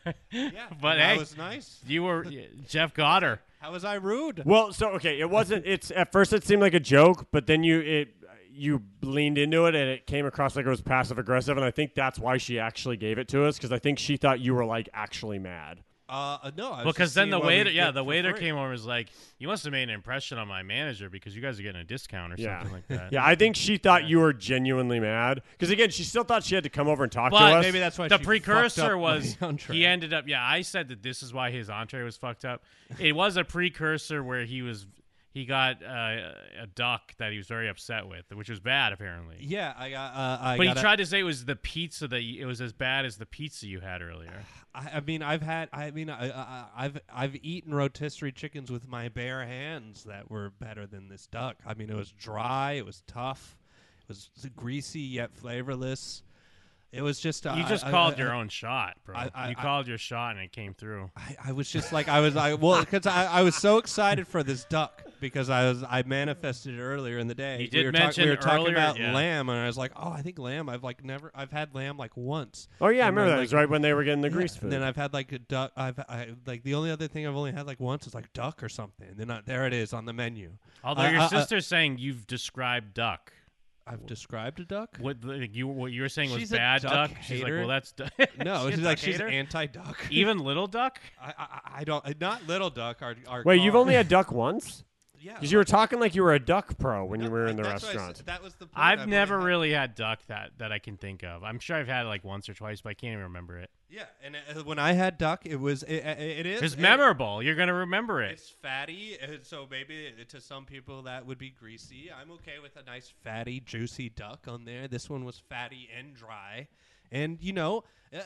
Speaker 6: But
Speaker 1: that
Speaker 6: hey,
Speaker 1: was nice.
Speaker 6: you were Jeff got her.
Speaker 1: How was I rude?
Speaker 8: Well, so okay, it wasn't. It's at first it seemed like a joke, but then you it you leaned into it and it came across like it was passive aggressive, and I think that's why she actually gave it to us because I think she thought you were like actually mad.
Speaker 1: Uh, uh, no, I was
Speaker 6: Because
Speaker 1: just
Speaker 6: then the
Speaker 1: seeing what
Speaker 6: waiter,
Speaker 1: we
Speaker 6: yeah,
Speaker 1: get
Speaker 6: the
Speaker 1: for
Speaker 6: waiter
Speaker 1: free.
Speaker 6: came over and was like, "You must have made an impression on my manager because you guys are getting a discount or
Speaker 8: Yeah.
Speaker 6: something like that."
Speaker 8: Yeah, I think she thought you were genuinely mad because again, she still thought she had to come over and talk to
Speaker 6: But
Speaker 8: us.
Speaker 1: maybe that's why
Speaker 6: the
Speaker 1: she fucked
Speaker 6: precursor
Speaker 1: up
Speaker 6: was
Speaker 1: my entree.
Speaker 6: he ended up. Yeah, I said that this is why his entree was fucked up. It was a precursor where he was he got uh, a duck that he was very upset with, which was bad apparently.
Speaker 1: Yeah, I got. Uh, I
Speaker 6: but he
Speaker 1: gotta-
Speaker 6: tried to say it was the pizza that you, it was as bad as the pizza you had earlier.
Speaker 1: I, I mean, I've had. I mean, I, I, I've I've eaten rotisserie chickens with my bare hands that were better than this duck. I mean, it was dry. It was tough. It was greasy yet flavorless. It was just.
Speaker 6: You
Speaker 1: I-
Speaker 6: just
Speaker 1: I-
Speaker 6: called
Speaker 1: I-
Speaker 6: your own shot, bro.
Speaker 1: I- I-
Speaker 6: you
Speaker 1: I-
Speaker 6: called your shot and it came through.
Speaker 1: I, I was just like I was I well because I, I was so excited for this duck because I was I manifested it earlier in the day.
Speaker 6: You
Speaker 1: we
Speaker 6: did
Speaker 1: were
Speaker 6: mention
Speaker 1: we were talking
Speaker 6: earlier,
Speaker 1: about
Speaker 6: yeah.
Speaker 1: lamb and I was like, oh, I think lamb. I've like never I've had lamb like once.
Speaker 8: oh yeah, I
Speaker 1: And
Speaker 8: remember
Speaker 1: then,
Speaker 8: that.
Speaker 1: like,
Speaker 8: It was right when they were getting the grease
Speaker 1: and
Speaker 8: food.
Speaker 1: then I've had like a duck. I've I, like the only other thing I've only had like once is like duck or something. And then I, there it is on the menu.
Speaker 6: Although
Speaker 1: I-
Speaker 6: your
Speaker 1: I- I-
Speaker 6: sister's saying you've described duck.
Speaker 1: I've described a duck.
Speaker 6: What the- like you what you were saying was
Speaker 1: She's a
Speaker 6: bad
Speaker 1: duck
Speaker 6: duck. She's like,
Speaker 1: hater.
Speaker 6: well, that's du-
Speaker 1: No,
Speaker 6: a
Speaker 1: she's like
Speaker 6: duck
Speaker 1: she's
Speaker 6: hater?
Speaker 1: anti-duck.
Speaker 6: even little duck.
Speaker 1: I, I I don't uh, not little duck. Our, our
Speaker 8: Wait, you've
Speaker 1: car.
Speaker 8: only had duck once?
Speaker 1: yeah.
Speaker 8: Because you were talking like you were a duck pro when
Speaker 1: No,
Speaker 8: you were in the
Speaker 1: that's what I
Speaker 8: restaurant.
Speaker 1: said. That was the. Point.
Speaker 6: I've
Speaker 1: only
Speaker 6: never
Speaker 1: had-
Speaker 6: really had duck that that I can think of. I'm sure I've had it like once or twice, but I can't even remember it.
Speaker 1: Yeah, and uh, when I had duck, it was it, it, it is
Speaker 6: It's
Speaker 1: it-
Speaker 6: memorable. You're gonna remember it.
Speaker 1: It's fatty, uh, so maybe it- to some people that would be greasy. I'm okay with a nice fatty, juicy duck on there. This one was fatty and dry, and you know, uh,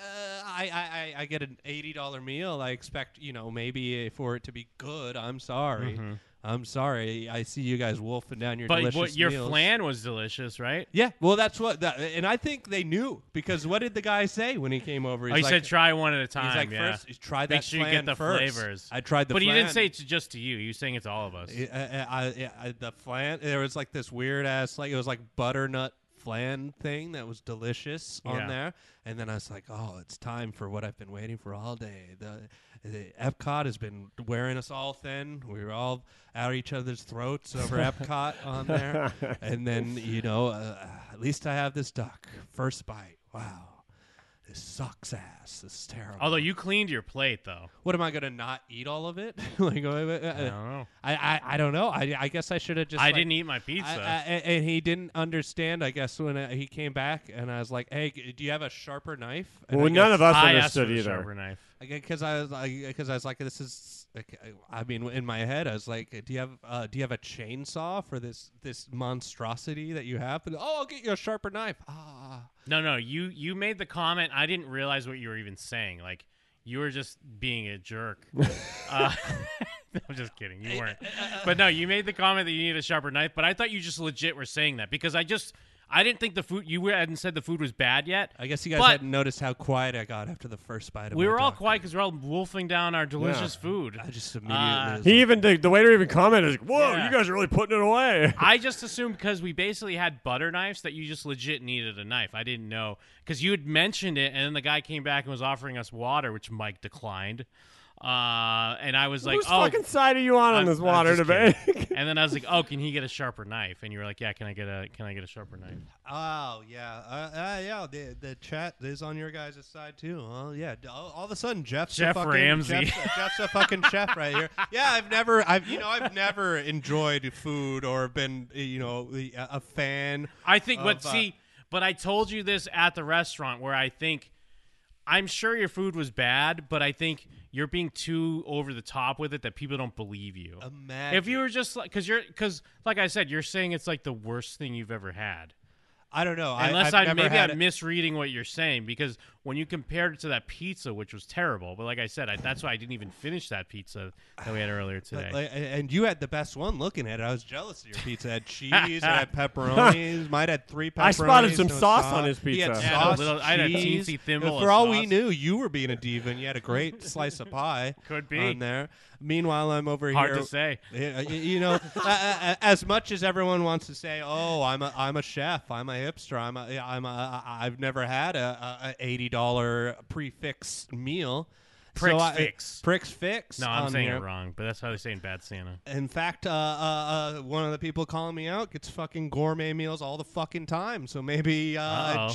Speaker 1: I, I I- I get an eighty dollar meal. I expect you know maybe for it to be good. I'm sorry. I'm sorry. I see you guys wolfing down your
Speaker 6: Mm-hmm. But
Speaker 1: delicious
Speaker 6: what your
Speaker 1: meals.
Speaker 6: flan was delicious, right?
Speaker 1: Yeah, well, that's what, that, and I think they knew because what did the guy say when he came over?
Speaker 6: oh,
Speaker 1: He's
Speaker 6: he
Speaker 1: like,
Speaker 6: said try one at a time.
Speaker 1: He's like,
Speaker 6: yeah.
Speaker 1: first, try that
Speaker 6: Make sure you
Speaker 1: flan
Speaker 6: get the
Speaker 1: first.
Speaker 6: flavors.
Speaker 1: I tried the
Speaker 6: but
Speaker 1: flan.
Speaker 6: he didn't say it's just to you. He was saying it to all of us.
Speaker 1: I- uh, I, I, I, the flan. There was like this weird ass, like it was like butternut flan thing that was delicious
Speaker 6: Yeah.
Speaker 1: on there. And then I was like, oh, it's time for what I've been waiting for all day. The, the Epcot has been wearing us all thin. We were all out each other's throats over Epcot on there. And then you know, uh, at least I have this duck. First bite. Wow. This sucks ass. This is terrible.
Speaker 6: Although you cleaned your plate though.
Speaker 1: What am I gonna not eat all of it? like, uh, uh,
Speaker 6: I don't know.
Speaker 1: I, I, I don't know. I, I guess I should have just.
Speaker 6: I
Speaker 1: like-
Speaker 6: didn't eat my
Speaker 1: I-
Speaker 6: pizza.
Speaker 1: I- and- and he didn't understand. I guess when uh, he came back, and I was like, "Hey, g- do you have a sharper knife?" And
Speaker 8: well,
Speaker 1: I
Speaker 8: none
Speaker 1: guess-
Speaker 8: of us
Speaker 6: I asked for
Speaker 8: understood
Speaker 6: the
Speaker 8: either.
Speaker 6: sharper knife.
Speaker 1: because I was like, because I was like, this is. like, I mean, in my head, I was like, "Do you have uh, do you have a chainsaw for this this monstrosity that you have?" And, oh, I'll get you a sharper knife. Ah,
Speaker 6: No, no, you you made the comment. I didn't realize what you were even saying. Like you were just being a jerk. uh, I'm just kidding. You weren't. But no, you made the comment that you need a sharper knife. But I thought you just legit were saying that because I just I didn't think the food you were- hadn't said the food was bad yet.
Speaker 1: I guess you guys
Speaker 6: But-
Speaker 1: hadn't noticed how quiet I got after the first bite. of
Speaker 6: We
Speaker 1: my
Speaker 6: were all
Speaker 1: duck.
Speaker 6: quiet because we're all wolfing down our delicious food.
Speaker 1: I just immediately.
Speaker 6: Uh,
Speaker 1: was
Speaker 8: He
Speaker 1: like-
Speaker 8: even the, the waiter even commented, like, "Whoa,
Speaker 6: Yeah.
Speaker 8: you guys are really putting it away."
Speaker 6: I just assumed because we basically had butter knives that you just legit needed a knife. I didn't know because you had mentioned it, and then the guy came back and was offering us water, which Mike declined. Uh, and I was like,
Speaker 8: Whose
Speaker 6: "Oh,
Speaker 8: fucking side are you on on
Speaker 6: I'm-
Speaker 8: this
Speaker 6: I'm
Speaker 8: water
Speaker 6: just
Speaker 8: debate?
Speaker 6: kidding. and then I was like, "Oh, can he get a sharper knife?" And you were like, "Yeah, can I get a can I get a sharper knife?"
Speaker 1: Oh yeah, uh, uh, yeah. The the chat is on your guys' side too. Oh yeah. D- All, all of a sudden, Jeff's
Speaker 6: Jeff
Speaker 1: a fucking,
Speaker 6: Ramsey.
Speaker 1: Jeff's, a- Jeff's a fucking chef right here. Yeah, I've never, I've you know, I've never enjoyed food or been uh, you know the- a a fan.
Speaker 6: I think, but
Speaker 1: of, uh,
Speaker 6: see, but I told you this at the restaurant where I think I'm sure your food was bad, but I think you're being too over the top with it that people don't believe you.
Speaker 1: Imagine.
Speaker 6: If you were just like, because you're, because like I said, you're saying it's like the worst thing you've ever had.
Speaker 1: I don't know.
Speaker 6: Unless
Speaker 1: I,
Speaker 6: I,
Speaker 1: I've never
Speaker 6: maybe
Speaker 1: had
Speaker 6: I'm
Speaker 1: it.
Speaker 6: misreading what you're saying because when you compared it to that pizza, which was terrible, but like I said, I, that's why I didn't even finish that pizza that we had earlier today.
Speaker 1: But, like, a- and you had the best one looking at it. I was jealous of your pizza. It had cheese, it had pepperonis. Mine had three pepperonis.
Speaker 8: I spotted some
Speaker 1: no
Speaker 8: sauce on his
Speaker 1: He had
Speaker 8: pizza.
Speaker 6: Yeah,
Speaker 1: sauce,
Speaker 6: a little- I had a
Speaker 1: cheese.
Speaker 6: teensy thimble
Speaker 1: For
Speaker 6: of
Speaker 1: all we
Speaker 6: sauce.
Speaker 1: knew, you were being a diva and you had a great slice of pie.
Speaker 6: Could be.
Speaker 1: On there. Meanwhile, I'm over
Speaker 6: Hard
Speaker 1: here.
Speaker 6: to say.
Speaker 1: Yeah, y- You know, a- a- a- as much as everyone wants to say, "Oh, I'm a I'm a chef, I'm a hipster, I'm a I'm a I- I've never had a, a a eighty dollar prefix meal,"
Speaker 6: Pricks
Speaker 1: I-
Speaker 6: Fix.
Speaker 1: Pricks Fix.
Speaker 6: No, I'm
Speaker 1: on
Speaker 6: saying
Speaker 1: there.
Speaker 6: it wrong, but that's how they say in Bad Santa.
Speaker 1: In fact, uh, uh, uh, one of the people calling me out gets fucking gourmet meals all the fucking time. So maybe uh,
Speaker 6: Uh-oh.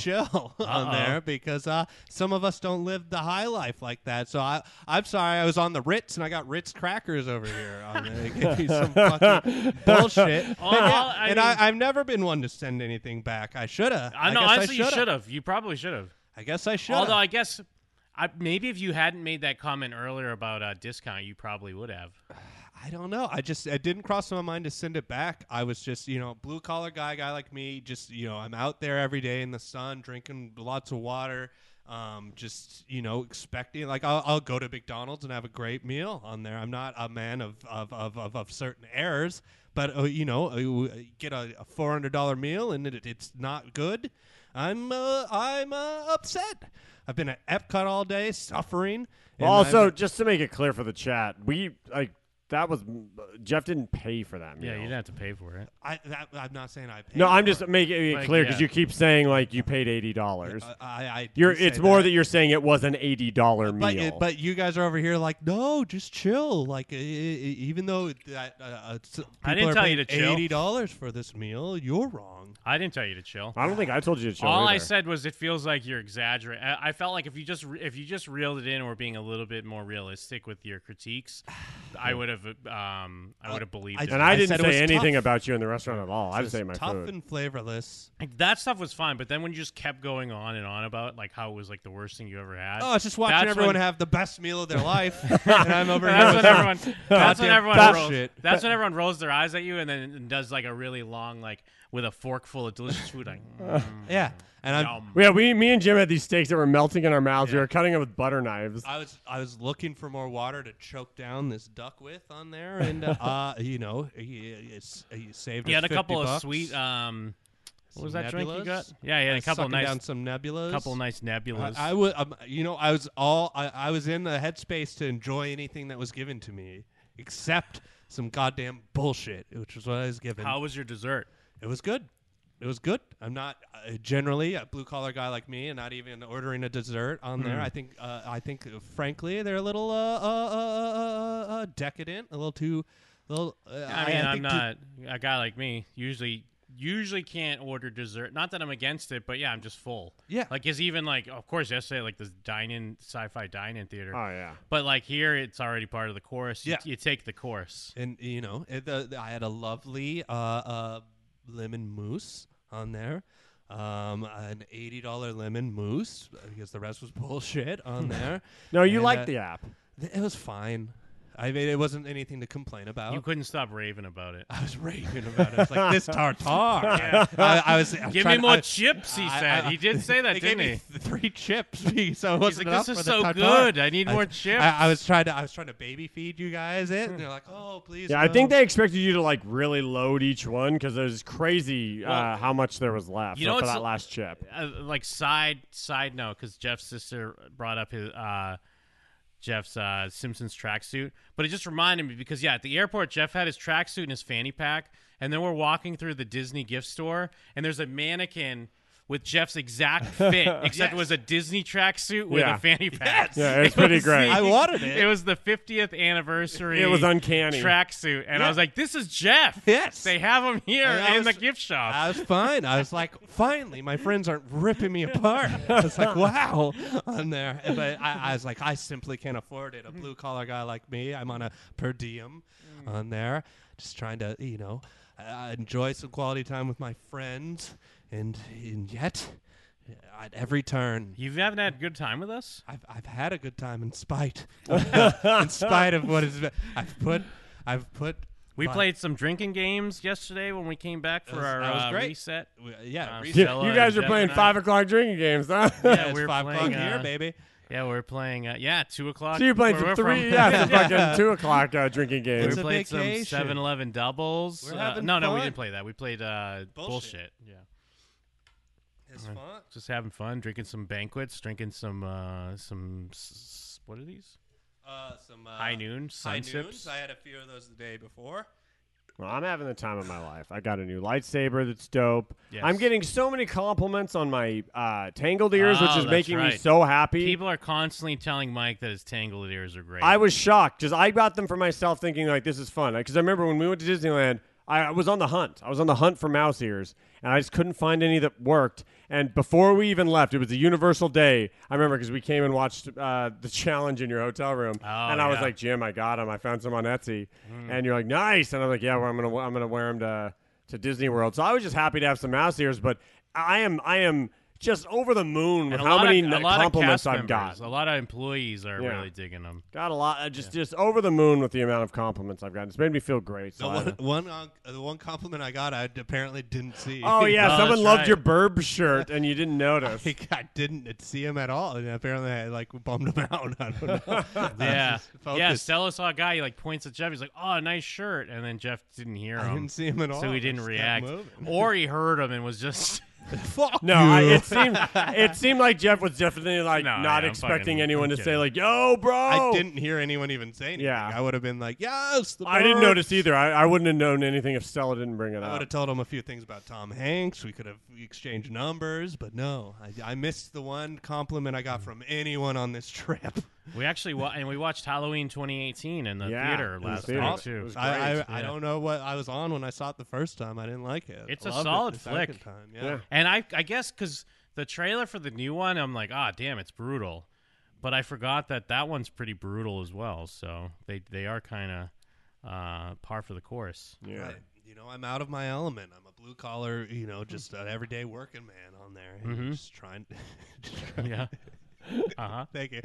Speaker 1: chill on
Speaker 6: Uh-oh.
Speaker 1: there because uh, some of us don't live the high life like that. So I, I'm sorry, I was on the Ritz and I got Ritz crackers over here. On there. They gave me some fucking bullshit. And,
Speaker 6: All- all- I
Speaker 1: and I,
Speaker 6: mean-
Speaker 1: I've never been one to send anything back. I should have.
Speaker 6: I know.
Speaker 1: guess
Speaker 6: Honestly, you
Speaker 1: shoulda.
Speaker 6: should have. You probably should have.
Speaker 1: I guess I should.
Speaker 6: Although I guess, I, maybe if you hadn't made that comment earlier about uh, discount, you probably would have.
Speaker 1: I don't know. I just it didn't cross my mind to send it back. I was just you know blue collar guy, guy like me. Just you know I'm out there every day in the sun, drinking lots of water. Um, just you know expecting like I'll, I'll go to McDonald's and have a great meal on there. I'm not a man of of of of, of certain errors, but uh, you know uh, you get a, a four hundred dollar meal and it, it's not good. I'm uh, I'm uh, upset. I've been at Epcot all day suffering. and
Speaker 8: also,
Speaker 1: I'm-
Speaker 8: just to make it clear for the chat, we like that was Jeff didn't pay for that meal.
Speaker 6: Yeah, you didn't have to pay for it.
Speaker 1: I, that, I'm not saying I. paid
Speaker 8: No, I'm
Speaker 1: for
Speaker 8: just
Speaker 1: it.
Speaker 8: making it
Speaker 6: Like,
Speaker 8: clear because
Speaker 6: yeah.
Speaker 8: you keep saying like you paid eighty dollars.
Speaker 1: I, I
Speaker 8: You're
Speaker 1: did say
Speaker 8: it's more that. you're saying it was an eighty dollar
Speaker 1: but
Speaker 8: meal.
Speaker 1: it- but you guys are over here like no, just chill. Like e- e- even though that uh, uh, s- people
Speaker 6: I didn't
Speaker 1: are
Speaker 6: tell you
Speaker 1: paying
Speaker 6: to chill.
Speaker 1: eighty dollars for this meal, you're wrong.
Speaker 6: I didn't tell you to chill.
Speaker 8: I don't think I told you to chill.
Speaker 6: All I
Speaker 8: either.
Speaker 6: said was it feels like you're exaggerating. I, I felt like if you just re- if you just reeled it in and were being a little bit more realistic with your critiques, I would have um I would have believed
Speaker 1: I-
Speaker 6: it.
Speaker 8: and I,
Speaker 1: I
Speaker 8: didn't
Speaker 1: said it was
Speaker 8: say anything
Speaker 1: tough.
Speaker 8: about you in the restaurant at all. I just
Speaker 1: It's
Speaker 8: ate my
Speaker 1: tough
Speaker 8: food.
Speaker 1: and flavorless.
Speaker 6: Like, that stuff was fine, but then when you just kept going on and on about like how it was like the worst thing you ever had.
Speaker 1: Oh, it's just watching
Speaker 6: that's
Speaker 1: everyone
Speaker 6: when-
Speaker 1: have the best meal of their life, and I'm over
Speaker 6: That's
Speaker 1: here.
Speaker 6: when everyone. That's when
Speaker 1: Goddamn
Speaker 6: everyone
Speaker 1: fat
Speaker 6: rolls.
Speaker 1: shit.
Speaker 6: That's when everyone rolls their eyes at you and then and does like a really long like with a fork full of delicious food like. mm,
Speaker 1: yeah, and I'm.
Speaker 6: yum.
Speaker 8: Yeah, we, me and Jim had these steaks that were melting in our mouths. We were cutting them with butter knives.
Speaker 1: I was I was looking for more water to choke down this duck with on there, and uh, uh, you know, he, he, he saved.
Speaker 6: He
Speaker 1: us
Speaker 6: had a
Speaker 1: 50
Speaker 6: couple
Speaker 1: bucks.
Speaker 6: of sweet. Um, what was
Speaker 1: Some
Speaker 6: that drink you
Speaker 1: Nebulas.
Speaker 6: got? Yeah, he had a couple
Speaker 1: Sucking
Speaker 6: of nice,
Speaker 1: down some nebulas.
Speaker 6: couple of nice nebulas.
Speaker 1: I, I was, um, you know, I was all, I, I was in the headspace to enjoy anything that was given to me, except some goddamn bullshit, which is what I was given.
Speaker 6: How was your dessert?
Speaker 1: it was good. It was good. I'm not uh, generally a blue collar guy like me, and not even ordering a dessert on there.
Speaker 6: Hmm.
Speaker 1: I think, uh, I think, uh, frankly, they're a little uh, uh, uh, uh, uh, uh, decadent, a little too, little. Uh,
Speaker 6: I mean, I am
Speaker 1: think too-
Speaker 6: not a guy like me. Usually, usually can't order dessert. Not that I'm against it, but yeah, I'm just full.
Speaker 1: Yeah.
Speaker 6: like is even like of course yesterday like this dine-in sci-fi dine-in theater.
Speaker 8: Oh yeah.
Speaker 6: But like here, it's already part of the course. You-
Speaker 1: Yeah.
Speaker 6: you, take the course.
Speaker 1: and you know it, the, the- I had a lovely uh, uh, lemon mousse on there, um, an eighty dollar lemon mousse uh, because the rest was bullshit on there.
Speaker 8: No, you
Speaker 1: And,
Speaker 8: like
Speaker 1: uh,
Speaker 8: the app.
Speaker 1: th- It was fine. I mean, it wasn't anything to complain about.
Speaker 6: You couldn't stop raving about it.
Speaker 1: I was raving about it. I was like, "This tartar." I, I was. I was
Speaker 6: Give me
Speaker 1: trying to-
Speaker 6: more
Speaker 1: I-
Speaker 6: chips, he
Speaker 1: I-
Speaker 6: said.
Speaker 1: I-
Speaker 6: he did say that,
Speaker 1: they
Speaker 6: didn't
Speaker 1: gave
Speaker 6: he?
Speaker 1: me th- three chips, so it wasn't
Speaker 6: He's like,
Speaker 1: enough
Speaker 6: "This
Speaker 1: for
Speaker 6: is
Speaker 1: the
Speaker 6: so
Speaker 1: tartare."
Speaker 6: good. I need
Speaker 1: I-
Speaker 6: more chips.
Speaker 1: I, I was trying to. I was trying to baby feed you guys it, and they're like, "Oh, please."
Speaker 8: Yeah, I
Speaker 1: no."
Speaker 8: think they expected you to like really load each one because it was crazy uh, how much there was left
Speaker 6: you know
Speaker 8: for
Speaker 6: what's-
Speaker 8: that last chip.
Speaker 6: uh, like side side note because Jeff's sister brought up his uh, Jeff's uh, Simpsons tracksuit, but it just reminded me because yeah, at the airport Jeff had his tracksuit and his fanny pack, and then we're walking through the Disney gift store, and there's a mannequin. With Jeff's exact fit, except it was a Disney tracksuit with
Speaker 8: Yeah.
Speaker 6: a fanny
Speaker 8: Yes.
Speaker 6: pack.
Speaker 8: Yeah, it's pretty
Speaker 6: was
Speaker 8: great.
Speaker 6: the-
Speaker 1: I wanted it.
Speaker 6: It was the 50th anniversary.
Speaker 8: It was uncanny.
Speaker 6: tracksuit, and I
Speaker 1: Yeah.
Speaker 6: was like, "This is Jeff."
Speaker 1: Yes.
Speaker 6: they have him here
Speaker 1: And I
Speaker 6: in the
Speaker 1: was-
Speaker 6: gift shop.
Speaker 1: I was fine. I was like, finally, my friends aren't ripping me apart. I was like, wow, on there. But I, I was like, I simply can't afford it. A blue collar guy like me, I'm on a per diem on there, just trying to, you know, uh, enjoy some quality time with my friends. And, and yet, uh, at every turn,
Speaker 6: you haven't had a good time with us.
Speaker 1: I've, I've had a good time in spite, in spite of what is. I've put, I've put.
Speaker 6: We
Speaker 1: my-
Speaker 6: played some drinking games yesterday when we came back for
Speaker 1: was-
Speaker 6: our
Speaker 1: that was
Speaker 6: uh,
Speaker 1: great.
Speaker 6: reset.
Speaker 1: w- Yeah,
Speaker 6: Uh,
Speaker 1: recently.
Speaker 8: You,
Speaker 6: Stella
Speaker 8: you guys
Speaker 6: and
Speaker 8: are
Speaker 6: Jeff
Speaker 8: playing
Speaker 6: and I-
Speaker 8: five o'clock drinking games, huh?
Speaker 1: Yeah,
Speaker 6: we
Speaker 1: it's
Speaker 6: were
Speaker 1: five o'clock
Speaker 6: playing,
Speaker 1: here,
Speaker 6: uh,
Speaker 1: baby.
Speaker 6: Yeah, we were playing. Uh, yeah, two o'clock.
Speaker 8: so you're playing
Speaker 6: where
Speaker 8: some
Speaker 6: we're
Speaker 8: three,
Speaker 6: from.
Speaker 8: yeah, some
Speaker 1: Yeah.
Speaker 8: fucking two o'clock uh, drinking
Speaker 6: we
Speaker 8: games.
Speaker 1: a
Speaker 6: played some
Speaker 1: vacation.
Speaker 6: 7-Eleven doubles.
Speaker 1: We're
Speaker 6: Uh,
Speaker 1: having
Speaker 6: no, no, we
Speaker 1: fun.
Speaker 6: didn't play that. We played uh, bullshit.
Speaker 1: Bullshit.
Speaker 6: Yeah,
Speaker 1: It's fun.
Speaker 6: just having fun, drinking some banquets, drinking some uh, some s- s- what are these?
Speaker 1: Uh, some uh,
Speaker 6: High noon,
Speaker 1: high
Speaker 6: sun sips.
Speaker 1: noons. I had a few of those the day before.
Speaker 8: Well, I'm having the time of my life. I got a new lightsaber that's dope.
Speaker 6: Yes.
Speaker 8: I'm getting so many compliments on my uh, tangled ears,
Speaker 6: Oh,
Speaker 8: which is
Speaker 6: that's
Speaker 8: making me
Speaker 6: right.
Speaker 8: so happy.
Speaker 6: People are constantly telling Mike that his tangled ears are great.
Speaker 8: I was shocked. Just I got them for myself, thinking like this is fun. Because I remember when we went to Disneyland, I, I was on the hunt. I was on the hunt for mouse ears, and I just couldn't find any that worked. And before we even left, it was a Universal day. I remember because we came and watched uh, the challenge in your hotel room, and I was
Speaker 6: Oh, yeah. Hmm.
Speaker 8: like, Jim, I got them. I found some on Etsy, and you're like, nice. And I'm like, yeah, well, I'm gonna I'm gonna wear them to to Disney World. So I was just happy to have some mouse ears, but I am I am. Just over the moon with
Speaker 6: and a
Speaker 8: how
Speaker 6: lot
Speaker 8: many
Speaker 6: of, a
Speaker 8: n-
Speaker 6: lot
Speaker 8: compliments
Speaker 6: of cast
Speaker 8: I've
Speaker 6: members,
Speaker 8: got.
Speaker 6: A lot of employees are
Speaker 8: Yeah.
Speaker 6: really digging them.
Speaker 8: Got a lot, uh, just just over the moon with the amount of compliments I've gotten. It's made me feel great.
Speaker 1: The
Speaker 8: So I-
Speaker 1: one, one, uh, the one compliment I got, I apparently didn't see.
Speaker 8: oh yeah,
Speaker 6: Oh,
Speaker 8: someone
Speaker 6: that's
Speaker 8: loved
Speaker 6: right.
Speaker 8: your burb shirt and you didn't notice.
Speaker 1: Like, I didn't see him at all, and apparently I like bummed him out. I don't know.
Speaker 6: Yeah, yeah.
Speaker 1: focused.
Speaker 6: Stella saw a guy. He like points at Jeff. He's like, "Oh, nice shirt," and then Jeff didn't hear
Speaker 1: I
Speaker 6: him.
Speaker 1: didn't see him at all.
Speaker 6: so he
Speaker 1: I
Speaker 6: didn't
Speaker 1: just kept
Speaker 6: react, Oh,
Speaker 1: moving.
Speaker 6: or he heard him and was just.
Speaker 1: Fuck
Speaker 8: no, I, it seemed it seemed like Jeff was definitely like
Speaker 6: No,
Speaker 8: not
Speaker 6: yeah, I'm
Speaker 8: expecting
Speaker 6: fucking-
Speaker 8: anyone to
Speaker 6: I'm
Speaker 8: say
Speaker 6: kidding.
Speaker 8: like, "Yo, bro."
Speaker 1: I
Speaker 6: Oh.
Speaker 1: didn't hear anyone even say anything.
Speaker 8: Yeah.
Speaker 1: I would have been like, yes. The
Speaker 8: I didn't
Speaker 1: bird."
Speaker 8: notice either. I, I wouldn't have known anything if Stella didn't bring it
Speaker 1: I would
Speaker 8: up.
Speaker 1: have told him a few things about Tom Hanks. We could have exchanged numbers, but no, I, I missed the one compliment I got
Speaker 6: Mm.
Speaker 1: from anyone on this trip.
Speaker 6: We actually wa- and we watched Halloween 2018 in the
Speaker 8: Yeah,
Speaker 6: theater
Speaker 8: in the
Speaker 6: last
Speaker 8: theater.
Speaker 6: night
Speaker 8: Awesome. It
Speaker 6: too.
Speaker 8: was
Speaker 1: I, I,
Speaker 8: great,
Speaker 1: I
Speaker 6: yeah.
Speaker 1: don't know what I was on when I saw it the first time. I didn't like it.
Speaker 6: It's
Speaker 1: I
Speaker 6: a
Speaker 1: loved it
Speaker 6: solid
Speaker 1: the second
Speaker 6: flick.
Speaker 1: Time.
Speaker 8: Yeah.
Speaker 1: Yeah.
Speaker 6: And I I guess because the trailer for the new one, I'm like, ah, damn, it's brutal. But I forgot that that one's pretty brutal as well. So they they are kind of uh, par for the course.
Speaker 8: Yeah.
Speaker 1: Right. You know, I'm out of my element. I'm a blue collar, you
Speaker 6: Hmm.
Speaker 1: know, just an everyday working man on there. and Just trying. just trying-
Speaker 6: Mm-hmm. Yeah. Uh huh.
Speaker 1: Thank you.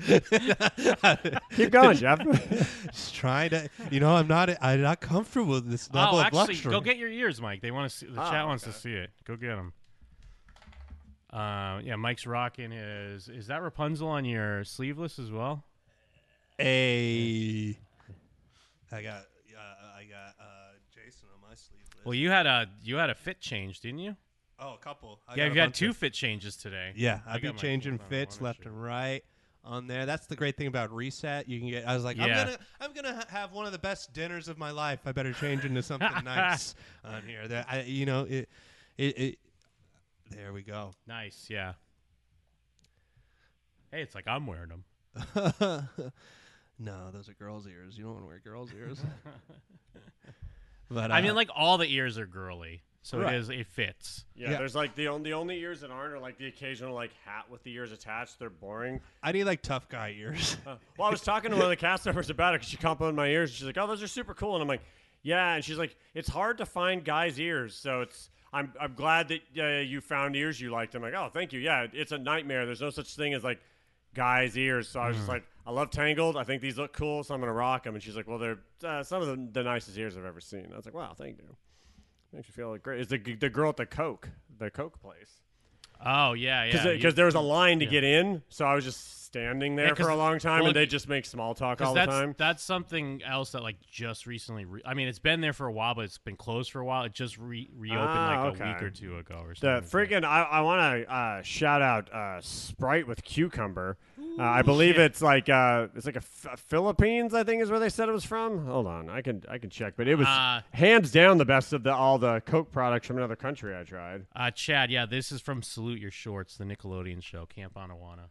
Speaker 8: Keep going, Jeff.
Speaker 1: just trying to, you know, I'm not, I'm not comfortable with this level
Speaker 6: Oh,
Speaker 1: of
Speaker 6: actually,
Speaker 1: luxury.
Speaker 6: go get your ears, Mike. They want to see the
Speaker 1: Oh,
Speaker 6: chat wants to see it. Go get them. Uh, yeah, Mike's rocking his. Is that Rapunzel on your sleeveless as well?
Speaker 1: a. I got, uh, I got uh, Jason on my sleeve. list.
Speaker 6: Well, you had a you had a fit change, didn't you?
Speaker 1: oh, a couple. I got
Speaker 6: yeah,
Speaker 1: a
Speaker 6: you've had
Speaker 1: bunch
Speaker 6: two
Speaker 1: of-
Speaker 6: fit changes today.
Speaker 1: Yeah, I'd be
Speaker 6: got my
Speaker 1: changing
Speaker 6: clothes on, I
Speaker 1: fits
Speaker 6: wanna
Speaker 1: left
Speaker 6: shoot.
Speaker 1: and right on there. That's the great thing about reset. You can get. I was like,
Speaker 6: Yeah.
Speaker 1: I'm gonna, I'm gonna ha- have one of the best dinners of my life. I better change into something nice on here. That I, you know, it, it, it. There we go.
Speaker 6: Nice, yeah. Hey, it's like I'm wearing them.
Speaker 1: no, those are girls' ears. You don't want to wear girls' ears. but
Speaker 6: I mean,
Speaker 1: uh,
Speaker 6: like all the ears are girly, so
Speaker 8: Right.
Speaker 6: it is it fits.
Speaker 8: yeah,
Speaker 1: Yeah.
Speaker 8: there's like the only the only ears that aren't are like the occasional like hat with the ears attached. They're boring.
Speaker 1: I need like tough guy ears.
Speaker 6: Oh.
Speaker 8: Well, I was talking to one of the cast members about it because she complimented my ears. She's like, "Oh, those are super cool," and I'm like, "Yeah." And she's like, "It's hard to find guys' ears, so it's I'm I'm glad that uh, you found ears you liked." I'm like, "Oh, thank you." Yeah, it- it's a nightmare. There's no such thing as like guys' ears. So I was just like, "I love Tangled. I think these look cool, so I'm gonna rock them." And she's like, "Well, they're uh, some of the, the nicest ears I've ever seen." I was like, "Wow, thank you." Makes you feel like great. Is the the girl at the Coke, the Coke place?
Speaker 6: Oh yeah, yeah.
Speaker 8: Because
Speaker 6: you-
Speaker 8: there was a line to get in, so I was just standing there
Speaker 6: Yeah, 'cause-
Speaker 8: for a long time,
Speaker 6: well,
Speaker 8: and they just make small talk
Speaker 6: 'cause
Speaker 8: all the
Speaker 6: that's Oh,
Speaker 8: time.
Speaker 6: that's something else that like just recently. Re- I mean, it's been there for a while, but it's been closed for a while. It just re- reopened
Speaker 8: Ah,
Speaker 6: like
Speaker 8: okay.
Speaker 6: a week or two ago or
Speaker 8: The
Speaker 6: something. like that.
Speaker 8: freaking I, I want to uh, shout out uh, Sprite with cucumber. Uh, I believe it's like uh, it's like a F- Philippines. I think is where they said it was from. Hold on, I can I can check, but it was
Speaker 6: Uh,
Speaker 8: hands down the best of the all the Coke products from another country I tried.
Speaker 6: Uh, Chad, yeah, this is from Salute Your Shorts, the Nickelodeon show, Camp Anawana.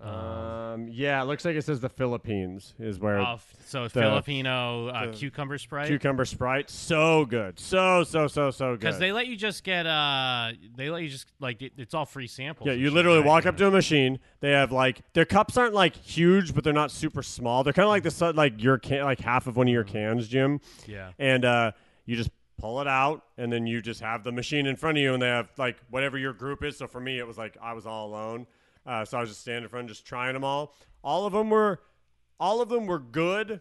Speaker 8: Um, yeah, it looks like it says the Philippines is where
Speaker 6: Oh, f- so Filipino uh, cucumber sprite.
Speaker 8: cucumber Sprite. So good, so so so so good.
Speaker 6: Because they let you just get, uh, they let you just like it, it's all free samples.
Speaker 8: Yeah,
Speaker 6: and
Speaker 8: you
Speaker 6: shit,
Speaker 8: literally
Speaker 6: right?
Speaker 8: walk up to a machine. They have like their cups aren't like huge, but they're not super small. They're kind of like the si- like your can like half of one of your cans, Jim.
Speaker 6: Mm-hmm. Yeah.
Speaker 8: And uh, you just pull it out, and then you just have the machine in front of you, and they have like whatever your group is. So for me, it was like I was all alone, uh, so I was just standing in front, just trying them all. All of them were, all of them were good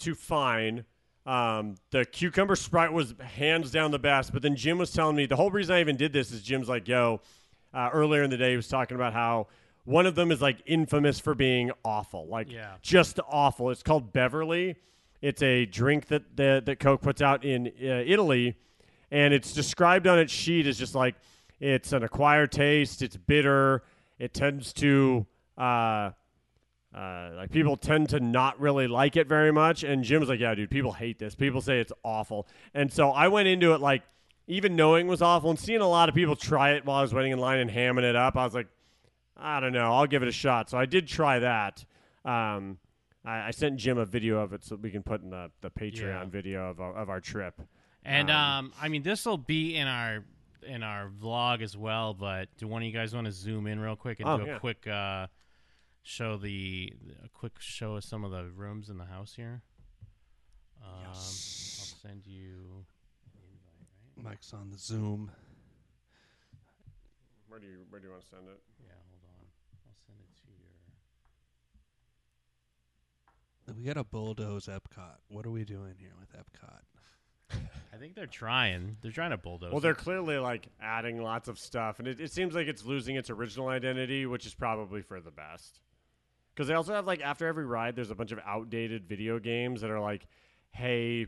Speaker 8: to fine. Um, the cucumber sprite was hands down the best. But then Jim was telling me the whole reason I even did this is Jim's like, yo, uh, earlier in the day, he was talking about how one of them is like infamous for being awful, like
Speaker 6: Yeah.
Speaker 8: just awful. It's called Beverly. It's a drink that that, that Coke puts out in uh, Italy, and it's described on its sheet as just like it's an acquired taste. It's bitter. It tends to uh, Uh, like people tend to not really like it very much, and Jim was like, "Yeah, dude, people hate this. People say it's awful." And so I went into it like, even knowing it was awful, and seeing a lot of people try it while I was waiting in line and hamming it up, I was like, "I don't know, I'll give it a shot." So I did try that. Um, I, I sent Jim a video of it so we can put in the, the Patreon
Speaker 6: Yeah.
Speaker 8: video of our, of our trip.
Speaker 6: And
Speaker 8: Um,
Speaker 6: um, I mean, this will be in our in our vlog as well. But do one of you guys want to zoom in real quick and
Speaker 8: Oh,
Speaker 6: do a
Speaker 8: yeah.
Speaker 6: quick uh, show the a quick show of some of the rooms in the house here? Um, I'll send you.
Speaker 1: Mike's on the Zoom.
Speaker 8: Where do you where do you want to send it?
Speaker 6: Yeah, hold on. I'll send it to your.
Speaker 1: We gotta bulldoze Epcot. What are we doing here with Epcot?
Speaker 6: I think they're trying. They're trying to bulldoze.
Speaker 8: Well, they're
Speaker 6: it.
Speaker 8: clearly like adding lots of stuff, and it, it seems like it's losing its original identity, which is probably for the best. Because they also have like after every ride, there's a bunch of outdated video games that are like, hey,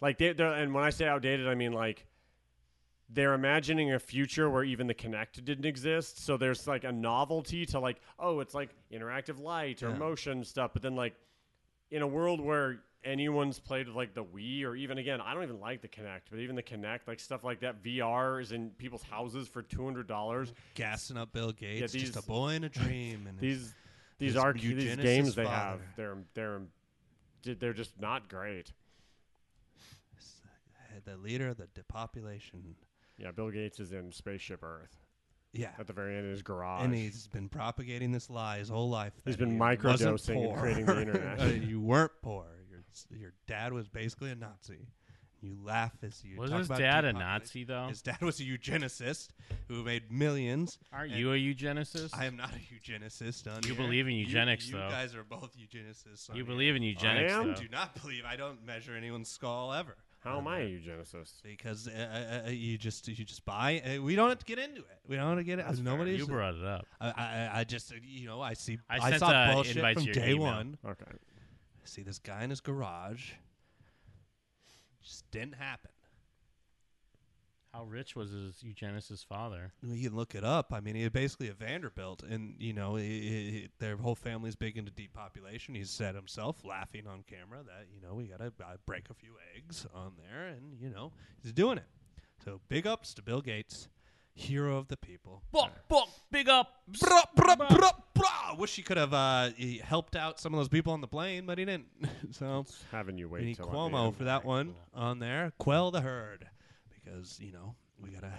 Speaker 8: like they, they're, and when I say outdated, I mean like they're imagining a future where even the Kinect didn't exist. So there's like a novelty to like, oh, it's like interactive light or
Speaker 1: Yeah.
Speaker 8: motion stuff, but then like in a world where anyone's played with like the Wii or even again, I don't even like the Kinect, but even the Kinect, like stuff like that, VR is in people's houses for two hundred dollars.
Speaker 1: Gassing up Bill Gates,
Speaker 8: these-
Speaker 1: just a boy in a dream. And
Speaker 8: These these
Speaker 1: His
Speaker 8: arc these
Speaker 1: eugenicist
Speaker 8: games they have,
Speaker 1: father.
Speaker 8: they're they're they're just not great.
Speaker 1: the leader of the depopulation.
Speaker 8: Yeah, Bill Gates is in Spaceship Earth
Speaker 1: Yeah,
Speaker 8: at the very end of his garage.
Speaker 1: and he's been propagating this lie his whole life.
Speaker 8: He's
Speaker 1: that
Speaker 8: been
Speaker 1: he wasn't
Speaker 8: microdosing and
Speaker 1: poor.
Speaker 8: creating the internet.
Speaker 1: Uh, you weren't poor. Your your dad was basically a Nazi. You laugh as you
Speaker 6: Was
Speaker 1: talk
Speaker 6: his
Speaker 1: about
Speaker 6: dad a
Speaker 1: depopulation.
Speaker 6: Nazi, though?
Speaker 1: His dad was a eugenicist who made millions.
Speaker 6: Aren't
Speaker 1: and
Speaker 6: you a eugenicist?
Speaker 11: I am not a eugenicist. On
Speaker 6: You
Speaker 11: here.
Speaker 6: believe in
Speaker 11: You-
Speaker 6: eugenics,
Speaker 11: you,
Speaker 6: though.
Speaker 11: guys are both eugenicists. on
Speaker 6: you
Speaker 11: here.
Speaker 6: believe in eugenics,
Speaker 8: am?
Speaker 6: though.
Speaker 11: Do not believe. I don't measure anyone's skull ever
Speaker 8: How am I a eugenicist?
Speaker 11: because uh, uh, uh, you just you just buy. Uh, we don't have to get into it. We don't have to get it. Nobody's.
Speaker 6: You brought it up.
Speaker 11: I, I, I just uh, you know I see
Speaker 6: I
Speaker 11: I,
Speaker 6: sent
Speaker 11: saw
Speaker 6: a
Speaker 11: bullshit
Speaker 6: invite to
Speaker 11: from
Speaker 6: your
Speaker 11: day
Speaker 6: email.
Speaker 11: one.
Speaker 8: Okay.
Speaker 11: See this guy in his garage. Just didn't happen.
Speaker 6: How rich was his eugenicist father?
Speaker 1: Well, You can look it up. I mean, he's basically a Vanderbilt, and you know i i i- their whole family's big into depopulation. He's said himself, laughing on camera, that you know we gotta uh, break a few eggs on there, and you know he's doing it. So big ups to Bill Gates, hero of the people.
Speaker 6: Buck, buck, big up.
Speaker 1: Bruh, bruh, bruh, bruh. Wish he could have uh, he helped out some of those people on the plane, but he didn't. so
Speaker 8: Having you
Speaker 1: we
Speaker 8: wait
Speaker 1: need
Speaker 8: till I'm uh,
Speaker 1: Cuomo
Speaker 8: in.
Speaker 1: for that one on there. Quell the herd, because you know we gotta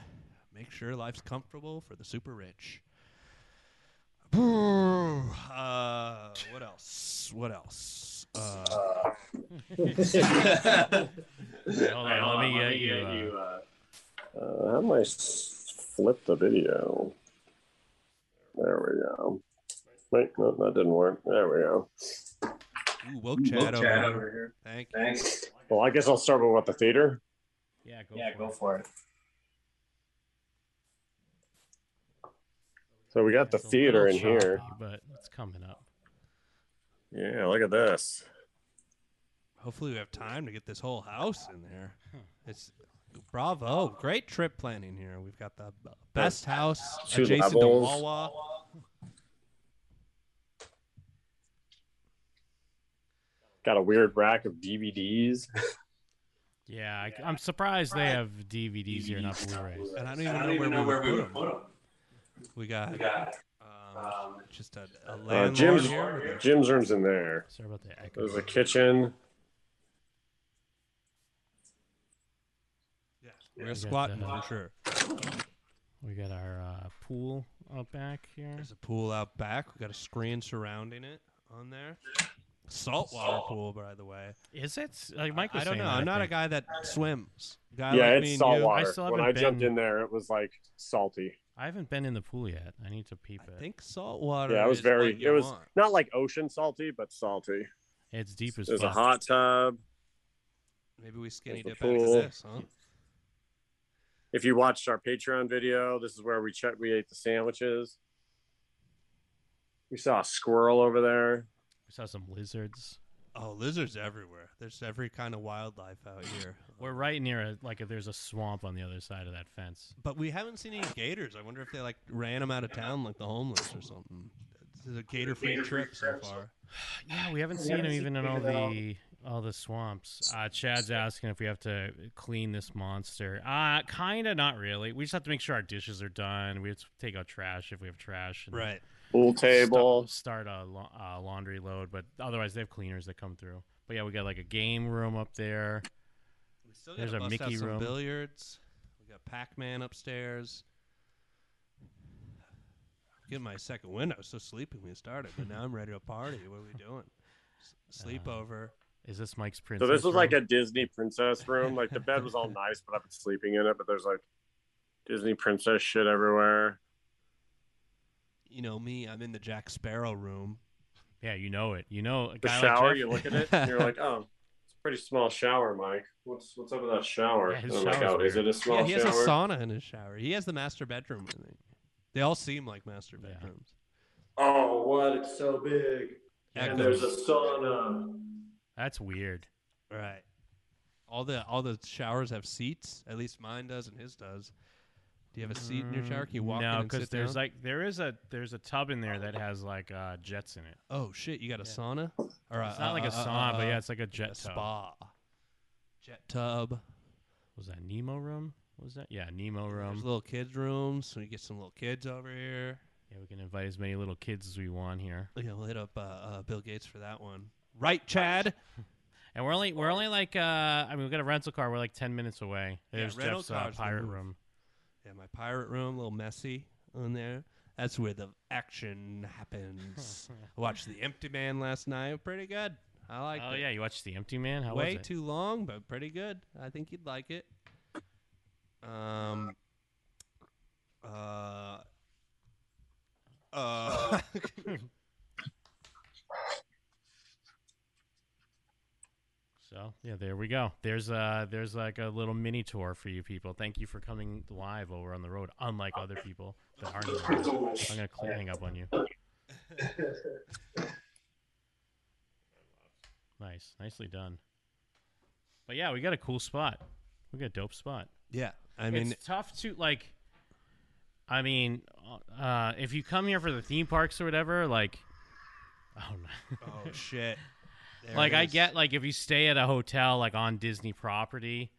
Speaker 1: make sure life's comfortable for the super rich. Uh, what else? What else? Uh,
Speaker 6: Hold on, let me get you. uh,
Speaker 12: Uh, how do I s- flip the video? There we go. Wait, no, that didn't work. There we go.
Speaker 1: ooh, woke chat over.
Speaker 12: Chad
Speaker 1: here.
Speaker 12: over here.
Speaker 1: Thank you.
Speaker 12: Thanks. Well, I guess I'll start with what the theater.
Speaker 6: Yeah, go.
Speaker 12: Yeah,
Speaker 6: for
Speaker 12: go
Speaker 6: it.
Speaker 12: for it. So we got the
Speaker 6: It's a
Speaker 12: theater in
Speaker 6: little
Speaker 12: here.
Speaker 6: choppy, but it's coming up.
Speaker 12: Yeah, look at this.
Speaker 1: Hopefully, we have time to get this whole house in there. It's bravo, great trip planning here. We've got the b- best house
Speaker 12: Two
Speaker 1: adjacent
Speaker 12: levels.
Speaker 1: to Wawa.
Speaker 12: Got a weird rack of DVDs.
Speaker 6: Yeah, I, am surprised they have DVDs here, not Blu-rays.
Speaker 1: And I don't even know, where, we would put 'em. We got, um, just a, a
Speaker 12: Uh,
Speaker 1: landlord
Speaker 12: Jim's
Speaker 1: here. with a-
Speaker 12: Jim's room's in there.
Speaker 6: Sorry about the echo.
Speaker 12: There's a kitchen.
Speaker 1: We're a
Speaker 6: got
Speaker 1: squatting
Speaker 6: the-
Speaker 1: for sure.
Speaker 6: We got our uh, pool out back here.
Speaker 1: There's a pool out back. We got a screen surrounding it on there. Saltwater pool, by the way.
Speaker 6: Is it like Mike was
Speaker 1: I don't
Speaker 6: saying
Speaker 1: know.
Speaker 6: that,
Speaker 1: I'm not a
Speaker 6: think.
Speaker 1: guy that swims. Guy
Speaker 12: yeah,
Speaker 1: like me
Speaker 12: it's
Speaker 1: and
Speaker 12: salt
Speaker 1: you,
Speaker 12: water.
Speaker 6: still
Speaker 12: when I
Speaker 6: haven't
Speaker 12: jumped
Speaker 6: been-
Speaker 12: in there, it was like salty.
Speaker 6: I haven't been in the pool yet. I need to peep it.
Speaker 1: I think saltwater.
Speaker 12: Yeah, it was
Speaker 1: is
Speaker 12: very.
Speaker 1: what
Speaker 12: It
Speaker 1: you
Speaker 12: was
Speaker 1: want.
Speaker 12: not like ocean salty, but salty.
Speaker 6: it's deep as
Speaker 12: There's a
Speaker 6: fuck.
Speaker 12: hot tub.
Speaker 1: Maybe we skinny
Speaker 12: the
Speaker 1: dip after
Speaker 12: pool.
Speaker 1: this, huh?
Speaker 12: If you watched our Patreon video, this is where we checked. We ate the sandwiches. We saw a squirrel over there.
Speaker 6: We saw some lizards.
Speaker 1: Oh, lizards everywhere. There's every kind of wildlife out here.
Speaker 6: We're right near a like. there's a swamp on the other side of that fence.
Speaker 1: But we haven't seen any gators. I wonder if they like ran them out of town like the homeless or something. It's This is a gator free trip so far.
Speaker 6: yeah, we haven't
Speaker 1: We
Speaker 6: seen
Speaker 1: haven't
Speaker 6: him
Speaker 1: seen
Speaker 6: even
Speaker 1: him
Speaker 6: in all
Speaker 1: at all.
Speaker 6: the all the swamps. Uh, Chad's asking if we have to clean this monster. Uh kinda not really. We just have to make sure our dishes are done. We have to take out trash if we have trash. And
Speaker 1: Right.
Speaker 13: Pool
Speaker 6: sta-
Speaker 13: table.
Speaker 6: Start, a la- uh, laundry load, but otherwise they have cleaners that come through. But yeah, we got like a game room up there.
Speaker 1: Still
Speaker 6: There's
Speaker 1: gotta
Speaker 6: a
Speaker 1: bust out
Speaker 6: Mickey
Speaker 1: some
Speaker 6: room.
Speaker 1: Billiards. We got Pac Man upstairs. Get my second window. I was so sleepy when we started, but now I'm ready to party. What are we doing? S- Sleepover.
Speaker 6: Is this Mike's
Speaker 13: So
Speaker 6: princess?
Speaker 13: this was
Speaker 6: room?
Speaker 13: like a Disney princess room. Like the bed was all nice, but I've been sleeping in it. But there's like Disney princess shit everywhere.
Speaker 1: you know me. I'm in the Jack Sparrow room.
Speaker 6: Yeah, you know it. You know a
Speaker 13: The
Speaker 6: guy like
Speaker 13: shower,
Speaker 6: Jeff-
Speaker 13: you look at it, and you're like, oh, it's a pretty small shower, Mike. What's what's up with that shower?
Speaker 1: Yeah, his
Speaker 13: and I'm like,
Speaker 1: shower's
Speaker 13: oh, is it
Speaker 1: weird.
Speaker 13: a small
Speaker 1: Yeah, he has
Speaker 13: shower?
Speaker 1: a sauna in his shower. He has the master bedroom. I think they all seem like master bedrooms.
Speaker 13: Oh, what? It's so big. And
Speaker 1: Echoes.
Speaker 13: there's a sauna.
Speaker 6: That's weird.
Speaker 1: Right. All the all the showers have seats. At least mine does, and his does. Do you have a seat in your shower? Can you walk in
Speaker 6: no,
Speaker 1: and sit
Speaker 6: there's
Speaker 1: down?
Speaker 6: like there is a there's a tub in there that has like uh, jets in it.
Speaker 1: oh shit, you got a sauna or a,
Speaker 6: It's not like a sauna, but yeah, it's like a jet tub.
Speaker 1: uh, spa. Jet tub.
Speaker 6: Was that Nemo room? What was that? Yeah, Nemo room.
Speaker 1: There's little kids rooms, so you get some little kids over here.
Speaker 6: Yeah, we can invite as many little kids as we want here.
Speaker 1: You know, we'll hit up uh, uh, Bill Gates for that one. Right, Chad.
Speaker 6: And we're only we're only like uh I mean we got a rental car. We're like ten minutes away.
Speaker 1: Yeah,
Speaker 6: There's
Speaker 1: rental
Speaker 6: Jeff's uh,
Speaker 1: car's the
Speaker 6: pirate
Speaker 1: move.
Speaker 6: room.
Speaker 1: Yeah, my pirate room, a little messy on there. That's where the action happens. I watched The Empty Man last night. Pretty good. I like
Speaker 6: Oh
Speaker 1: it.
Speaker 6: yeah, you watched The Empty Man. How
Speaker 1: Way
Speaker 6: was it?
Speaker 1: too long, but pretty good. I think you'd like it. Um. Uh. Uh.
Speaker 6: so yeah, there we go. There's uh there's like a little mini tour for you people. Thank you for coming live while we're on the road. Unlike other people that aren't. live. I'm gonna cl- hang up on you. Nice, nicely done. But yeah, we got a cool spot. We got a dope spot.
Speaker 1: Yeah, I mean-
Speaker 6: it's tough to like. I mean, uh, if you come here for the theme parks or whatever, like, oh no,
Speaker 1: oh shit. There
Speaker 6: like
Speaker 1: it
Speaker 6: I
Speaker 1: is.
Speaker 6: get like if you stay at a hotel like on Disney property,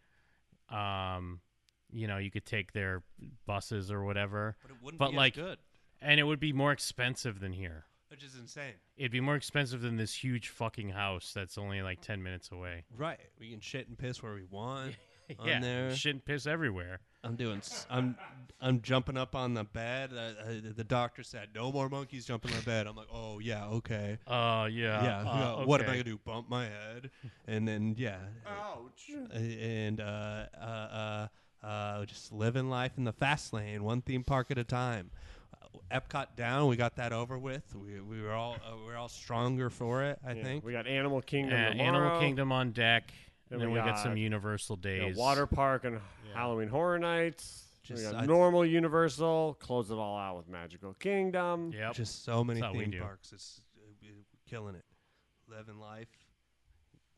Speaker 6: um, you know you could take their buses or whatever. But
Speaker 1: it wouldn't
Speaker 6: but
Speaker 1: be as
Speaker 6: like,
Speaker 1: good.
Speaker 6: and it would be more expensive than here.
Speaker 1: Which is insane.
Speaker 6: It'd be more expensive than this huge fucking house that's only like ten minutes away.
Speaker 1: Right. We can shit and piss where we want.
Speaker 6: Yeah,
Speaker 1: On there.
Speaker 6: Shit and piss everywhere.
Speaker 1: I'm doing. s- I'm. I'm jumping up on the bed. Uh, uh, the doctor said no more monkeys jumping on the bed. I'm like, oh yeah, okay.
Speaker 6: Oh, yeah,
Speaker 1: Yeah.
Speaker 6: uh,
Speaker 1: yeah, What am I
Speaker 6: okay.
Speaker 1: gonna do? Bump my head? And then yeah.
Speaker 8: Ouch.
Speaker 1: Uh, And uh, uh, uh, uh, just living life in the fast lane, one theme park at a time. Uh, Epcot down. We got that over with. We, we were all uh, we are all stronger for it. I
Speaker 8: Yeah,
Speaker 1: think
Speaker 8: we got Animal Kingdom
Speaker 6: Yeah, Uh, Animal
Speaker 8: tomorrow.
Speaker 6: Kingdom on deck.
Speaker 8: Then
Speaker 6: And then
Speaker 8: we
Speaker 6: we got,
Speaker 8: got
Speaker 6: some Universal
Speaker 8: Yeah,
Speaker 6: days.
Speaker 8: water park and Halloween Horror Nights.
Speaker 1: Just-
Speaker 8: we got
Speaker 1: I-
Speaker 8: normal Universal. Close it all out with Magical Kingdom.
Speaker 6: Yep.
Speaker 1: Just so many
Speaker 8: That's how we
Speaker 1: theme
Speaker 8: do.
Speaker 1: parks. It's uh, we- killing it. Living life,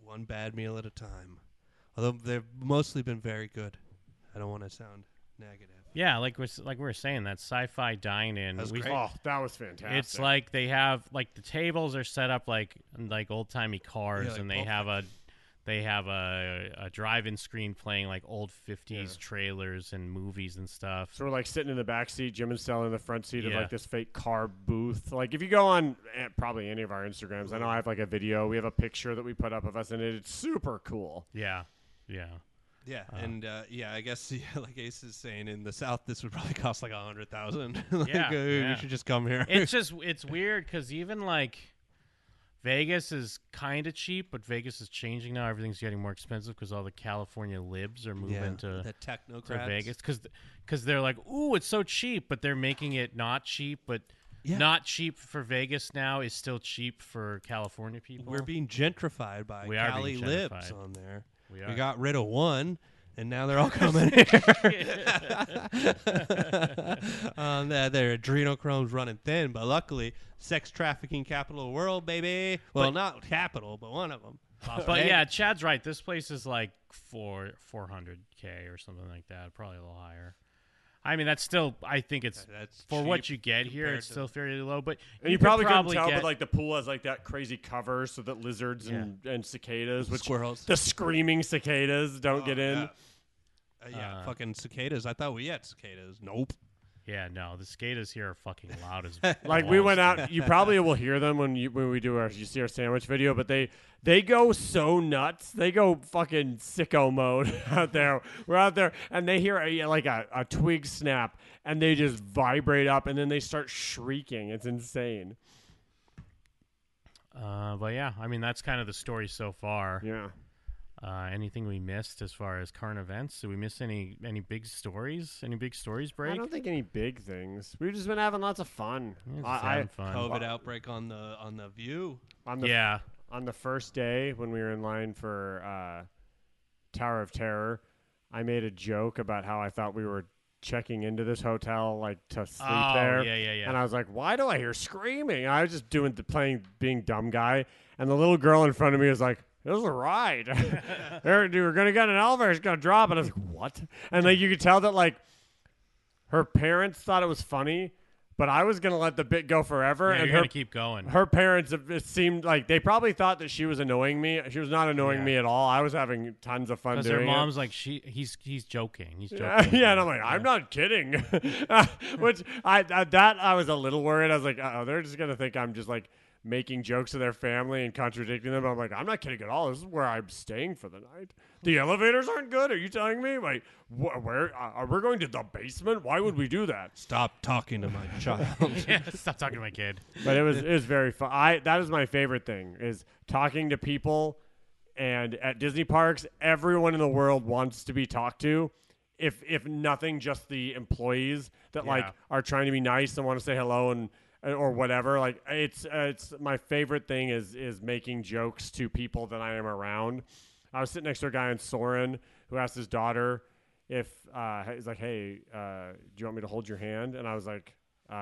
Speaker 1: one bad meal at a time. Although they've mostly been very good. I don't want to sound negative.
Speaker 6: Yeah, like we like we were saying, that sci-fi dine-in.
Speaker 1: That was
Speaker 6: we-
Speaker 1: great. Oh,
Speaker 8: that was fantastic.
Speaker 6: It's like they have like the tables are set up like like old timey cars,
Speaker 1: Yeah, like
Speaker 6: and they
Speaker 1: Pulp
Speaker 6: have a they have a, a drive-in screen playing like old fifties trailers and movies and stuff.
Speaker 8: So we're like sitting in the back seat, Jim and Stella in the front seat of
Speaker 6: Yeah.
Speaker 8: like this fake car booth. Like if you go on eh, probably any of our Instagrams, I know I have like a video. We have a picture that we put up of us, and it's super cool.
Speaker 6: Yeah, yeah.
Speaker 1: Yeah,
Speaker 6: Uh,
Speaker 1: and uh, yeah, I guess yeah, like Ace is saying, in the South, this would probably cost like a hundred thousand. like,
Speaker 6: yeah,
Speaker 1: uh,
Speaker 6: yeah.
Speaker 1: you should just come here.
Speaker 6: it's just it's weird because even like Vegas is kind of cheap, but Vegas is changing now. Everything's getting more expensive because all the California libs are moving
Speaker 1: Yeah,
Speaker 6: to
Speaker 1: the
Speaker 6: to
Speaker 1: technocrats.
Speaker 6: Vegas because they're like, ooh, it's so cheap, but they're making it not cheap, but. Not cheap for Vegas now is still cheap for California people.
Speaker 1: We're being gentrified by
Speaker 6: We are
Speaker 1: Cali
Speaker 6: being
Speaker 1: libs
Speaker 6: gentrified.
Speaker 1: on there.
Speaker 6: We
Speaker 1: We,
Speaker 6: are.
Speaker 1: got rid of one, and now they're all coming here. um, their, their adrenochrome's running thin, but luckily, sex trafficking capital of the world, baby. Well,
Speaker 6: But-
Speaker 1: not capital, but one of them.
Speaker 6: but yeah, Chad's right. This place is like four four hundred k or something like that, probably a little higher. I mean, that's still. I think it's
Speaker 1: That's
Speaker 6: for what
Speaker 1: cheap
Speaker 6: you get here.
Speaker 1: compared
Speaker 6: It's
Speaker 1: to-
Speaker 6: still fairly low, but
Speaker 8: And you,
Speaker 6: could
Speaker 8: probably, couldn't tell,
Speaker 6: get,
Speaker 8: but like the pool has like that crazy cover so that lizards and, and cicadas, which
Speaker 1: Squirrels.
Speaker 8: the screaming cicadas don't get in.
Speaker 1: yeah. Uh, yeah,
Speaker 6: Uh,
Speaker 1: fucking cicadas. I thought we had cicadas. Nope.
Speaker 6: yeah, no, the skaters here are fucking loud as
Speaker 8: Like we
Speaker 6: balls.
Speaker 8: went out, you probably will hear them when you when we do our you see our sandwich video, but they they go so nuts, they go fucking sicko mode out there. We're out there and they hear a, like a, a twig snap and they just vibrate up and then they start shrieking. It's insane.
Speaker 6: Uh, but yeah, I mean that's kind of the story so far.
Speaker 8: Yeah,
Speaker 6: Uh, anything we missed as far as current events? Did we miss any any big stories? Any big stories
Speaker 8: I
Speaker 6: break?
Speaker 8: don't think any big things. We've just been having lots of fun.
Speaker 6: Yeah, just
Speaker 8: I- I-
Speaker 6: having fun.
Speaker 1: COVID outbreak on the on the view.
Speaker 8: on the
Speaker 6: Yeah,
Speaker 8: on the first day when we were in line for uh, Tower of Terror, I made a joke about how I thought we were checking into this hotel like to sleep
Speaker 6: Oh,
Speaker 8: there.
Speaker 6: yeah, yeah, yeah.
Speaker 8: And I was like, "Why do I hear screaming?" And I was just doing the playing being dumb guy, and the little girl in front of me was like. It was a ride. They were they were gonna get an elevator. It's gonna drop, and I was like, "What?" And like you could tell that like her parents thought it was funny, but I was gonna let the bit go forever.
Speaker 6: yeah
Speaker 8: and
Speaker 6: you're
Speaker 8: her
Speaker 6: gonna keep going.
Speaker 8: her parents it seemed like they probably thought that she was annoying me she was not annoying
Speaker 6: Yeah.
Speaker 8: me at all i was having tons of fun
Speaker 6: Because
Speaker 8: doing
Speaker 6: her
Speaker 8: it.
Speaker 6: mom's like she he's he's joking. He's joking.
Speaker 8: yeah, yeah, and I'm like, I'm not kidding. Which I at that I was a little worried. I was like, oh, they're just gonna think I'm just like making jokes of their family and contradicting them. But I'm like, I'm not kidding at all. This is where I'm staying for the night. The elevators aren't good. Are you telling me? Like, wh- where uh, are we going to the basement? Why would we do that?
Speaker 1: Stop talking to my child.
Speaker 6: yeah, stop talking to my kid.
Speaker 8: but it was it was very fun. I that is my favorite thing is talking to people, and at Disney parks, everyone in the world wants to be talked to. If if nothing, just the employees that
Speaker 6: Yeah.
Speaker 8: like are trying to be nice and want to say hello and uh, or whatever. Like it's uh, it's my favorite thing is is making jokes to people that I am around. I was sitting next to a guy in Soren who asked his daughter if uh, he's like, "Hey, uh, do you want me to hold your hand?" And I was like, uh,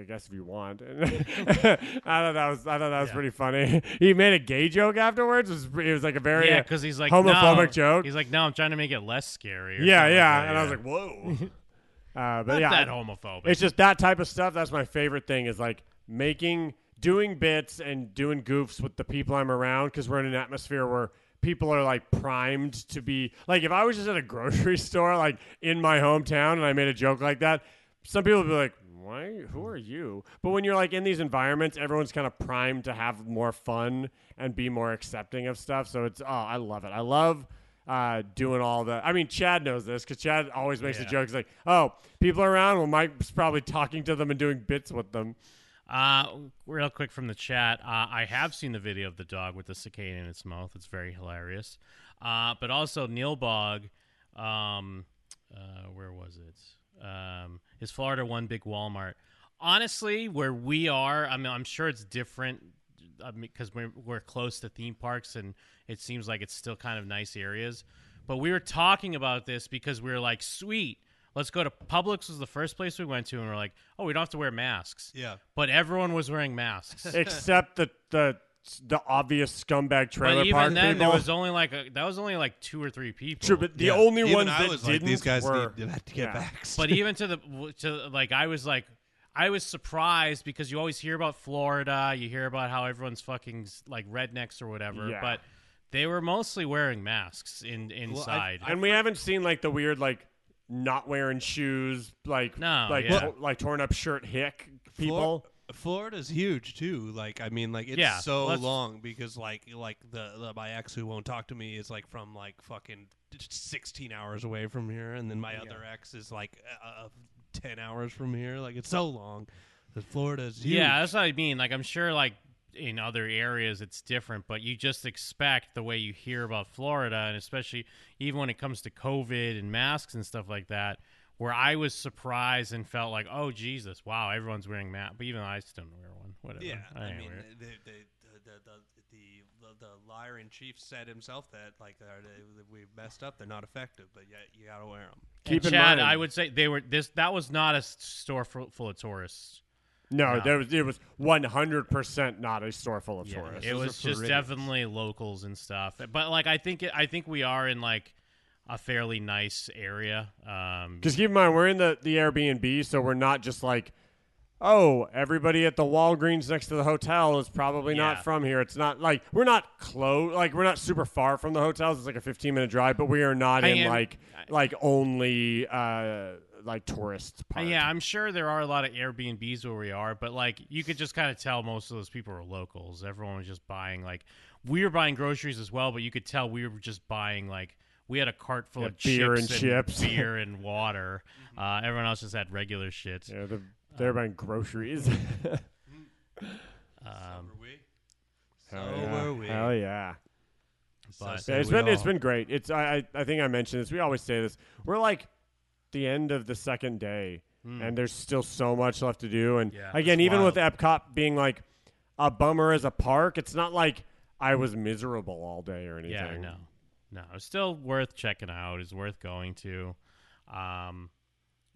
Speaker 8: "I guess if you want." And I thought that was I thought that was pretty funny. he made a gay joke afterwards. It was, it was like a very
Speaker 6: yeah,
Speaker 8: uh,
Speaker 6: because he's like
Speaker 8: homophobic
Speaker 6: no.
Speaker 8: joke.
Speaker 6: He's like, no, I'm trying to make it less scary. or
Speaker 8: yeah,
Speaker 6: something
Speaker 8: yeah.
Speaker 6: that,
Speaker 8: and I was like, "Whoa." Uh, but
Speaker 6: not
Speaker 8: yeah,
Speaker 6: that
Speaker 8: I-
Speaker 6: homophobic.
Speaker 8: it's just that type of stuff. That's my favorite thing is like making, doing bits and doing goofs with the people I'm around because we're in an atmosphere where people are like primed to be like, if I was just at a grocery store, like in my hometown, and I made a joke like that, some people would be like, why? Who are you? But when you're like in these environments, everyone's kind of primed to have more fun and be more accepting of stuff. So it's, oh, I love it. I love uh, doing all the. I mean, Chad knows this because Chad always makes a
Speaker 6: Yeah.
Speaker 8: joke. He's like, "Oh, people are around. Well, Mike's probably talking to them and doing bits with them."
Speaker 6: Uh, real quick from the chat, uh, I have seen the video of the dog with the cicada in its mouth. It's very hilarious. Uh, but also Neil Bog, um, uh, where was it? Um, is Florida one big Walmart? Honestly, where we are, I mean, I'm sure it's different because we're, we're close to theme parks and it seems like it's still kind of nice areas. But we were talking about this because we were like, sweet, let's go to Publix was the first place we went to, and we're like, oh, we don't have to wear masks
Speaker 1: yeah.
Speaker 6: but everyone was wearing masks.
Speaker 8: Except the the the obvious scumbag
Speaker 6: but
Speaker 8: trailer
Speaker 6: even
Speaker 8: park
Speaker 6: then,
Speaker 8: people.
Speaker 6: there was only like a, that was only like two or three people.
Speaker 8: True, but the
Speaker 1: Yeah.
Speaker 8: only
Speaker 1: Even
Speaker 8: ones
Speaker 1: I
Speaker 8: that
Speaker 1: was like,
Speaker 8: didn't
Speaker 1: these guys
Speaker 8: were
Speaker 1: need to get
Speaker 8: yeah.
Speaker 1: vaxxed.
Speaker 6: but even to the to like I was like I was surprised because you always hear about Florida, you hear about how everyone's fucking like rednecks or whatever,
Speaker 8: Yeah.
Speaker 6: but they were mostly wearing masks in inside.
Speaker 8: and we haven't seen like the weird like not wearing shoes, like
Speaker 6: No,
Speaker 8: like
Speaker 6: yeah.
Speaker 8: to- like torn up shirt hick people.
Speaker 1: Florida's huge too. Like I mean, like it's
Speaker 6: Yeah,
Speaker 1: so
Speaker 6: let's-
Speaker 1: long because like like the, the my ex who won't talk to me is like from like fucking sixteen hours away from here, and then my other ex is like uh, uh, ten hours from here. Like it's so long. that Florida's huge.
Speaker 6: yeah, that's what I mean. Like I'm sure like in other areas it's different, but you just expect the way you hear about Florida and especially even when it comes to COVID and masks and stuff like that, where I was surprised and felt like, "Oh Jesus, wow, everyone's wearing masks." But even I still don't wear one. Whatever.
Speaker 1: Yeah,
Speaker 6: I,
Speaker 1: I
Speaker 6: ain't
Speaker 1: mean,
Speaker 6: wear it.
Speaker 1: the, the, the, the, the, the, the liar in chief said himself that like they're- they, we've messed up, they're not effective, but yet you gotta wear them.
Speaker 8: Keep in
Speaker 6: And Chad,
Speaker 8: mind,
Speaker 6: I would say they were this that was not a s- store full, full of tourists.
Speaker 8: no,
Speaker 6: no.
Speaker 8: there was it was one hundred percent not a store full of tourists.
Speaker 6: It
Speaker 1: Those are
Speaker 6: was just
Speaker 1: Floridians.
Speaker 6: definitely locals and stuff. But like I think it, I think we are in like a fairly nice area. Um,
Speaker 8: Because keep in mind, we're in the, the Airbnb, so we're not just like, oh, everybody at the Walgreens next to the hotel is probably
Speaker 6: Yeah.
Speaker 8: not from here. It's not like we're not close, like we're not super far from the hotels. It's like a 15 minute drive, but we are not
Speaker 6: I
Speaker 8: in
Speaker 6: am-
Speaker 8: like like only uh, like tourist
Speaker 6: Uh,
Speaker 8: part.
Speaker 6: Yeah, I'm sure there are a lot of Airbnbs where we are, but like you could just kind of tell most of those people are locals. Everyone was just buying like we were buying groceries as well, but you could tell we were just buying like we had a cart full
Speaker 8: Yeah,
Speaker 6: of
Speaker 8: beer
Speaker 6: chips
Speaker 8: and chips. Mm-hmm.
Speaker 6: beer and water. Uh, everyone else just had regular shit.
Speaker 8: Yeah, the, they're buying groceries.
Speaker 6: Um,
Speaker 8: Hell
Speaker 1: So
Speaker 8: yeah.
Speaker 1: were we.
Speaker 8: Hell yeah.
Speaker 6: But-
Speaker 8: Yeah, it's been it's been great. It's I I I think I mentioned this. We always say this. We're like the end of the second day, and there's still so much left to do. And
Speaker 6: Hmm. Yeah,
Speaker 8: again,
Speaker 6: it's
Speaker 8: even with Epcot being like a bummer as a park, it's not like I was miserable all day or anything.
Speaker 6: Yeah, no, no, it's still worth checking out. It's worth going to, um,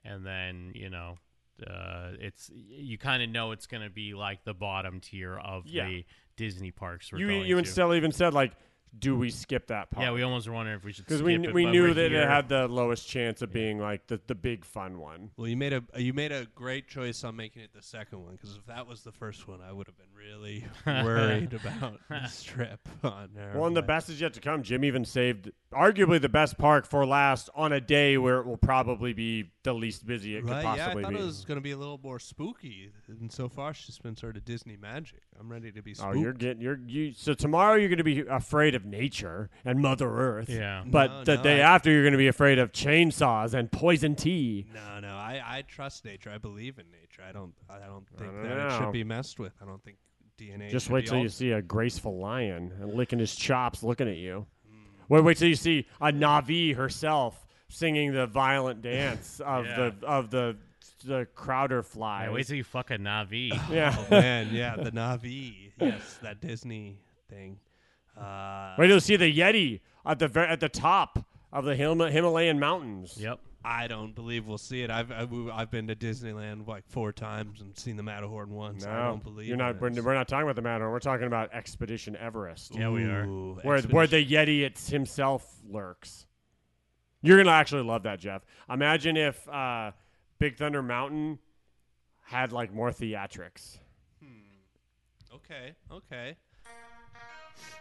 Speaker 6: and then you know, uh, it's you kind of know it's gonna be like the bottom tier of
Speaker 8: Yeah.
Speaker 6: the Disney parks. We're
Speaker 8: You
Speaker 6: going
Speaker 8: you
Speaker 6: to.
Speaker 8: and Stella even said like, do we skip that part?
Speaker 6: yeah, we almost were wondering if we should
Speaker 8: because
Speaker 6: skip
Speaker 8: we
Speaker 6: it,
Speaker 8: we
Speaker 6: but
Speaker 8: knew
Speaker 6: we're
Speaker 8: that
Speaker 6: here.
Speaker 8: it had the lowest chance of being like the the big fun one.
Speaker 1: Well, you made a you made a great choice on making it the second one because if that was the first one, I would have been really worried about this trip on there.
Speaker 8: Well, and the
Speaker 1: but-
Speaker 8: best is yet to come. Jim even saved arguably the best park for last on a day where it will probably be the least busy it
Speaker 1: Right?
Speaker 8: could
Speaker 1: Yeah, I
Speaker 8: possibly
Speaker 1: thought
Speaker 8: be.
Speaker 1: it was going to be a little more spooky, and so far she's been sort of Disney magic. I'm ready to be
Speaker 8: Oh,
Speaker 1: spooked.
Speaker 8: you're getting you're you. So tomorrow you're going to be afraid of nature and Mother Earth.
Speaker 6: Yeah.
Speaker 8: But
Speaker 1: No,
Speaker 8: the
Speaker 1: no,
Speaker 8: day
Speaker 1: I-
Speaker 8: after you're going to be afraid of chainsaws and poison tea.
Speaker 1: no, no, I, I trust nature. I believe in nature. I don't I don't think
Speaker 8: don't
Speaker 1: that it
Speaker 8: know.
Speaker 1: should be messed with. I don't think DNA.
Speaker 8: Just
Speaker 1: should
Speaker 8: wait
Speaker 1: be
Speaker 8: till you
Speaker 1: altered.
Speaker 8: see a graceful lion and licking his chops, looking at you. Wait, wait till you see a Navi herself singing the violent dance of
Speaker 6: Yeah.
Speaker 8: the of the the Crowder fly.
Speaker 6: Yeah, wait till you fuck a Navi.
Speaker 8: yeah.
Speaker 1: Man, yeah, the Navi. Yes, that Disney thing. Uh,
Speaker 8: Wait till you see the Yeti at the ver- at the top of the Him- Himalayan mountains.
Speaker 6: yep.
Speaker 1: I don't believe we'll see it. I've I've, we- I've been to Disneyland like four times and seen the Matterhorn once.
Speaker 8: No,
Speaker 1: I don't believe
Speaker 8: you're
Speaker 1: in
Speaker 8: not. We're,
Speaker 1: it.
Speaker 8: we're not talking about the Matterhorn. We're talking about Expedition Everest,
Speaker 6: Yeah, we are.
Speaker 1: Ooh,
Speaker 8: where where the Yeti it's himself lurks. You're gonna actually love that, Jeff. Imagine if uh, Big Thunder Mountain had like more theatrics.
Speaker 1: okay, okay.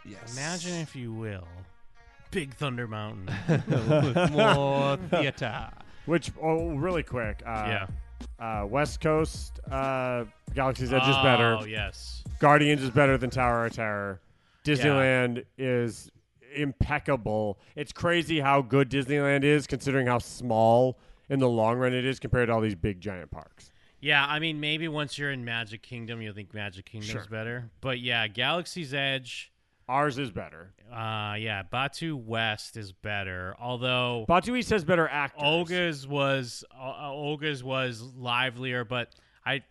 Speaker 1: Yes.
Speaker 6: Imagine, if you will, Big Thunder Mountain.
Speaker 1: With more theater.
Speaker 8: Which oh, really quick. Uh,
Speaker 6: yeah.
Speaker 8: Uh, West Coast uh, Galaxy's Edge is better.
Speaker 6: Oh yes.
Speaker 8: Guardians is better than Tower of Terror. Disneyland is impeccable. It's crazy how good Disneyland is considering how small in the long run it is compared to all these big giant parks.
Speaker 6: Yeah, I mean, maybe once you're in Magic Kingdom, you'll think Magic Kingdom's
Speaker 8: Sure.
Speaker 6: better. But yeah, Galaxy's Edge,
Speaker 8: Ours is better.
Speaker 6: uh, yeah, Batu West is better. Although
Speaker 8: Batu East has better actors.
Speaker 6: Olga's was uh, Olga's was livelier, but I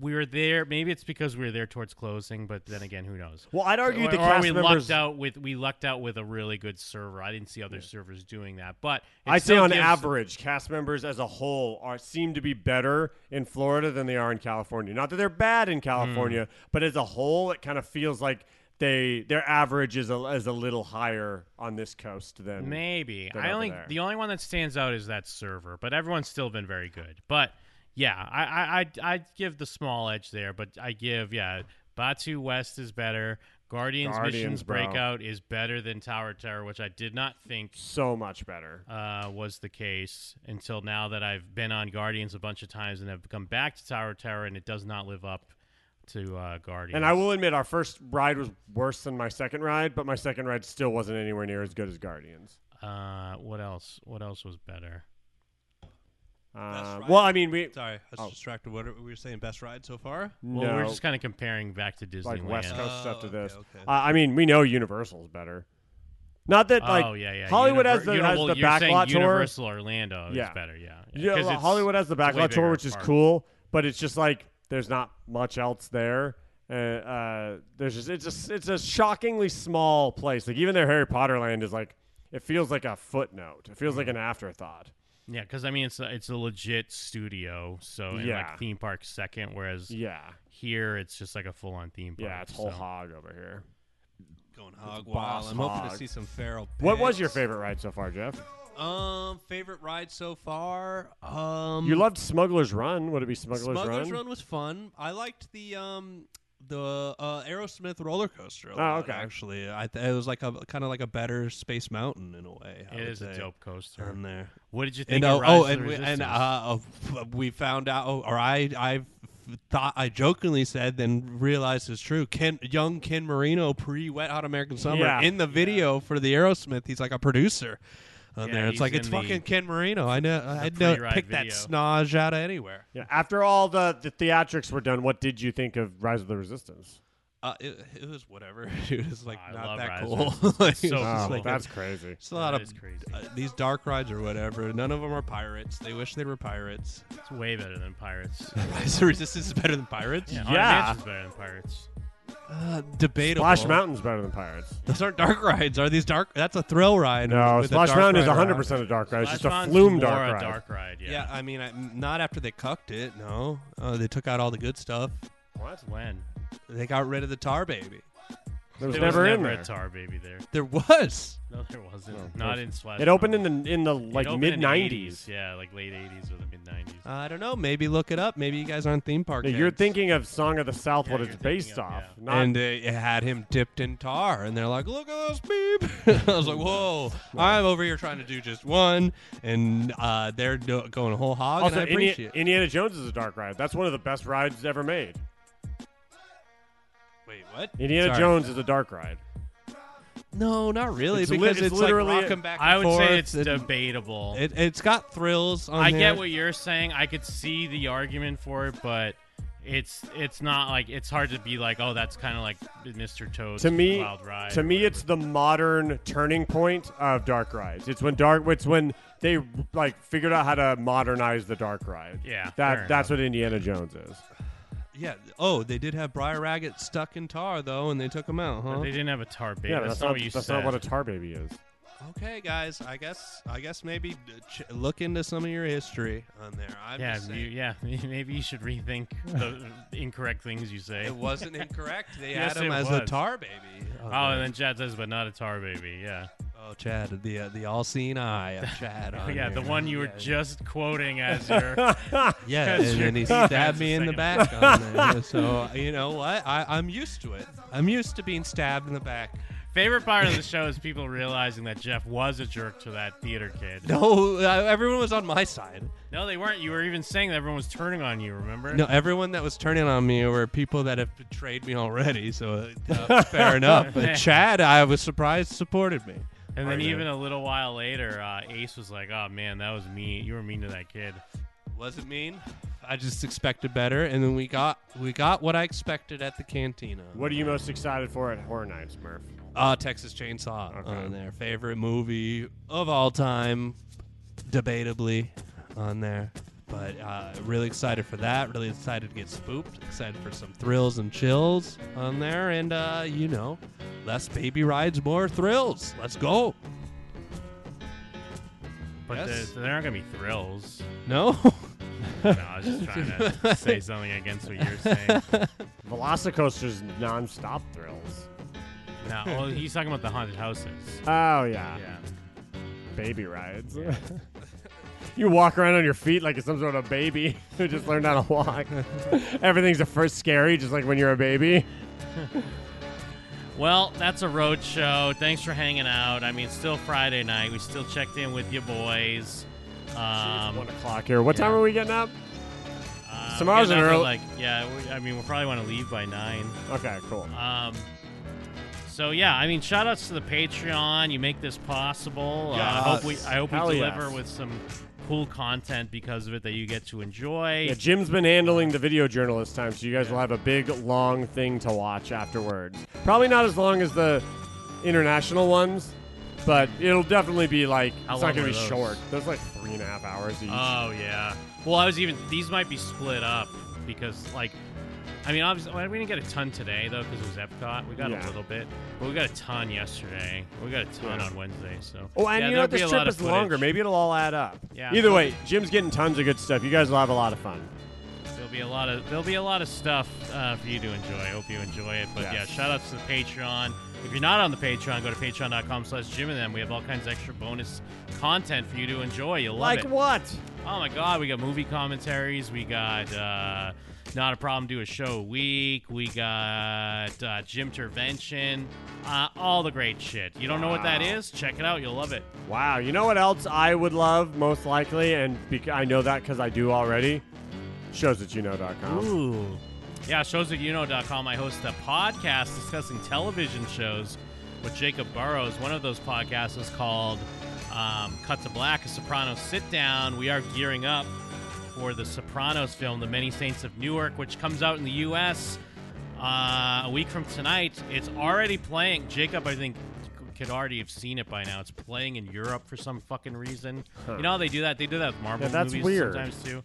Speaker 6: we were there. Maybe it's because we were there towards closing, but then again, who knows?
Speaker 8: Well, I'd argue
Speaker 6: or,
Speaker 8: the
Speaker 6: or
Speaker 8: cast
Speaker 6: we
Speaker 8: members.
Speaker 6: lucked out with we lucked out with a really good server. I didn't see other servers doing that, but it
Speaker 8: I say
Speaker 6: still
Speaker 8: on
Speaker 6: gives-
Speaker 8: average, cast members as a whole are seem to be better in Florida than they are in California. Not that they're bad in California,
Speaker 6: Hmm.
Speaker 8: but as a whole, it kind of feels like they their average is a, is a little higher on this coast than
Speaker 6: Maybe
Speaker 8: than
Speaker 6: I
Speaker 8: over
Speaker 6: only
Speaker 8: there.
Speaker 6: the only one that stands out is that server, but everyone's still been very good. But yeah, I I I I'd give the small edge there, but I give yeah Batu West is better. Guardians,
Speaker 8: Guardians,
Speaker 6: Missions
Speaker 8: bro.
Speaker 6: Breakout is better than Tower of Terror, which I did not think
Speaker 8: so much better.
Speaker 6: uh, was the case until now that I've been on Guardians a bunch of times and have come back to Tower of Terror, and it does not live up to uh, Guardians.
Speaker 8: And I will admit, our first ride was worse than my second ride, but my second ride still wasn't anywhere near as good as Guardians.
Speaker 6: Uh, what else? What else was better?
Speaker 8: Uh,
Speaker 1: ride.
Speaker 8: well, I mean, we
Speaker 1: Sorry, I was distracted. What are, we were saying best ride so far?
Speaker 6: Well,
Speaker 8: no,
Speaker 6: we're just kind of comparing back to Disneyland.
Speaker 8: like West Coast
Speaker 1: Oh,
Speaker 8: stuff to
Speaker 1: okay,
Speaker 8: this.
Speaker 1: okay.
Speaker 8: Uh, I mean, we know Universal's better. Not that like
Speaker 6: oh yeah, yeah.
Speaker 8: Hollywood
Speaker 6: Univer-
Speaker 8: has the
Speaker 6: uni-
Speaker 8: has
Speaker 6: well,
Speaker 8: the
Speaker 6: you're saying
Speaker 8: backlot tour.
Speaker 6: Universal Orlando is
Speaker 8: Yeah.
Speaker 6: better. Yeah,
Speaker 8: Yeah,
Speaker 6: 'Cause it's-
Speaker 8: Hollywood has the
Speaker 6: it's way
Speaker 8: backlot tour,
Speaker 6: bigger
Speaker 8: which is
Speaker 6: park.
Speaker 8: cool, but it's just like there's not much else there. Uh, uh, there's just it's just it's a shockingly small place. Like even their Harry Potter land is like it feels like a footnote. It feels like an afterthought.
Speaker 6: Yeah, because I mean it's a, it's a legit studio, so and
Speaker 8: Yeah.
Speaker 6: like theme park second. Whereas
Speaker 8: Yeah,
Speaker 6: here it's just like a full on theme park.
Speaker 8: yeah, it's whole
Speaker 6: so.
Speaker 8: hog over here.
Speaker 1: Going hog
Speaker 8: boss
Speaker 1: wild. I'm hoping
Speaker 8: hog.
Speaker 1: to see some feral.
Speaker 8: What was your
Speaker 1: pigs.
Speaker 8: favorite ride so far, Jeff?
Speaker 1: Um, favorite ride so far. Um,
Speaker 8: you loved Smuggler's Run. Would it be Smuggler's,
Speaker 1: Smuggler's
Speaker 8: Run?
Speaker 1: Run was fun. I liked the um the uh, Aerosmith roller coaster. a
Speaker 8: Oh,
Speaker 1: lot,
Speaker 8: okay.
Speaker 1: Actually, I th- it was like a kind of like a better Space Mountain in a way. I
Speaker 6: It
Speaker 1: would
Speaker 6: is a
Speaker 1: say,
Speaker 6: dope coaster.
Speaker 1: on there.
Speaker 6: What did you
Speaker 1: And,
Speaker 6: think?
Speaker 1: uh,
Speaker 6: of Rise
Speaker 1: oh,
Speaker 6: of the
Speaker 1: and we, and
Speaker 6: Resistance?
Speaker 1: uh, uh, we found out, or I I thought I jokingly said, then realized it's true. Ken, young Ken Marino pre Wet Hot American Summer
Speaker 8: Yeah.
Speaker 1: in the video for the Aerosmith, he's like a producer on
Speaker 6: Yeah,
Speaker 1: there. It's
Speaker 6: he's
Speaker 1: like it's
Speaker 6: in the-
Speaker 1: fucking Ken Marino. I know I'd
Speaker 6: the
Speaker 1: know
Speaker 6: pre-ride
Speaker 1: pick that
Speaker 6: video.
Speaker 1: snodge out of anywhere.
Speaker 8: Yeah. After all the, the theatrics were done, what did you think of Rise of the Resistance?
Speaker 1: Uh, it, it was whatever, dude. It's like
Speaker 6: I
Speaker 1: not
Speaker 6: love
Speaker 1: that
Speaker 6: Rise
Speaker 1: cool.
Speaker 6: of Resistance.
Speaker 1: Like,
Speaker 6: It's so
Speaker 1: it's
Speaker 8: Oh,
Speaker 1: just
Speaker 6: cool.
Speaker 1: like-
Speaker 8: that's crazy.
Speaker 1: It's a lot
Speaker 6: That
Speaker 1: of
Speaker 6: is crazy.
Speaker 1: Uh, these dark rides or whatever. None of them are pirates. They wish they were pirates.
Speaker 6: It's way better than Pirates.
Speaker 1: Rise of Resistance is better than pirates.
Speaker 6: yeah,
Speaker 8: Yeah.
Speaker 6: Haunted Mansion's better than Pirates.
Speaker 1: Uh, debatable.
Speaker 8: Splash Mountain's better than Pirates.
Speaker 1: Those aren't dark rides. Are these dark? That's a thrill ride.
Speaker 8: No,
Speaker 1: with a
Speaker 8: Splash
Speaker 1: dark
Speaker 8: Mountain is
Speaker 1: ride
Speaker 8: 100
Speaker 1: around
Speaker 8: percent a dark ride. It's just
Speaker 6: Splash
Speaker 8: a
Speaker 6: Mountain's
Speaker 8: flume
Speaker 6: more
Speaker 8: dark
Speaker 6: a
Speaker 8: ride.
Speaker 6: dark ride.
Speaker 1: it.
Speaker 6: Yeah.
Speaker 1: Yeah, I mean, I, not after they cucked it. No, uh, they took out all the good stuff.
Speaker 8: What?
Speaker 6: When?
Speaker 1: They got rid of the tar baby.
Speaker 8: There was
Speaker 6: There
Speaker 8: never
Speaker 6: was
Speaker 8: in
Speaker 6: never
Speaker 8: there.
Speaker 6: a tar baby there.
Speaker 1: There was.
Speaker 6: No, there wasn't.
Speaker 8: No, of
Speaker 6: Not
Speaker 8: course.
Speaker 6: in Splash.
Speaker 8: It opened in
Speaker 6: Mountain.
Speaker 8: the in the like
Speaker 6: It opened
Speaker 8: mid
Speaker 6: in the
Speaker 8: 90s.
Speaker 6: 80s, Yeah, like late 80s or the mid 90s.
Speaker 1: I don't know. Maybe look it up. Maybe you guys aren't theme park.
Speaker 8: No, you're
Speaker 1: heads.
Speaker 8: thinking of Song of the South, what
Speaker 6: you're
Speaker 8: it's
Speaker 6: thinking
Speaker 8: based
Speaker 6: of-
Speaker 8: off.
Speaker 6: yeah.
Speaker 8: Not,
Speaker 1: And uh, they had him dipped in tar, and they're like, "Look at this beep!" I was like, "Whoa!" I'm over here trying to do just one, and uh, they're do- going whole hog, and
Speaker 8: also,
Speaker 1: I
Speaker 8: Indi-
Speaker 1: appreciate it.
Speaker 8: Indiana Jones is a dark ride. That's one of the best rides ever made.
Speaker 1: Wait, what?
Speaker 8: Indiana
Speaker 1: Sorry.
Speaker 8: Jones is a dark ride.
Speaker 1: No, not really,
Speaker 8: It's li-
Speaker 1: because
Speaker 8: it's
Speaker 1: it's
Speaker 8: literally-
Speaker 1: like rocking back. And
Speaker 6: I would
Speaker 1: forth
Speaker 6: say it's
Speaker 1: and-
Speaker 6: debatable.
Speaker 1: It, it's got thrills. On
Speaker 6: I
Speaker 1: there.
Speaker 6: get what you're saying. I could see the argument for it, but it's it's not like it's hard to be like, oh, that's kind of like Mr. Toad's
Speaker 8: to me,
Speaker 6: Wild Ride.
Speaker 8: to
Speaker 6: or
Speaker 8: me,
Speaker 6: whatever.
Speaker 8: it's the modern turning point of dark rides. It's when dark. It's when they like figured out how to modernize the dark ride.
Speaker 6: Yeah, fair
Speaker 8: that that's what Indiana Jones is.
Speaker 1: Yeah. Oh, they did have Briar Raggett stuck in tar though, and they took him out, huh?
Speaker 6: They didn't have a tar baby.
Speaker 8: Yeah,
Speaker 6: that's, not, what you
Speaker 8: that's
Speaker 6: said.
Speaker 8: not what a tar baby is.
Speaker 1: Okay, guys. I guess I guess maybe d- ch- look into some of your history on there. I'm
Speaker 6: yeah,
Speaker 1: just
Speaker 6: you,
Speaker 1: saying,
Speaker 6: yeah. Maybe you should rethink the incorrect things you say.
Speaker 1: it wasn't incorrect. They
Speaker 6: Yes,
Speaker 1: had him
Speaker 6: it
Speaker 1: as a
Speaker 6: was.
Speaker 1: tar baby.
Speaker 6: Oh, and then Chad says, but not a tar baby. Yeah,
Speaker 1: Oh, Chad, the uh, the all-seeing eye of Chad. on
Speaker 6: yeah. The
Speaker 1: here.
Speaker 6: one you were
Speaker 1: Oh, Yeah.
Speaker 6: just quoting as your.
Speaker 1: Yeah,
Speaker 6: That's
Speaker 1: and
Speaker 6: your
Speaker 1: then he
Speaker 6: defense
Speaker 1: stabbed me in the
Speaker 6: second.
Speaker 1: back. on there. So uh, you know what? I, I'm used to it. I'm used to being stabbed in the back.
Speaker 6: Favorite part of the show is people realizing that Jeff was a jerk to that theater kid.
Speaker 1: No, uh, everyone was on my side.
Speaker 6: No, they weren't. You were even saying that everyone was turning on you. Remember?
Speaker 1: No, everyone that was turning on me were people that have betrayed me already. So uh, fair enough. But Chad, I was surprised, supported me.
Speaker 6: And then
Speaker 1: Right.
Speaker 6: even a little while later, uh, Ace was like, "Oh man, that was mean. You were mean to that kid."
Speaker 1: Wasn't mean. I just expected better, and then we got we got what I expected at the cantina.
Speaker 8: What are you most excited for at Horror Nights, Murph?
Speaker 1: Uh, Texas Chainsaw on there. Favorite movie of all time, debatably on there. But uh, really excited for that. Really excited to get spooked. Excited for some thrills and chills on there. And, uh, you know, less baby rides, more thrills. Let's go.
Speaker 6: But
Speaker 1: Yes.
Speaker 6: there, there aren't gonna be thrills.
Speaker 1: No?
Speaker 6: no, I was just trying to say something against what you're saying.
Speaker 8: Velocicoaster's non-stop thrills.
Speaker 6: No, well, he's talking about the haunted houses.
Speaker 8: Oh yeah,
Speaker 6: Yeah.
Speaker 8: baby rides. you walk around on your feet like it's some sort of baby who just learned how to walk. Everything's at first scary, just like when you're a baby.
Speaker 6: Well, that's a road show. Thanks for hanging out. I mean, it's still Friday night. We still checked in with you boys. Um,
Speaker 8: One o'clock here. What time
Speaker 6: yeah.
Speaker 8: are we getting up?
Speaker 6: uh,
Speaker 8: Tomorrow's
Speaker 6: we're
Speaker 8: an
Speaker 6: down to,
Speaker 8: early-
Speaker 6: Like, yeah. We, I mean, we'll probably want to leave by nine.
Speaker 8: Okay, cool.
Speaker 6: Um, so yeah, I mean, shout outs to the Patreon. You make this possible. Uh, I hope we, I hope we
Speaker 8: Hell yes.
Speaker 6: deliver with some cool content because of it that you get to enjoy.
Speaker 8: Yeah, Jim's been handling the video journalist time, so you guys will have a big, long thing to watch afterwards. Probably not as long as the international ones, but it'll definitely be like
Speaker 6: How
Speaker 8: it's not
Speaker 6: long
Speaker 8: gonna
Speaker 6: were
Speaker 8: be
Speaker 6: those?
Speaker 8: short. There's like three and a half hours each.
Speaker 6: Oh yeah. Well, I was even. These might be split up because like. I mean, obviously, well, we didn't get a ton today though, because it was Epcot. We got
Speaker 8: Yeah.
Speaker 6: a little bit, but we got a ton yesterday. We got a ton
Speaker 8: Yeah.
Speaker 6: on Wednesday. So,
Speaker 8: Oh, and
Speaker 6: yeah,
Speaker 8: you know
Speaker 6: there'll
Speaker 8: what?
Speaker 6: be a
Speaker 8: This
Speaker 6: lot
Speaker 8: trip
Speaker 6: of
Speaker 8: is longer.
Speaker 6: footage.
Speaker 8: Maybe it'll all add up.
Speaker 6: Yeah.
Speaker 8: Either way, Jim's getting tons of good stuff. You guys will have a lot of fun.
Speaker 6: There'll be a lot of there'll be a lot of stuff uh, for you to enjoy. I hope you enjoy it. But
Speaker 8: Yes.
Speaker 6: yeah, shout outs to the Patreon. If you're not on the Patreon, go to patreon.com slash Jim and them. We have all kinds of extra bonus content for you to enjoy. You'll love
Speaker 14: Like
Speaker 6: it.
Speaker 14: what?
Speaker 6: Oh my God, we got movie commentaries. We got uh, Not a Problem, Do a Show a Week. We got uh, Jim Tervention. Uh, all the great shit. You don't know what that
Speaker 8: Wow.
Speaker 6: is? Check it out. You'll love it.
Speaker 8: Wow. You know what else I would love most likely, and bec- I know that because I do already. Shows that you know.com.
Speaker 6: Ooh. Yeah, shows at youno.com. I host a podcast discussing television shows with Jacob Burrows. One of those podcasts is called um, Cut to Black, a Sopranos sit down. We are gearing up for the Sopranos film, The Many Saints of Newark, which comes out in the U.S. Uh, a week from tonight. It's already playing. Jacob, I think, could already have seen it by now. It's playing in Europe for some fucking reason.
Speaker 8: Huh.
Speaker 6: You know how they do that? They do that with Marvel
Speaker 8: Yeah, that's
Speaker 6: movies
Speaker 8: weird.
Speaker 6: sometimes too.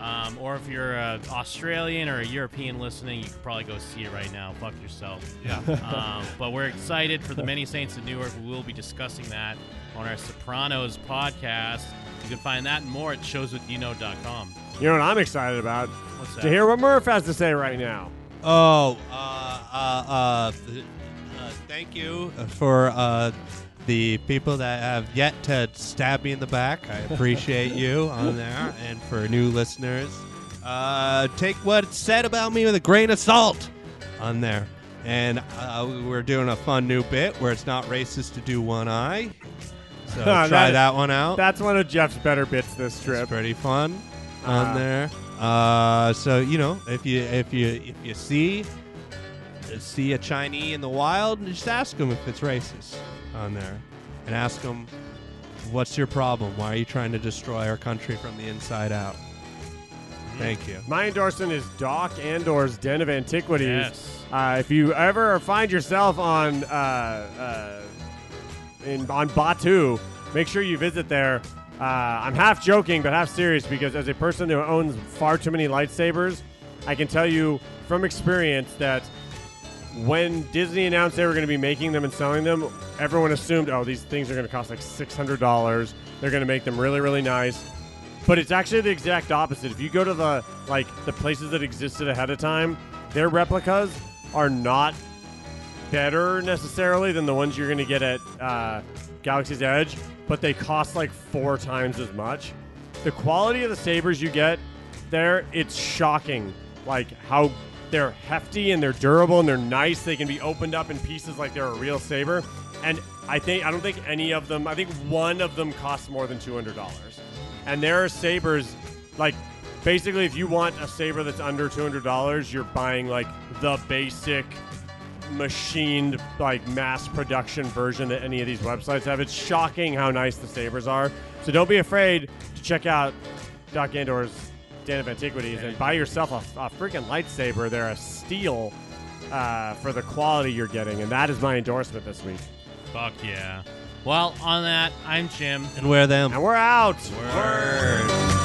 Speaker 6: Um, or if you're uh, Australian or a European listening, you could probably go see it right now. Fuck yourself.
Speaker 1: Yeah.
Speaker 6: um, but we're excited for the Many Saints of Newark. We will be discussing that on our Sopranos podcast. You can find that and more at showswithyouno.com.
Speaker 8: You know what I'm excited about?
Speaker 6: What's that?
Speaker 8: To hear what Murph has to say right now.
Speaker 1: Oh, uh, uh, uh, th- uh, thank you for uh, the people that have yet to stab me in the back. I appreciate you on there, and for new listeners, uh, take what's said about me with a grain of salt on there. And uh, we're doing a fun new bit where it's not racist to do one eye. So try that, one out.
Speaker 8: That's one of Jeff's better bits this trip.
Speaker 1: pretty fun on there. Uh, so you know, if you if you if you see see a Chinese in the wild, just ask him if it's racist on there, and ask him, "What's your problem? Why are you trying to destroy our country from the inside out?" Thank you.
Speaker 8: My endorsement is Doc Andor's Den of Antiquities.
Speaker 6: Yes.
Speaker 8: Uh, if you ever find yourself on uh, uh, in on Batu, make sure you visit there. Uh, I'm half joking but half serious because as a person who owns far too many lightsabers, I can tell you from experience that when Disney announced they were going to be making them and selling them, everyone assumed, oh, these things are going to cost like $600. They're going to make them really, really nice. But it's actually the exact opposite. If you go to the like the places that existed ahead of time, their replicas are not better necessarily than the ones you're going to get at uh, Galaxy's Edge, but they cost like four times as much. The quality of the sabers you get there, it's shocking. Like how they're hefty and they're durable and they're nice. They can be opened up in pieces like they're a real saber. And I think I don't think any of them. I think one of them costs more than two hundred dollars. And there are sabers like basically if you want a saber that's under two hundred dollars, you're buying like the basic machined like mass production version that any of these websites have. It's shocking how nice the sabers are. So don't be afraid to check out Doc Andor's Den of Antiquities and buy yourself a, a freaking lightsaber. They're a steal uh, for the quality you're getting, and that is my endorsement this week.
Speaker 6: Fuck yeah. Well, on that, I'm Jim.
Speaker 1: And wear them.
Speaker 8: And we're out.
Speaker 6: Word.